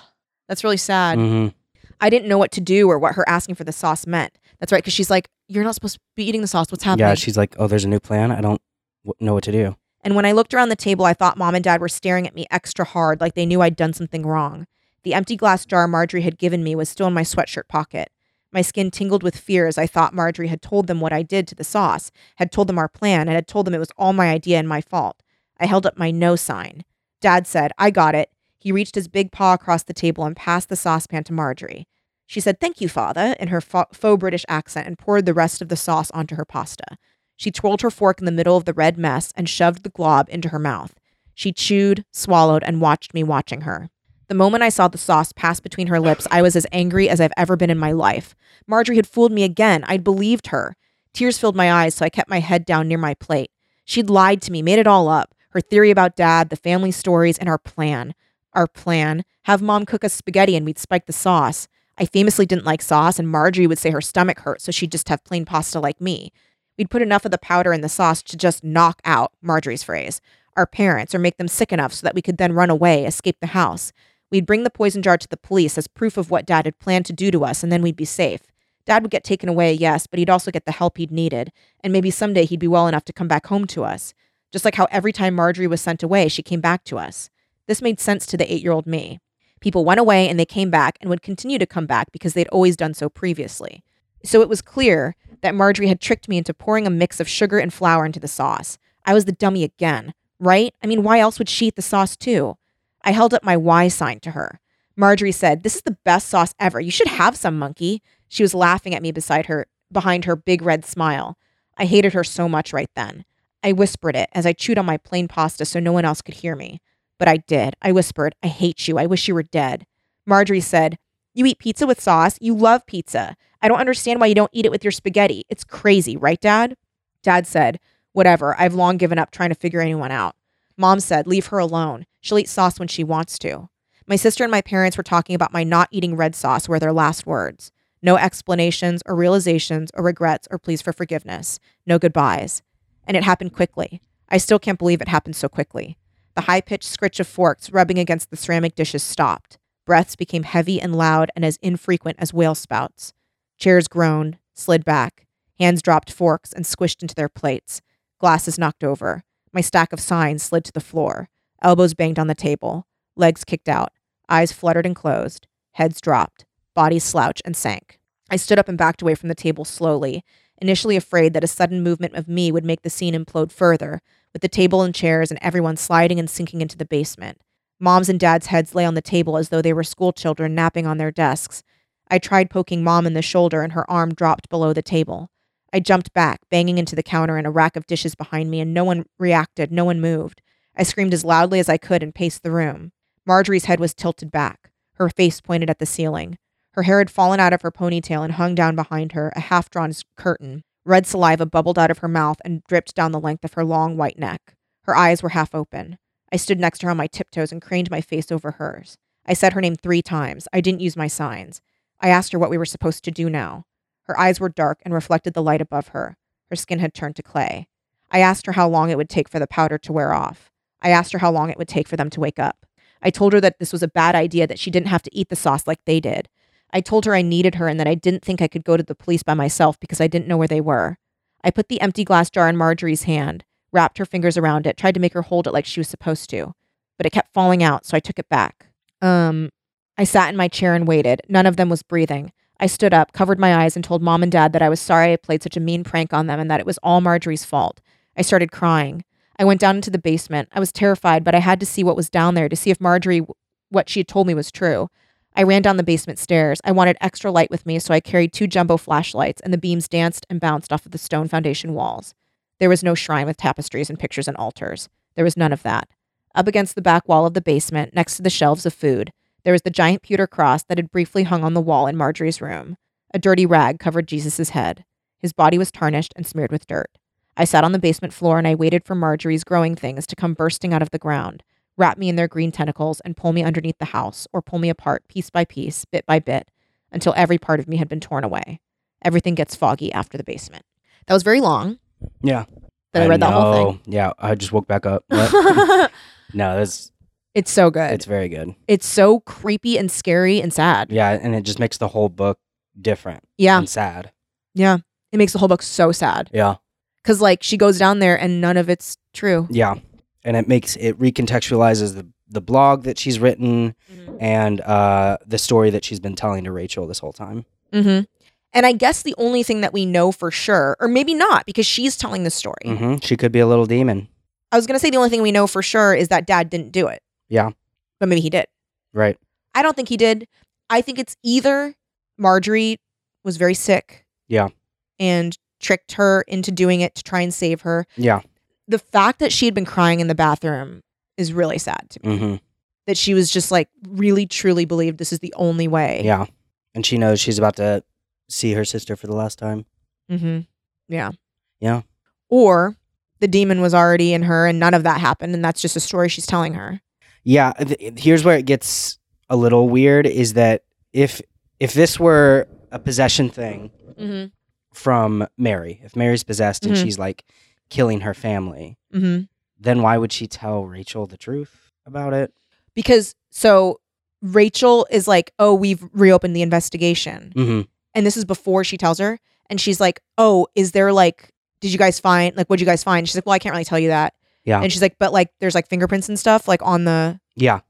E: that's really sad.
C: Mhm.
B: I didn't know what to do or what her asking for the sauce meant. That's right, because she's like, You're not supposed to be eating the sauce. What's happening?
C: yeah she's like oh there's a new plan i don't w- know what to do
B: and when I looked around the table, I thought mom and dad were staring at me extra hard, like they knew I'd done something wrong. The empty glass jar Marjorie had given me was still in my sweatshirt pocket. My skin tingled with fear as I thought Marjorie had told them what I did to the sauce, had told them our plan, and had told them it was all my idea and my fault. I held up my no sign. Dad said, I got it. He reached his big paw across the table and passed the saucepan to Marjorie. She said, Thank you, father, in her fa- faux British accent and poured the rest of the sauce onto her pasta. She twirled her fork in the middle of the red mess and shoved the glob into her mouth. She chewed, swallowed, and watched me watching her. The moment I saw the sauce pass between her lips, I was as angry as I've ever been in my life. Marjorie had fooled me again. I'd believed her. Tears filled my eyes, so I kept my head down near my plate. She'd lied to me, made it all up her theory about dad, the family stories, and our plan. Our plan have mom cook us spaghetti and we'd spike the sauce. I famously didn't like sauce, and Marjorie would say her stomach hurt, so she'd just have plain pasta like me. We'd put enough of the powder in the sauce to just knock out, Marjorie's phrase, our parents or make them sick enough so that we could then run away, escape the house. We'd bring the poison jar to the police as proof of what dad had planned to do to us, and then we'd be safe. Dad would get taken away, yes, but he'd also get the help he'd needed, and maybe someday he'd be well enough to come back home to us. Just like how every time Marjorie was sent away, she came back to us. This made sense to the eight year old me. People went away and they came back and would continue to come back because they'd always done so previously. So it was clear that Marjorie had tricked me into pouring a mix of sugar and flour into the sauce. I was the dummy again, right? I mean, why else would she eat the sauce too? I held up my Y sign to her. Marjorie said, This is the best sauce ever. You should have some, monkey. She was laughing at me beside her behind her big red smile. I hated her so much right then. I whispered it as I chewed on my plain pasta so no one else could hear me. But I did. I whispered, I hate you. I wish you were dead. Marjorie said, You eat pizza with sauce. You love pizza. I don't understand why you don't eat it with your spaghetti. It's crazy, right, Dad? Dad said, Whatever. I've long given up trying to figure anyone out. Mom said, Leave her alone. She'll eat sauce when she wants to. My sister and my parents were talking about my not eating red sauce were their last words. No explanations or realizations or regrets or pleas for forgiveness. No goodbyes. And it happened quickly. I still can't believe it happened so quickly. The high pitched scritch of forks rubbing against the ceramic dishes stopped. Breaths became heavy and loud and as infrequent as whale spouts. Chairs groaned, slid back. Hands dropped forks and squished into their plates. Glasses knocked over. My stack of signs slid to the floor. Elbows banged on the table. Legs kicked out. Eyes fluttered and closed. Heads dropped body slouched and sank. I stood up and backed away from the table slowly, initially afraid that a sudden movement of me would make the scene implode further, with the table and chairs and everyone sliding and sinking into the basement. Mom's and Dad's heads lay on the table as though they were schoolchildren napping on their desks. I tried poking Mom in the shoulder, and her arm dropped below the table. I jumped back, banging into the counter and a rack of dishes behind me, and no one reacted, no one moved. I screamed as loudly as I could and paced the room. Marjorie's head was tilted back, her face pointed at the ceiling. Her hair had fallen out of her ponytail and hung down behind her, a half drawn curtain. Red saliva bubbled out of her mouth and dripped down the length of her long white neck. Her eyes were half open. I stood next to her on my tiptoes and craned my face over hers. I said her name three times. I didn't use my signs. I asked her what we were supposed to do now. Her eyes were dark and reflected the light above her. Her skin had turned to clay. I asked her how long it would take for the powder to wear off. I asked her how long it would take for them to wake up. I told her that this was a bad idea, that she didn't have to eat the sauce like they did. I told her I needed her and that I didn't think I could go to the police by myself because I didn't know where they were. I put the empty glass jar in Marjorie's hand, wrapped her fingers around it, tried to make her hold it like she was supposed to, but it kept falling out, so I took it back. Um, I sat in my chair and waited. None of them was breathing. I stood up, covered my eyes, and told mom and dad that I was sorry I played such a mean prank on them and that it was all Marjorie's fault. I started crying. I went down into the basement. I was terrified, but I had to see what was down there to see if Marjorie, what she had told me was true. I ran down the basement stairs. I wanted extra light with me, so I carried two jumbo flashlights, and the beams danced and bounced off of the stone foundation walls. There was no shrine with tapestries and pictures and altars. There was none of that. Up against the back wall of the basement, next to the shelves of food, there was the giant pewter cross that had briefly hung on the wall in Marjorie's room. A dirty rag covered Jesus' head. His body was tarnished and smeared with dirt. I sat on the basement floor and I waited for Marjorie's growing things to come bursting out of the ground wrap me in their green tentacles, and pull me underneath the house, or pull me apart piece by piece, bit by bit, until every part of me had been torn away. Everything gets foggy after the basement. That was very long
C: Yeah.
B: that I, read that whole
C: know. Yeah, I just woke back up.
B: (laughs)
C: What?
B: thing.
C: no, that's
B: it's so good. It's,
C: it's very good.
B: so creepy and scary and sad.
C: Yeah, and it just makes the whole book different
B: Yeah.
C: and sad.
B: Yeah. It makes the whole book so sad.
C: Yeah.
B: Cause like she goes down there and none of it's true.
C: Yeah. And it makes it recontextualizes the the blog that she's written and uh the story that she's been telling to Rachel this whole time.
B: Mm-hmm. And I guess the only thing that we know for sure, or maybe not, because she's telling the story.
C: Mhm. She could be a little demon.
B: I was gonna say the only thing we know for sure is that dad didn't do it.
C: Yeah.
B: But maybe he did.
C: Right.
B: I don't think he did. I think it's either Marjorie was very sick.
C: Yeah.
B: And tricked her into doing it to try and save her.
C: Yeah.
B: The fact that she had been crying in the bathroom is really sad to me.
C: Mhm.
B: That she was just like really truly believed this is the only way.
C: Yeah. And she knows she's about to see her sister for the last time.
B: Mm-hmm. Yeah.
C: Yeah.
B: Or the demon was already in her and none of that happened. And that's just a story she's telling her.
C: Yeah, th- here's where it gets a little weird is that if if this were a possession thing
B: Mm-hmm.
C: from Mary, if Mary's possessed and
B: Mhm.
C: she's like killing her family,
B: Mm-hmm.
C: then why would she tell Rachel the truth about it?
B: Because so Rachel is like, oh, we've reopened the investigation.
C: Mm-hmm.
B: and this is before she tells her and she's like oh is there like did you guys find like what'd you guys find she's like well i can't really tell you that
C: Yeah.
B: and she's like but like there's like fingerprints and stuff like on the
C: Yeah,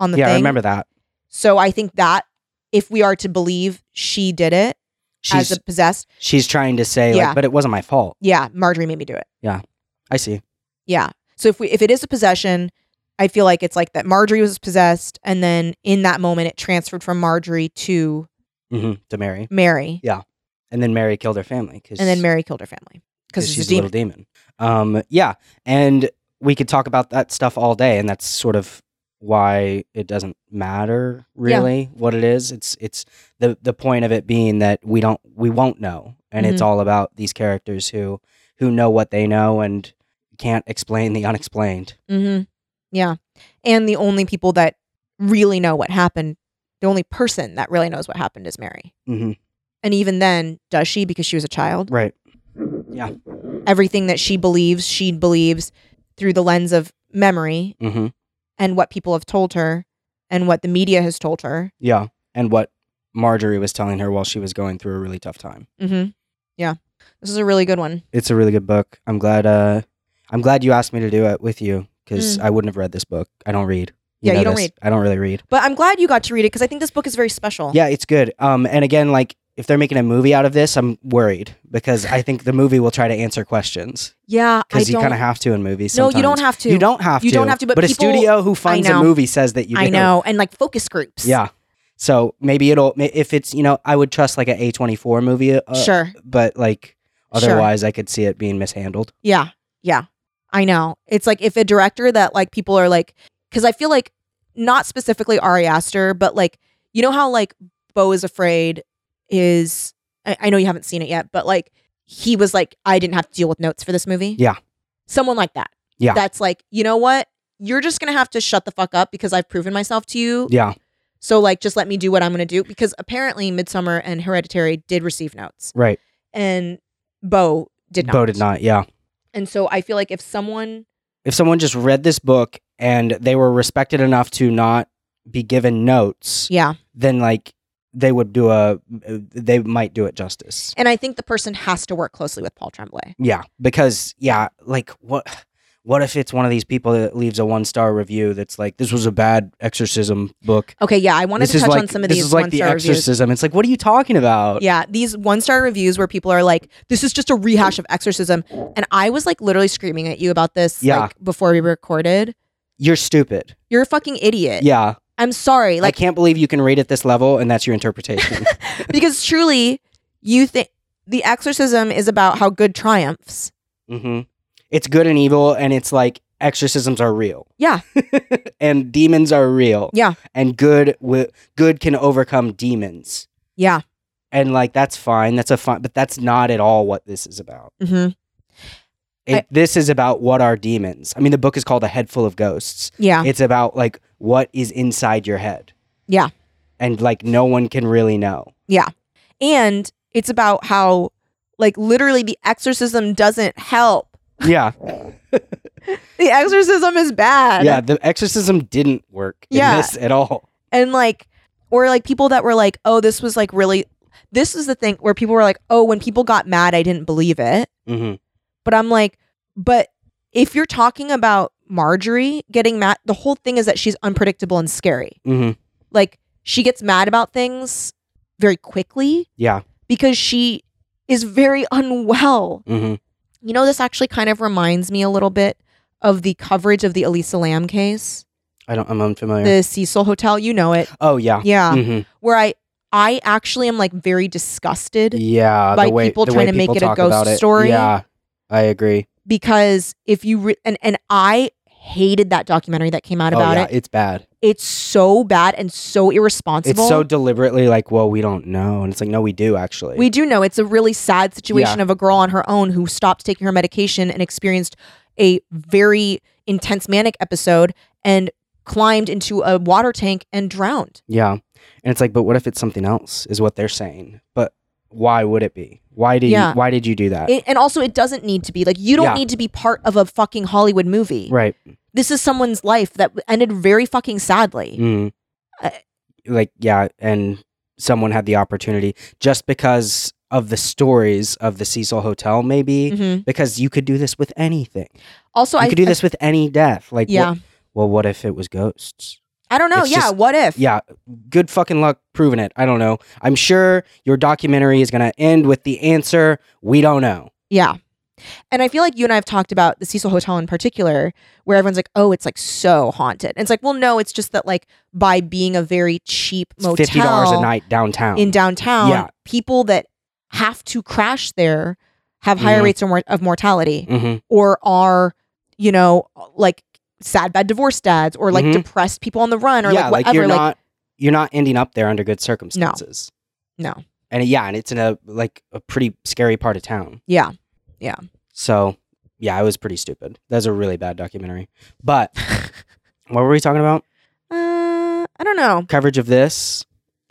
B: on the
C: yeah,
B: thing
C: I remember that.
B: so i think that if we are to believe she did it
C: She's
B: as a possessed
C: she's trying to say
B: Yeah.
C: like, but it wasn't my fault.
B: yeah marjorie made me do it
C: I see.
B: yeah so if we if it is a possession I feel like it's like that Marjorie was possessed, and then in that moment, it transferred from Marjorie to
C: hmm to Mary,
B: Mary,
C: and then Mary killed her family because
B: and then Mary killed her family because she's,
C: she's
B: a demon.
C: little demon. Um, yeah, and we could talk about that stuff all day, and that's sort of why it doesn't matter
B: Yeah.
C: really what it is. It's it's the the point of it being that we don't we won't know, and it's all about these characters who who know what they know and can't explain the unexplained.
B: Mm-hmm. Yeah. And the only people that really know what happened, the only person that really knows what happened is Mary.
C: Mm-hmm.
B: And even then, does she? Because she was a child.
C: Right.
B: Hmm. Everything that she believes, she believes through the lens of memory
C: Mm-hmm.
B: and what people have told her and what the media has told her.
C: Yeah, and what Marjorie was telling her while she was going through a really tough time.
B: Mm-hmm. Yeah. This is a really good one.
C: it's a really good book. I'm glad. Uh, I'm glad you asked me to do it with you because I wouldn't have read this book. I don't read.
B: Mm. Yeah, you
C: know
B: don't
C: this.
B: read.
C: I don't really read.
B: But I'm glad you got to read it because I think this book is very special.
C: Yeah, it's good. Um, and again, like if they're making a movie out of this, I'm worried because I think the movie will try to answer questions
B: Yeah. I
C: because you
B: don't.
C: kind of have to in movies.
B: no, you don't
C: sometimes.
B: have to.
C: You don't have
B: You
C: to.
B: don't have to, but
C: a
B: people-
C: studio who funds a
B: know.
C: movie says that you. Do.
B: I know. And like focus groups.
C: Yeah. So maybe it'll ma- if it's you know I would trust like a A twenty four movie. Uh,
B: sure.
C: But like
B: Sure.
C: otherwise, I could see it being mishandled.
B: Yeah. Yeah. I know. It's like if a director that like people are like, because I feel like not specifically Ari Aster, but like, you know how like Bo is Afraid is, I, I know you haven't seen it yet, but like he was like, I didn't have to deal with notes for this movie.
C: Yeah.
B: Someone like that.
C: Yeah.
B: That's like, you know what? You're just going to have to shut the fuck up because I've proven myself to you.
C: Yeah.
B: So like, just let me do what I'm going to do because apparently Midsummer and Hereditary did receive notes
C: Right.
B: and Bo did not.
C: Bo did not. Yeah.
B: And so I feel like if someone,
C: if someone just read this book and they were respected enough to not be given notes,
B: yeah,
C: then like they would do a they might do it justice.
B: and I think the person has to work closely with Paul Tremblay.
C: Yeah, because yeah, like what what if it's one of these people that leaves a one star review that's like this was a bad exorcism book.
B: Okay, yeah, I wanted
C: this
B: to
C: is
B: touch
C: like
B: on some of
C: this
B: these
C: is like
B: one
C: the
B: star reviews.
C: exorcism. It's like what are you talking about?
B: Yeah, these one star reviews where people are like, "This is just a rehash of Exorcism," and I was like literally screaming at you about this.
C: Yeah.
B: like, before we recorded,
C: You're stupid.
B: you're a fucking idiot.
C: Yeah,
B: I'm sorry,
C: I
B: Eh, like
C: can't believe you can read at this level and that's
B: (laughs)
C: your interpretation.
B: because truly, you think the Exorcism is about how good triumphs.
C: hmm It's good and evil, and it's like exorcisms are real.
B: Yeah.
C: (laughs) and demons are real.
B: Yeah.
C: And good wi- good can overcome demons,
B: Yeah.
C: and like that's fine. That's a fine, but that's not at all what this is about.
B: hmm
C: It,
B: I-
C: this is about what are demons. I mean, the book is called A Head Full of Ghosts.
B: Yeah.
C: It's about like what is inside your head.
B: Yeah.
C: And like no one can really know.
B: and it's about how like literally the exorcism doesn't help (laughs)
C: Yeah.
B: the exorcism is bad
C: Yeah. The exorcism didn't work in
B: Yeah.
C: this at all.
B: and like or like people that were like oh this was like really this is the thing where people were like oh when people got mad i didn't believe it
C: hmm
B: but i'm like but if you're talking about marjorie getting mad the whole thing is that she's unpredictable and scary
C: hmm
B: like she gets mad about things very quickly
C: Yeah.
B: because she is very unwell
C: hmm
B: You know, this actually kind of reminds me a little bit of the coverage of the Elisa Lamb case,
C: I don't. I'm unfamiliar.
B: the Cecil Hotel. You know
C: (laughs)
B: it.
C: oh yeah.
B: Yeah.
C: hmm
B: Where I I actually am like very disgusted
C: Yeah,
B: by
C: the way,
B: people
C: the
B: trying
C: way
B: to make
C: people
B: it a
C: talk
B: ghost
C: about it.
B: story.
C: Yeah, I agree.
B: because if you re- and and I hated that documentary that came out
C: Oh,
B: about
C: yeah,
B: it.
C: it's bad.
B: It's so bad and so
C: It's
B: irresponsible.
C: so deliberately like, well, we don't know, and it's like, no, we do actually.
B: we do know it's a really sad situation of a girl on her own who stopped taking her medication and experienced a very intense manic episode and climbed into a water tank and drowned.
C: yeah, and it's like, but what if it's something else? Is what they're saying. But why would it be? Why did
B: Yeah.
C: you? Why did you do that?
B: It, and also, it doesn't need to be like you don't
C: Yeah.
B: need to be part of a fucking Hollywood movie.
C: right.
B: This is someone's life that ended very fucking sadly.
C: Mm.
B: I-
C: like yeah, and someone had the opportunity just because of the stories of the Cecil Hotel, maybe
B: Mhm.
C: because you could do this with anything.
B: Also,
C: Mm-hmm. You
B: I
C: could do this with any death. Like, what-
B: Yeah.
C: well, what if it was ghosts?
B: I don't know.
C: It's
B: Yeah,
C: just-
B: what if?
C: yeah, good fucking luck proving it. I don't know. I'm sure your documentary is going to end with the answer we don't know.
B: yeah, And I feel like you and I have talked about the Cecil Hotel in particular, where everyone's like, "Oh, it's like so haunted." And it's like, well, no, it's just that like by being a very cheap motel,
C: Fifty dollars a night downtown.
B: in downtown,
C: Yeah.
B: people that have to crash there have higher
C: Mhm.
B: rates of, mor- of mortality
C: Mhm.
B: or are, you know, like sad, bad divorced dads or like
C: Mhm.
B: depressed people on the run or
C: yeah,
B: like whatever.
C: you're
B: like,
C: not you're not ending up there under good circumstances.
B: No.
C: And yeah, and it's in a like a pretty scary part of town.
B: yeah. (laughs)
C: So yeah, it was pretty stupid. That was a really bad documentary. But what were we talking about?
B: Uh, I don't know.
C: Coverage of this.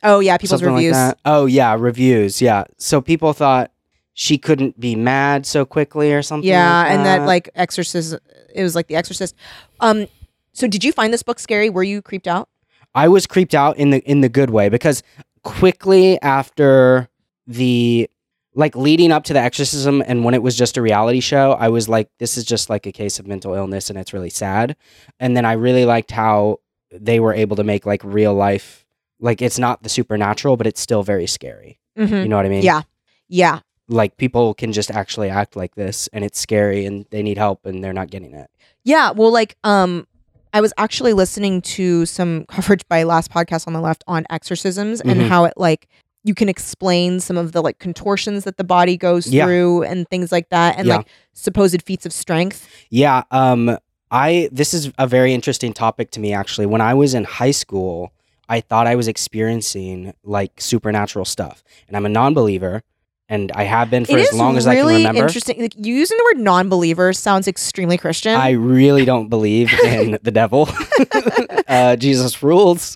B: Oh, yeah. People's
C: something
B: reviews.
C: Like that. Oh yeah, reviews. Yeah. So people thought she couldn't be mad so quickly or something.
B: yeah.
C: like
B: and that like exorcist, it was like the exorcist. Um, so did you find this book scary? Were you creeped out?
C: I was creeped out in the in the good way because quickly after the like leading up to the exorcism and when it was just a reality show, I was like, this is just like a case of mental illness and it's really sad. And then I really liked how they were able to make like real life like it's not the supernatural, but it's still very scary.
B: Mm-hmm.
C: You know what I mean?
B: Yeah. Yeah.
C: Like people can just actually act like this and it's scary and they need help and they're not getting it.
B: Yeah, well, like, um, I was actually listening to some coverage by Last Podcast on the Left on exorcisms and
C: Mhm.
B: how it like you can explain some of the like contortions that the body goes
C: Yeah.
B: through and things like that, and
C: Yeah.
B: like supposed feats of strength.
C: Yeah, um I this is a very interesting topic to me actually. When I was in high school, I thought I was experiencing like supernatural stuff. And I'm a non-believer and I have been for
B: it
C: as
B: is
C: long as
B: really
C: I can remember.
B: interesting. Like you using the word non-believer sounds extremely Christian.
C: I really don't believe
B: (laughs)
C: in the devil. (laughs) uh, Jesus rules.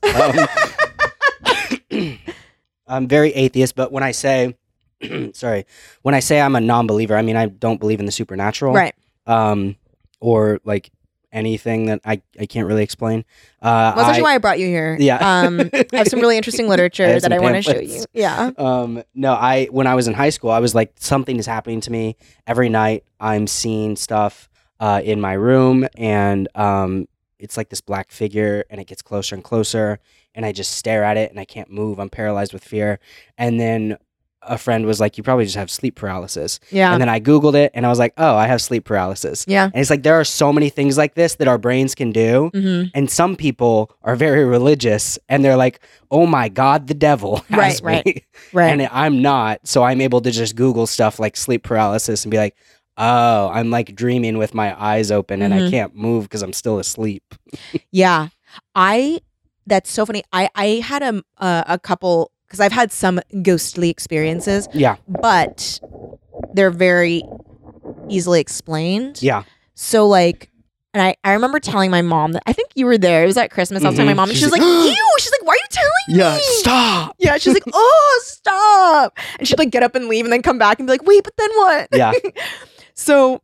C: Um, (coughs) I'm very atheist, but when I say, (coughs) sorry, when I say I'm a non-believer, I mean I don't believe in the supernatural,
B: Right.
C: Um, or like anything that I, I can't really explain. Uh,
B: well, that's
C: I-
B: actually why I brought you here.
C: yeah.
B: Um, I
C: (laughs)
B: have some really interesting literature
C: I have
B: that
C: some
B: I want to show
C: pamphlets.
B: you. Yeah.
C: um no i when i was in high school i was like something is happening to me every night i'm seeing stuff uh in my room and um it's like this black figure and it gets closer and closer and i just stare at it and i can't move i'm paralyzed with fear and then a friend was like you probably just have sleep paralysis
B: Yeah.
C: and then i googled it and i was like oh i have
B: (laughs)
C: sleep paralysis
B: Yeah.
C: and it's like there are so many things like this that our brains can do
B: hmm
C: and some people are very religious and they're like, "Oh my God, the devil has
B: Right,
C: me,"
B: right, Right.
C: and I'm not. So I'm able to just Google stuff like sleep paralysis and be like, "Oh, I'm like dreaming with my eyes open and I
B: Mhm.
C: can't move because I'm still asleep."
B: Yeah, I. That's so funny. I I had a a, a couple because I've had some ghostly experiences,
C: Yeah,
B: but they're very easily explained.
C: yeah.
B: So like. And I, I remember telling my mom that I think you were there. It was at Christmas. I was telling my
C: Mhm.
B: mom, and she
C: She's
B: was like,
C: like,
B: "Ew!" Mm-hmm. She's like, "Why are you telling
C: Yeah,
B: me?"
C: stop.
B: Yeah, she's (laughs) like, "Oh, stop!" And she'd like get up and leave, and then come back and be like, "Wait, but then what?"
C: Yeah.
B: (laughs) So,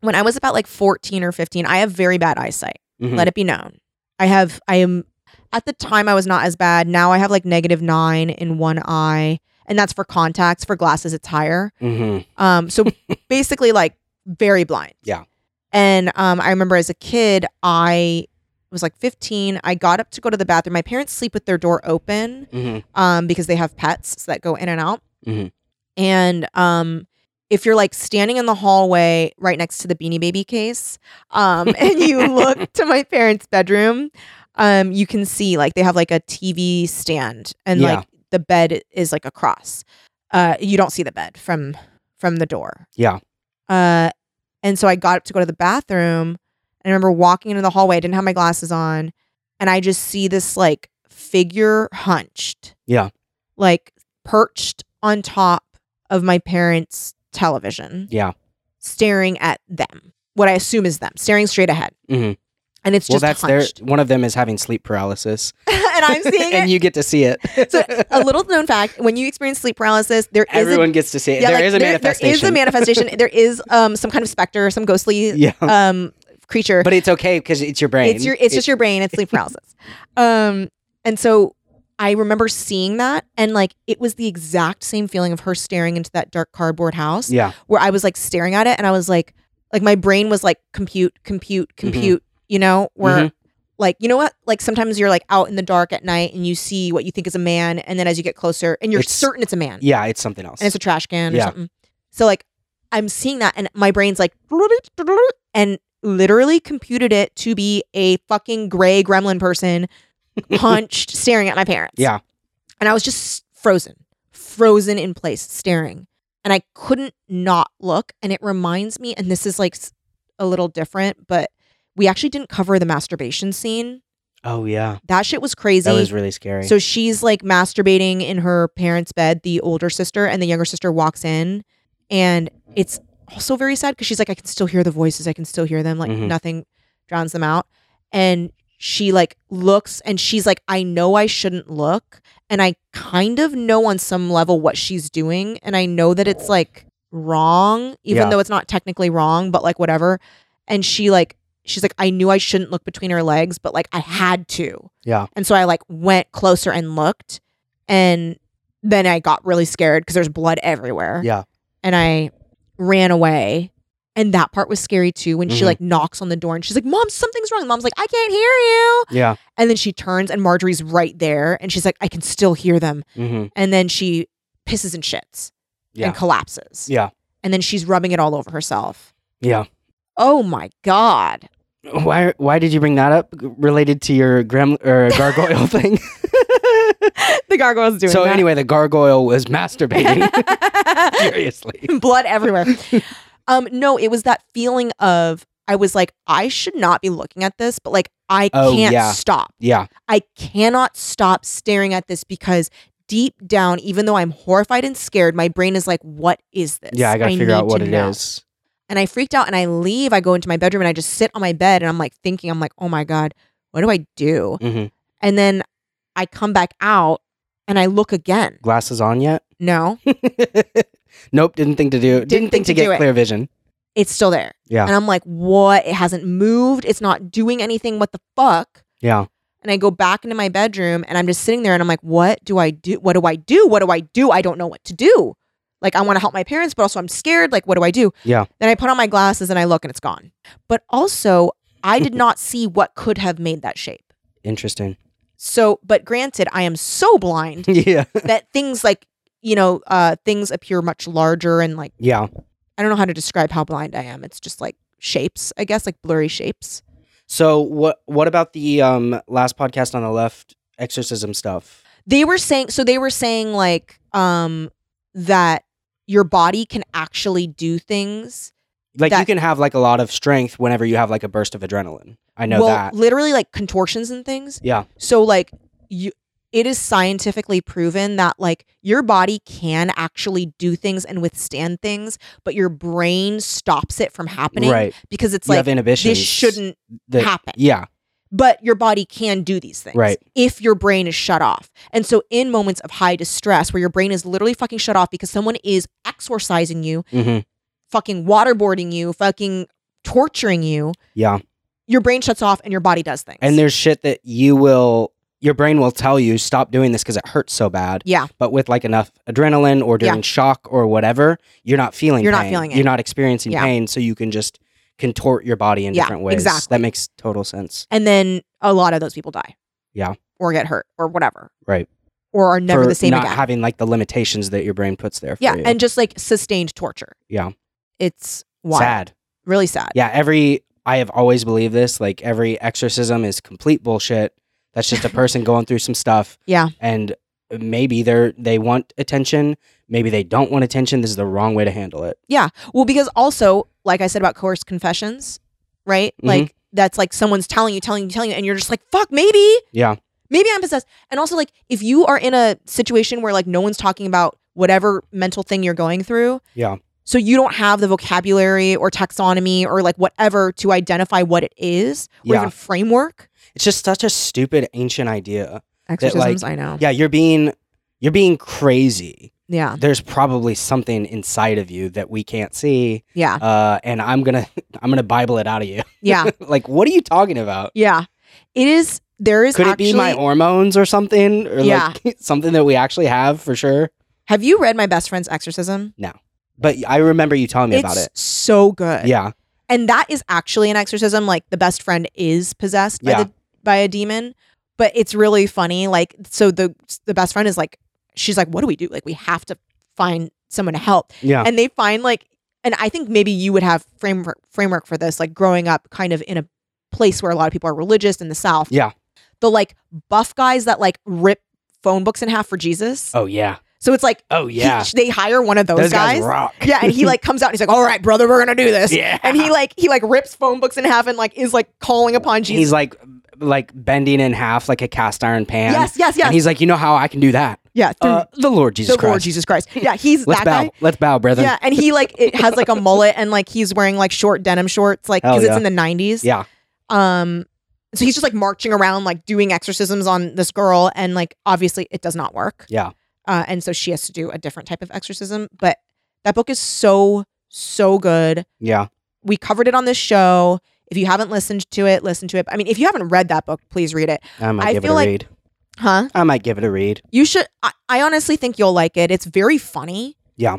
B: when I was about like fourteen or fifteen, I have very bad eyesight
C: Mhm.
B: let it be known i have i am at the time i was not as bad now i have like negative nine in one eye and that's for contacts for glasses it's higher
C: Mhm.
B: um so basically like very blind
C: Yeah.
B: and um i remember as a kid i was like 15 i got up to go to the bathroom my parents sleep with their door open
C: Mhm.
B: um, because they have pets that go in and out.
C: Mhm.
B: And um, if you're like standing in the hallway right next to the Beanie Baby case, um, (laughs) and you
C: (laughs)
B: look to my parents' bedroom, um, you can see like they have like a TV stand, and
C: Yeah.
B: like the bed is like a cross. Uh, you don't see the bed from from the door.
C: Yeah.
B: Uh, and so I got up to go to the bathroom. I remember walking into the hallway. I didn't have my glasses on, and I just see this like figure hunched.
C: Yeah.
B: Like perched on top of my parents' television.
C: Yeah.
B: Staring at them. What I assume is them, staring straight ahead.
C: Mhm.
B: And it's
C: Well,
B: just
C: that's
B: hunched. (laughs)
C: their one of them is having sleep paralysis,
B: and I'm seeing
C: (laughs) and
B: it.
C: you get to see it.
B: (laughs)
C: (laughs)
B: So, a little known fact, when you experience sleep paralysis, there is a
C: Everyone gets to see it. There
B: like,
C: is a manifestation.
B: There is a manifestation. there is um some kind of specter, some ghostly
C: (laughs) yeah,
B: um creature.
C: but it's okay because it's your brain.
B: It's your it's just your brain. It's sleep paralysis. um, and so I remember seeing that, and like it was the exact same feeling of her staring into that dark cardboard house,
C: yeah,
B: where I was like staring at it, and I was like, like my brain was like compute, compute,
C: Mm-hmm.
B: compute. You know, where like you know what, like sometimes you're like out in the dark at night and you see what you think is a man, and then as you get closer, and you're
C: It's-
B: certain it's a man,
C: yeah. It's something else.
B: and it's a trash can or
C: Yeah.
B: something. So like I'm seeing that and my brain's like and literally computed it to be a fucking gray gremlin
C: (laughs)
B: person hunched staring at my parents.
C: Yeah.
B: And I was just frozen, frozen in place staring. And I couldn't not look and it reminds me and this is like s- a little different, but we actually didn't cover the masturbation scene.
C: Oh yeah,
B: That shit was crazy.
C: that was really scary.
B: So she's like masturbating in her parents' bed, the older sister, and the younger sister walks in. And it's also very sad because she's like, I can still hear the voices. I can still hear them. Like
C: Mhm.
B: nothing drowns them out. And she like looks and she's like, I know I shouldn't look. And I kind of know on some level what she's doing. And I know that it's like wrong, even
C: Yeah.
B: though it's not technically wrong, but like whatever. And she like, she's like, I knew I shouldn't look between her legs, but like I had to.
C: yeah,
B: And so I like went closer and looked. And then I got really scared because there's blood everywhere.
C: yeah,
B: And I ran away. And that part was scary too when she
C: Mhm.
B: like knocks on the door and she's like, Mom, something's wrong. Mom's like, I can't hear you.
C: yeah.
B: And then she turns and Marjorie's right there and she's like, I can still hear them.
C: hmm
B: And then she pisses and shits
C: Yeah.
B: and collapses.
C: Yeah.
B: And then she's rubbing it all over herself.
C: Yeah.
B: Oh my God.
C: (laughs) Why? Why did you bring that up? G- Related to your grem or (laughs) gargoyle thing?
B: the gargoyle's doing
C: so
B: that.
C: anyway, the gargoyle was (laughs) masturbating.
B: (laughs)
C: Seriously.
B: blood
C: (laughs)
B: everywhere. um, no, it was that feeling of I was like, I should not be looking at this, but like I
C: Oh,
B: can't
C: yeah.
B: stop.
C: Yeah.
B: I cannot stop staring at this because deep down, even though I'm horrified and scared, my brain is like, what is this?
C: Yeah. I gotta figure out
B: need
C: what
B: to
C: it
B: know."
C: is.
B: And I freaked out and I leave. I go into my bedroom and I just sit on my bed and I'm like thinking, I'm like, oh my God, what do I do?
C: hmm
B: And then I come back out and I look again.
C: Glasses on yet? (laughs)
B: No,
C: nope. Didn't think to do. Didn't, think, to,
B: do
C: get
B: it.
C: clear vision.
B: it's still there.
C: Yeah.
B: And I'm like, what? It hasn't moved. It's not doing anything. What the fuck?
C: Yeah.
B: And I go back into my bedroom and I'm just sitting there and I'm like, what do I do? What do I do? What do I do? I don't know what to do. Like, I want to help my parents, but also I'm scared. Like, what do I do?
C: Yeah.
B: Then I put on my glasses and I look and it's gone. But also, I
C: (laughs)
B: did not see what could have made that shape.
C: Interesting.
B: So, but granted, I am so
C: (laughs)
B: blind
C: yeah.
B: that things like, you know, uh, things appear much larger and like,
C: Yeah.
B: I don't know how to describe how blind I am. It's just like shapes, I guess, like blurry shapes.
C: So what? What about the um last podcast on the left exorcism stuff?
B: they were saying so they were saying like um that your body can actually do things
C: Like you
B: That-
C: can have like a lot of strength whenever you have like a burst of adrenaline. I know
B: well
C: that.
B: literally like contortions and things
C: Yeah.
B: so like you it is scientifically proven that like your body can actually do things and withstand things but your brain stops it from happening
C: Right.
B: because it's
C: you
B: like
C: have inhibitions.
B: this shouldn't
C: that-
B: happen
C: Yeah.
B: but your body can do these things
C: Right.
B: if your brain is shut off. And so in moments of high distress where your brain is literally fucking shut off because someone is exorcising you,
C: hmm
B: fucking waterboarding you, fucking torturing you,
C: Yeah.
B: your brain shuts off and your body does things.
C: And there's shit that you will, your brain will tell you, stop doing this because it hurts so bad.
B: Yeah.
C: But with like enough adrenaline or
B: Yeah.
C: during shock or whatever, you're not feeling
B: You're not
C: pain.
B: feeling it.
C: You're not experiencing
B: Yeah.
C: pain. So you can just contort your body in
B: Yeah,
C: different ways.
B: exactly.
C: That makes total sense.
B: and then a lot of those people die.
C: Yeah.
B: Or get hurt or whatever.
C: Right.
B: Or are never
C: For
B: the same
C: not
B: again.
C: having like the limitations that your brain puts there for
B: yeah.
C: you.
B: And just like sustained torture.
C: Yeah.
B: It's wild.
C: sad.
B: Really sad.
C: Yeah. Every, I have always believed this, like every exorcism is complete bullshit. That's just a person going through some stuff.
B: Yeah.
C: And maybe they're, they want attention. Maybe they don't want attention. This is the wrong way to handle it.
B: Well, because also, like I said about coerced confessions, right?
C: Mhm.
B: Like that's like someone's telling you, telling you, telling you, and you're just like, fuck, maybe,
C: Yeah.
B: maybe I'm possessed. And also, like, if you are in a situation where like no one's talking about whatever mental thing you're going through,
C: Yeah.
B: So you don't have the vocabulary or taxonomy or like whatever to identify what it is or
C: Yeah.
B: even framework.
C: It's just such a stupid ancient idea.
B: Exorcisms, I know.
C: Yeah, you're being you're being crazy.
B: Yeah,
C: There's probably something inside of you that we can't see,
B: yeah,
C: uh, and I'm gonna (laughs) I'm gonna Bible it out of you. (laughs)
B: yeah, (laughs)
C: like, what are you talking about?
B: yeah. It is. There is.
C: Could it
B: actually,
C: be my hormones or something, or
B: Yeah.
C: like (laughs) something that we actually have for sure?
B: Have you read my best friend's exorcism?
C: But I remember you telling me
B: it's
C: about it.
B: so good.
C: Yeah,
B: and that is actually an exorcism like the best friend is possessed by
C: Yeah.
B: the by a demon but it's really funny like so the the best friend is like she's like what do we do like we have to find someone to help
C: yeah,
B: and they find like and I think maybe you would have framework framework for this, like growing up kind of in a place where a lot of people are religious in the South.
C: Yeah.
B: The like buff guys that like rip phone books in half for Jesus.
C: Oh yeah.
B: So it's like
C: Oh
B: he-
C: yeah.
B: they hire one of those,
C: Those guys,
B: guys.
C: rock.
B: yeah, and
C: (laughs)
B: he like comes out and he's like, "All right, brother, we're gonna do this."
C: Yeah.
B: And he like he like rips phone books in half and like is like calling upon Jesus.
C: He's like like bending in half like a cast iron pan.
B: yes, yes, yes.
C: And he's like, you know how I can do that?
B: yeah, through
C: Uh, the Lord Jesus
B: the
C: Christ.
B: Lord Jesus Christ. Yeah, he's
C: Let's
B: that
C: bow.
B: guy.
C: Let's bow, brethren.
B: Yeah, and he like it has like a mullet and like he's wearing like short denim shorts, like because
C: Hell yeah.
B: it's in the nineties.
C: Yeah.
B: Um, so he's just like marching around, like doing exorcisms on this girl, and like obviously it does not work.
C: Yeah.
B: Uh, and so she has to do a different type of exorcism. But that book is so so good.
C: Yeah.
B: We covered it on this show. If you haven't listened to it, listen to it. I mean, if you haven't read that book, please read it.
C: I might
B: I
C: give it a
B: feel like-
C: read.
B: Huh?
C: I might give it a
B: (laughs)
C: read.
B: You should. I, I honestly think you'll like it. It's very funny.
C: Yeah.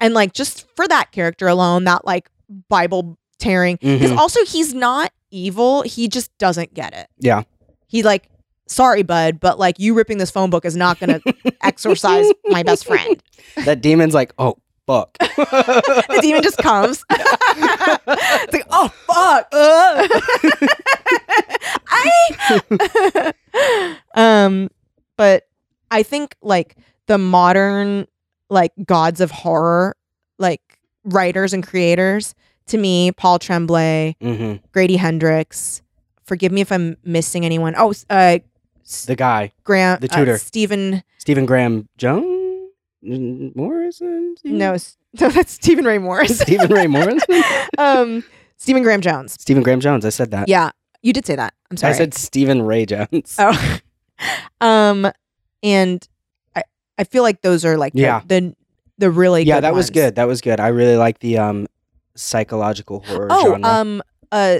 B: And like just for that character alone, that like Bible tearing. Because
C: Mhm.
B: also he's not evil. He just doesn't get it.
C: Yeah.
B: He like, sorry, bud, but like you ripping this phone book is not gonna
C: (laughs)
B: exorcise my best friend.
C: That demon's like, oh
B: (laughs)
C: fuck.
B: The demon just comes. it's like, oh fuck. ugh." I um but I think like the modern like gods of horror, like writers and creators, to me, Paul Tremblay,
C: hmm
B: Grady Hendrix, forgive me if I'm missing anyone. Oh, s- uh
C: The guy,
B: Grant
C: the tutor.
B: uh, Stephen
C: Stephen Graham Jones, Mm, Morrison. Stephen-
B: no, s- (laughs) no, that's Stephen Ray Morris.
C: (laughs) Stephen
B: (laughs)
C: Ray Morrison.
B: um Stephen Graham Jones.
C: Stephen Graham Jones. I said that.
B: Yeah, you did say that. I'm sorry.
C: I said Stephen Ray Jones.
B: (laughs) Oh. um, and I I feel like those are like the-
C: Yeah.
B: the the, really
C: yeah,
B: good
C: that was
B: ones.
C: good. That was good. I really like the um psychological horror
B: Oh,
C: genre.
B: um, uh,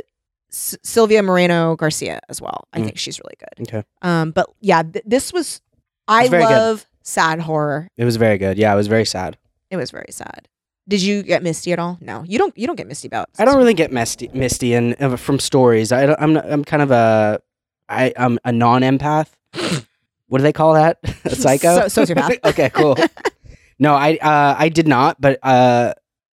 B: S- Sylvia Moreno Garcia as well. I
C: Mm.
B: think she's really good.
C: okay.
B: Um, but yeah, th- this was I
C: It's very good.
B: love sad horror.
C: It was very good. Yeah, it was very sad.
B: It was very sad. Did you get misty at all? No, you don't. You don't get misty about.
C: I don't really get misty, misty and uh, from stories. I don't, I'm not, I'm kind of a I I'm a non empath. what do they call that? (laughs) a psycho?
B: (laughs) So- sociopath.
C: (laughs) okay,
B: (laughs)
C: cool. No, I uh, I did not, but uh,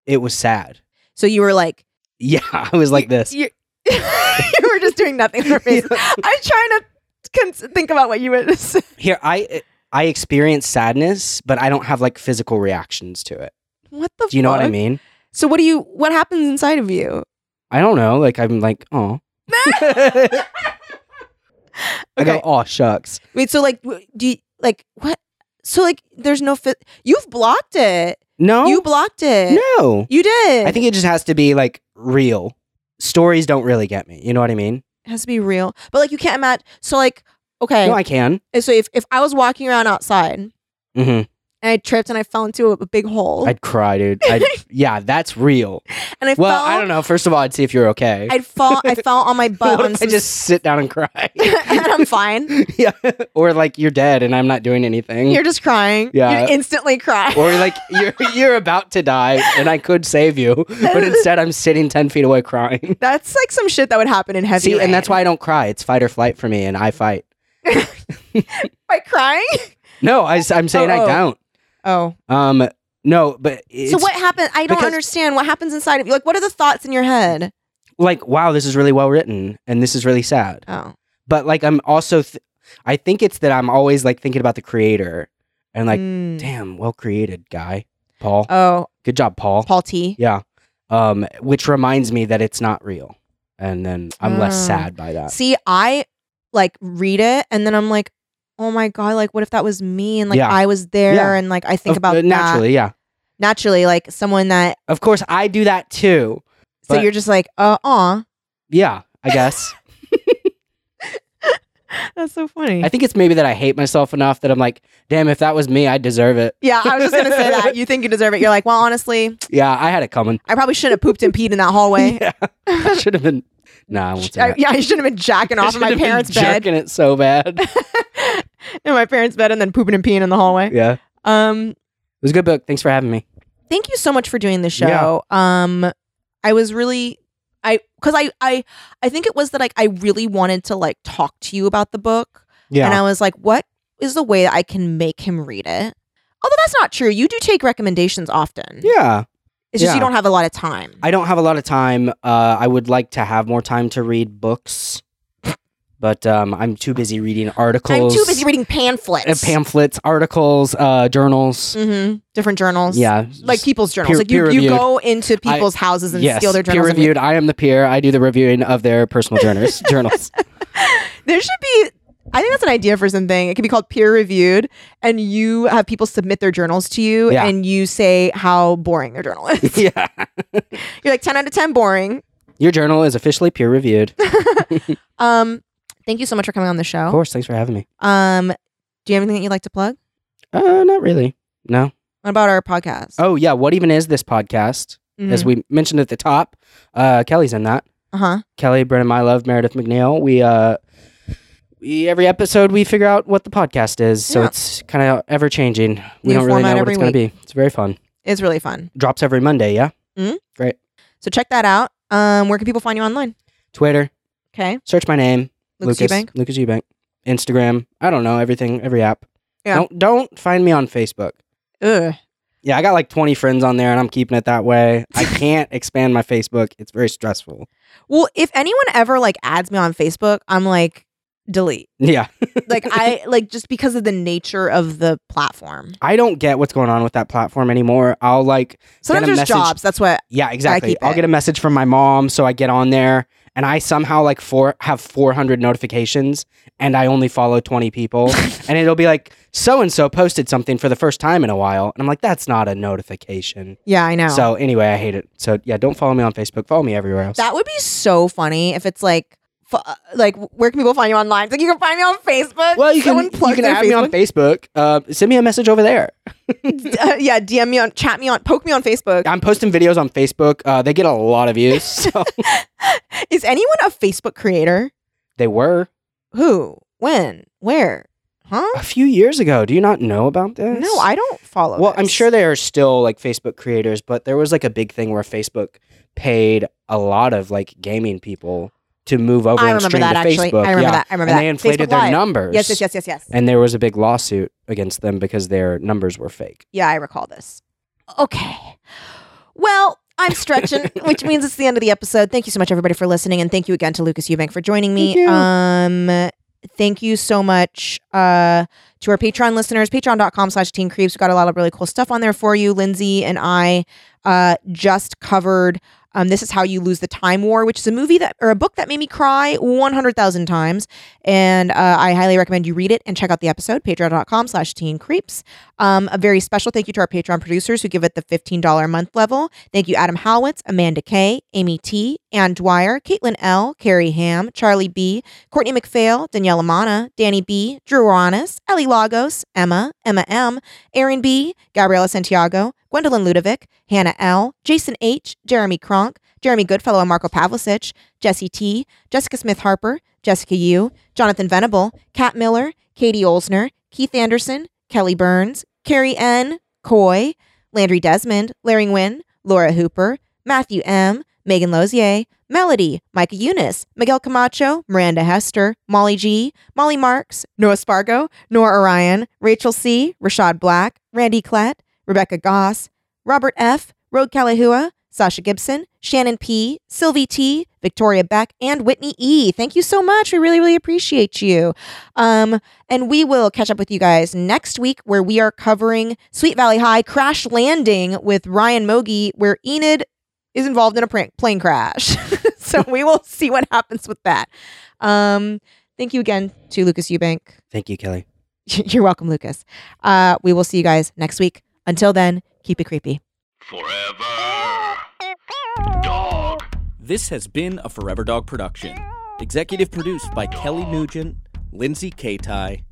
C: it was sad.
B: So you were like,
C: Yeah, (laughs) I was like this.
B: you, (laughs) you were just doing nothing for
C: (laughs)
B: me. I'm trying to cons- think about what you (laughs) would say.
C: Here, I I experience sadness, but I don't have like physical reactions to it.
B: What the?
C: Do you know what I
B: fuck?
C: mean?
B: So what do you? What happens inside of you?
C: I don't know. Like I'm like,
B: (laughs)
C: oh. I go,
B: Okay.
C: oh shucks.
B: Wait. So like, w- do you like what? So like, there's no fit. You've blocked it.
C: No,
B: You blocked it.
C: no.
B: You did.
C: I think it just has to be like real. Stories don't really get me. You know what I mean?
B: it has to be real. But like, you can't imagine. So like, okay.
C: No, I can.
B: so if if I was walking around outside and
C: hmm
B: I tripped and I fell into a, a big hole
C: I'd cry, dude.
B: (laughs)
C: I'd, (laughs) yeah, that's real.
B: and I
C: Well,
B: fell,
C: I don't know. First of all, I'd see if you're okay.
B: I'd fall. I fell on my butt
C: (laughs) What
B: on
C: if I
B: some.
C: just sit down and cry.
B: (laughs) and I'm
C: (laughs)
B: fine.
C: yeah, or like you're dead and I'm not doing anything.
B: You're just crying.
C: Yeah.
B: You instantly cry.
C: (laughs) or like you're you're about to die and I could save you,
B: (laughs)
C: but instead I'm sitting ten feet away crying.
B: (laughs) that's like some shit that would happen in heavy.
C: See,
B: rain.
C: and that's why I don't cry. It's fight or flight for me, and I fight.
B: by crying.
C: No, I, am saying
B: Oh,
C: I
B: oh.
C: don't.
B: Oh.
C: Um, no, but it's
B: so what happened? I don't
C: because-
B: understand what happens inside of you. Like, what are the thoughts in your head?
C: like wow, this is really well written and this is really sad.
B: Oh,
C: But like I'm also, th- I think it's that I'm always like thinking about the creator and like,
B: Mm.
C: damn, well created guy, Paul.
B: oh,
C: Good job, Paul.
B: Paul T.
C: Yeah. Um, which reminds me that it's not real, and then I'm less
B: Oh.
C: sad by that.
B: See, I like read it, and then I'm like, oh my god, like what if that was me, and like
C: Yeah.
B: I was there,
C: Yeah.
B: and like I think
C: Of-
B: about
C: uh, naturally, yeah.
B: that naturally, like someone that.
C: Of course, I do that too.
B: So
C: But-
B: you're just like, uh, uh
C: Yeah,
B: (laughs)
C: I guess.
B: that's so funny.
C: I think it's maybe that I hate myself enough that I'm like, damn, if that was me, I deserve it.
B: yeah, I was just gonna say
C: (laughs)
B: that. You think you deserve it? You're like, well, honestly,
C: Yeah, I had it coming.
B: I probably shouldn't have pooped and peed in that hallway.
C: (laughs) Yeah, I
B: (laughs)
C: should have been. Nah, I won't say
B: I,
C: that.
B: yeah, I shouldn't have been jacking
C: I
B: off in my
C: should've been
B: parents' bed,
C: jerking it so bad.
B: (laughs) in my parents' bed, and then pooping and peeing in the hallway.
C: yeah, it
B: Um,
C: was a good book. Thanks for having me.
B: thank you so much for doing the
C: Yeah.
B: show. Um I was really I cuz I I I think it was that like I really wanted to like talk to you about the book
C: Yeah,
B: and I was like what is the way that I can make him read it? Although that's not true. You do take recommendations often.
C: yeah.
B: It's just
C: Yeah.
B: you don't have a lot of time.
C: I don't have a lot of time. Uh, I would like to have more time to read books, but um, I'm too busy reading
B: I'm
C: articles.
B: too busy reading
C: uh,
B: pamphlets.
C: pamphlets, articles, uh, journals.
B: hmm Different journals.
C: Yeah,
B: Like
C: just
B: people's journals.
C: peer-
B: like you, you
C: peer-reviewed.
B: go into people's houses and
C: yes,
B: steal their journals.
C: peer
B: and read.
C: reviewed. I am the peer. I do the reviewing of their
B: (laughs)
C: personal journals. journals.
B: There should be. I think that's an idea for something. It could be called peer reviewed, and you have people submit their journals to you,
C: Yeah.
B: and you say how boring their journal is. (laughs)
C: yeah,
B: You're like ten out of ten, boring.
C: your journal is officially peer reviewed.
B: Oh.
C: Of
B: Um, thank you so much for coming on the show.
C: course, thanks for having me.
B: Um, do you have anything that you'd like to plug?
C: Uh, not really. No.
B: What about our podcast? Mm-hmm.
C: Oh yeah. What even is this podcast? As
B: Mm.
C: we mentioned at the top, uh, Kelly's in that.
B: uh huh.
C: Kelly, Brennan, my love, Meredith McNeil. We uh, we every episode we figure out what the podcast is, so
B: Yeah.
C: it's kind of ever changing. We
B: New
C: don't
B: format
C: really know what
B: every
C: it's going to be. It's very fun.
B: It's really fun.
C: Drops every Monday. Yeah,
B: Mm-hmm. So check that out. Um, where can people find you online?
C: Twitter.
B: Okay,
C: Search my name,
B: Lucas,
C: Lucas
B: Eubank.
C: Lucas Eubank. Instagram. I don't know everything. Every app.
B: Yeah.
C: Don't don't find me on Facebook.
B: Ugh.
C: Yeah, I got like 20 friends on there, and I'm keeping it that way.
B: (laughs)
C: I can't expand my Facebook. It's very stressful.
B: Well, if anyone ever like adds me on Facebook, I'm like delete.
C: Yeah,
B: Like
C: (laughs)
B: I like just because of the nature of the platform.
C: I don't get what's going on with that platform anymore. I'll like
B: Sometimes
C: Get a
B: there's
C: message-
B: jobs. That's what
C: Yeah, exactly.
B: keep
C: I'll
B: it.
C: get a message from my mom, so I get on there and I somehow like four have 400 notifications and I only follow 20 people
B: (laughs)
C: and it'll be like so and so posted something for the first time in a while and I'm like that's not a notification.
B: Yeah, I know.
C: So anyway, I hate it. So yeah, don't follow me on Facebook. Follow me everywhere else.
B: that would be so funny if it's like, f- uh, like where can people find you online? It's like you can find me on Facebook.
C: well, you can
B: Someone
C: you
B: plug
C: can
B: their
C: add me on Facebook. Uh, send me a message over there.
B: Facebook. Uh, (laughs) yeah, DM me on, chat me on, poke me on Facebook.
C: I'm posting videos on Facebook. Uh, they get a lot of views. (laughs)
B: (laughs)
C: So
B: Is anyone a Facebook creator?
C: they were
B: Who? When? Where? Huh?
C: a few years ago. Do you not know about this?
B: No, I don't follow.
C: Well, I'm
B: this.
C: sure there are still like Facebook creators, but there was like a big thing where Facebook paid a lot of like gaming people to move over
B: I
C: and
B: remember
C: stream
B: that
C: to
B: actually.
C: Facebook.
B: I remember
C: yeah.
B: that. I remember
C: and
B: that.
C: they inflated
B: Facebook
C: their
B: Live.
C: numbers.
B: Yes, yes, yes, yes, yes.
C: And there was a big lawsuit against them because their numbers were fake.
B: Yeah, I recall this. Okay. Well, I'm (laughs) stretching, which means it's the end of the episode. Thank you so much, everybody, for listening, and thank you again to Lucas Eubank for joining me.
C: Thank you.
B: Um, thank you so much uh, to our Patreon listeners, patreon.com slash teen creeps. We've got a lot of really cool stuff on there for you. Lindsay and I uh, just covered um, This Is How You Lose the Time War, which is a movie that or a book that made me cry 100,000 times. And uh, I highly recommend you read it and check out the episode, patreon.com slash teen creeps. Um, a very special thank you to our Patreon producers who give it the $15 a month level. Thank you, Adam Howitz, Amanda Kay, Amy T, Ann Dwyer, Caitlin L, Carrie Ham, Charlie B, Courtney McPhail, Danielle Amana, Danny B, Drew Ronis, Ellie Lagos, Emma, Emma M, Aaron B, Gabriela Santiago, Gwendolyn Ludovic, Hannah L, Jason H, Jeremy Kronk, Jeremy Goodfellow and Marco Pavlicich, Jesse T, Jessica Smith Harper, Jessica Yu, Jonathan Venable, Kat Miller, Katie Olsner, Keith Anderson, Kelly Burns, Carrie N, Coy, Landry Desmond, Larry Nguyen, Laura Hooper, Matthew M, Megan Lozier, Melody, Micah Eunice, Miguel Camacho, Miranda Hester, Molly G, Molly Marks, Noah Spargo, Nora Orion, Rachel C, Rashad Black, Randy Klett, Rebecca Goss, Robert F., Rogue Kalahua, Sasha Gibson, Shannon P., Sylvie T., Victoria Beck, and Whitney E. Thank you so much. We really, really appreciate you. Um, and we will catch up with you guys next week where we are covering Sweet Valley High Crash Landing with Ryan Mogi, where Enid is involved in a prank- plane crash. (laughs) so we will (laughs) see what happens with that. Um, thank you again to Lucas Eubank. (laughs)
C: Thank you, Kelly.
B: You're welcome, Lucas. Uh, we will see you guys next week. Until then, keep it creepy.
A: Forever. Dog.
F: This has been a Forever Dog production. Executive produced by Kelly Nugent, Lindsay Katai,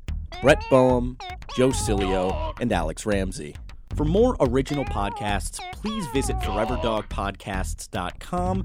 F: Brett Boehm, Joe Cilio, and Alex Ramsey. For more original podcasts, please visit foreverdogpodcasts.com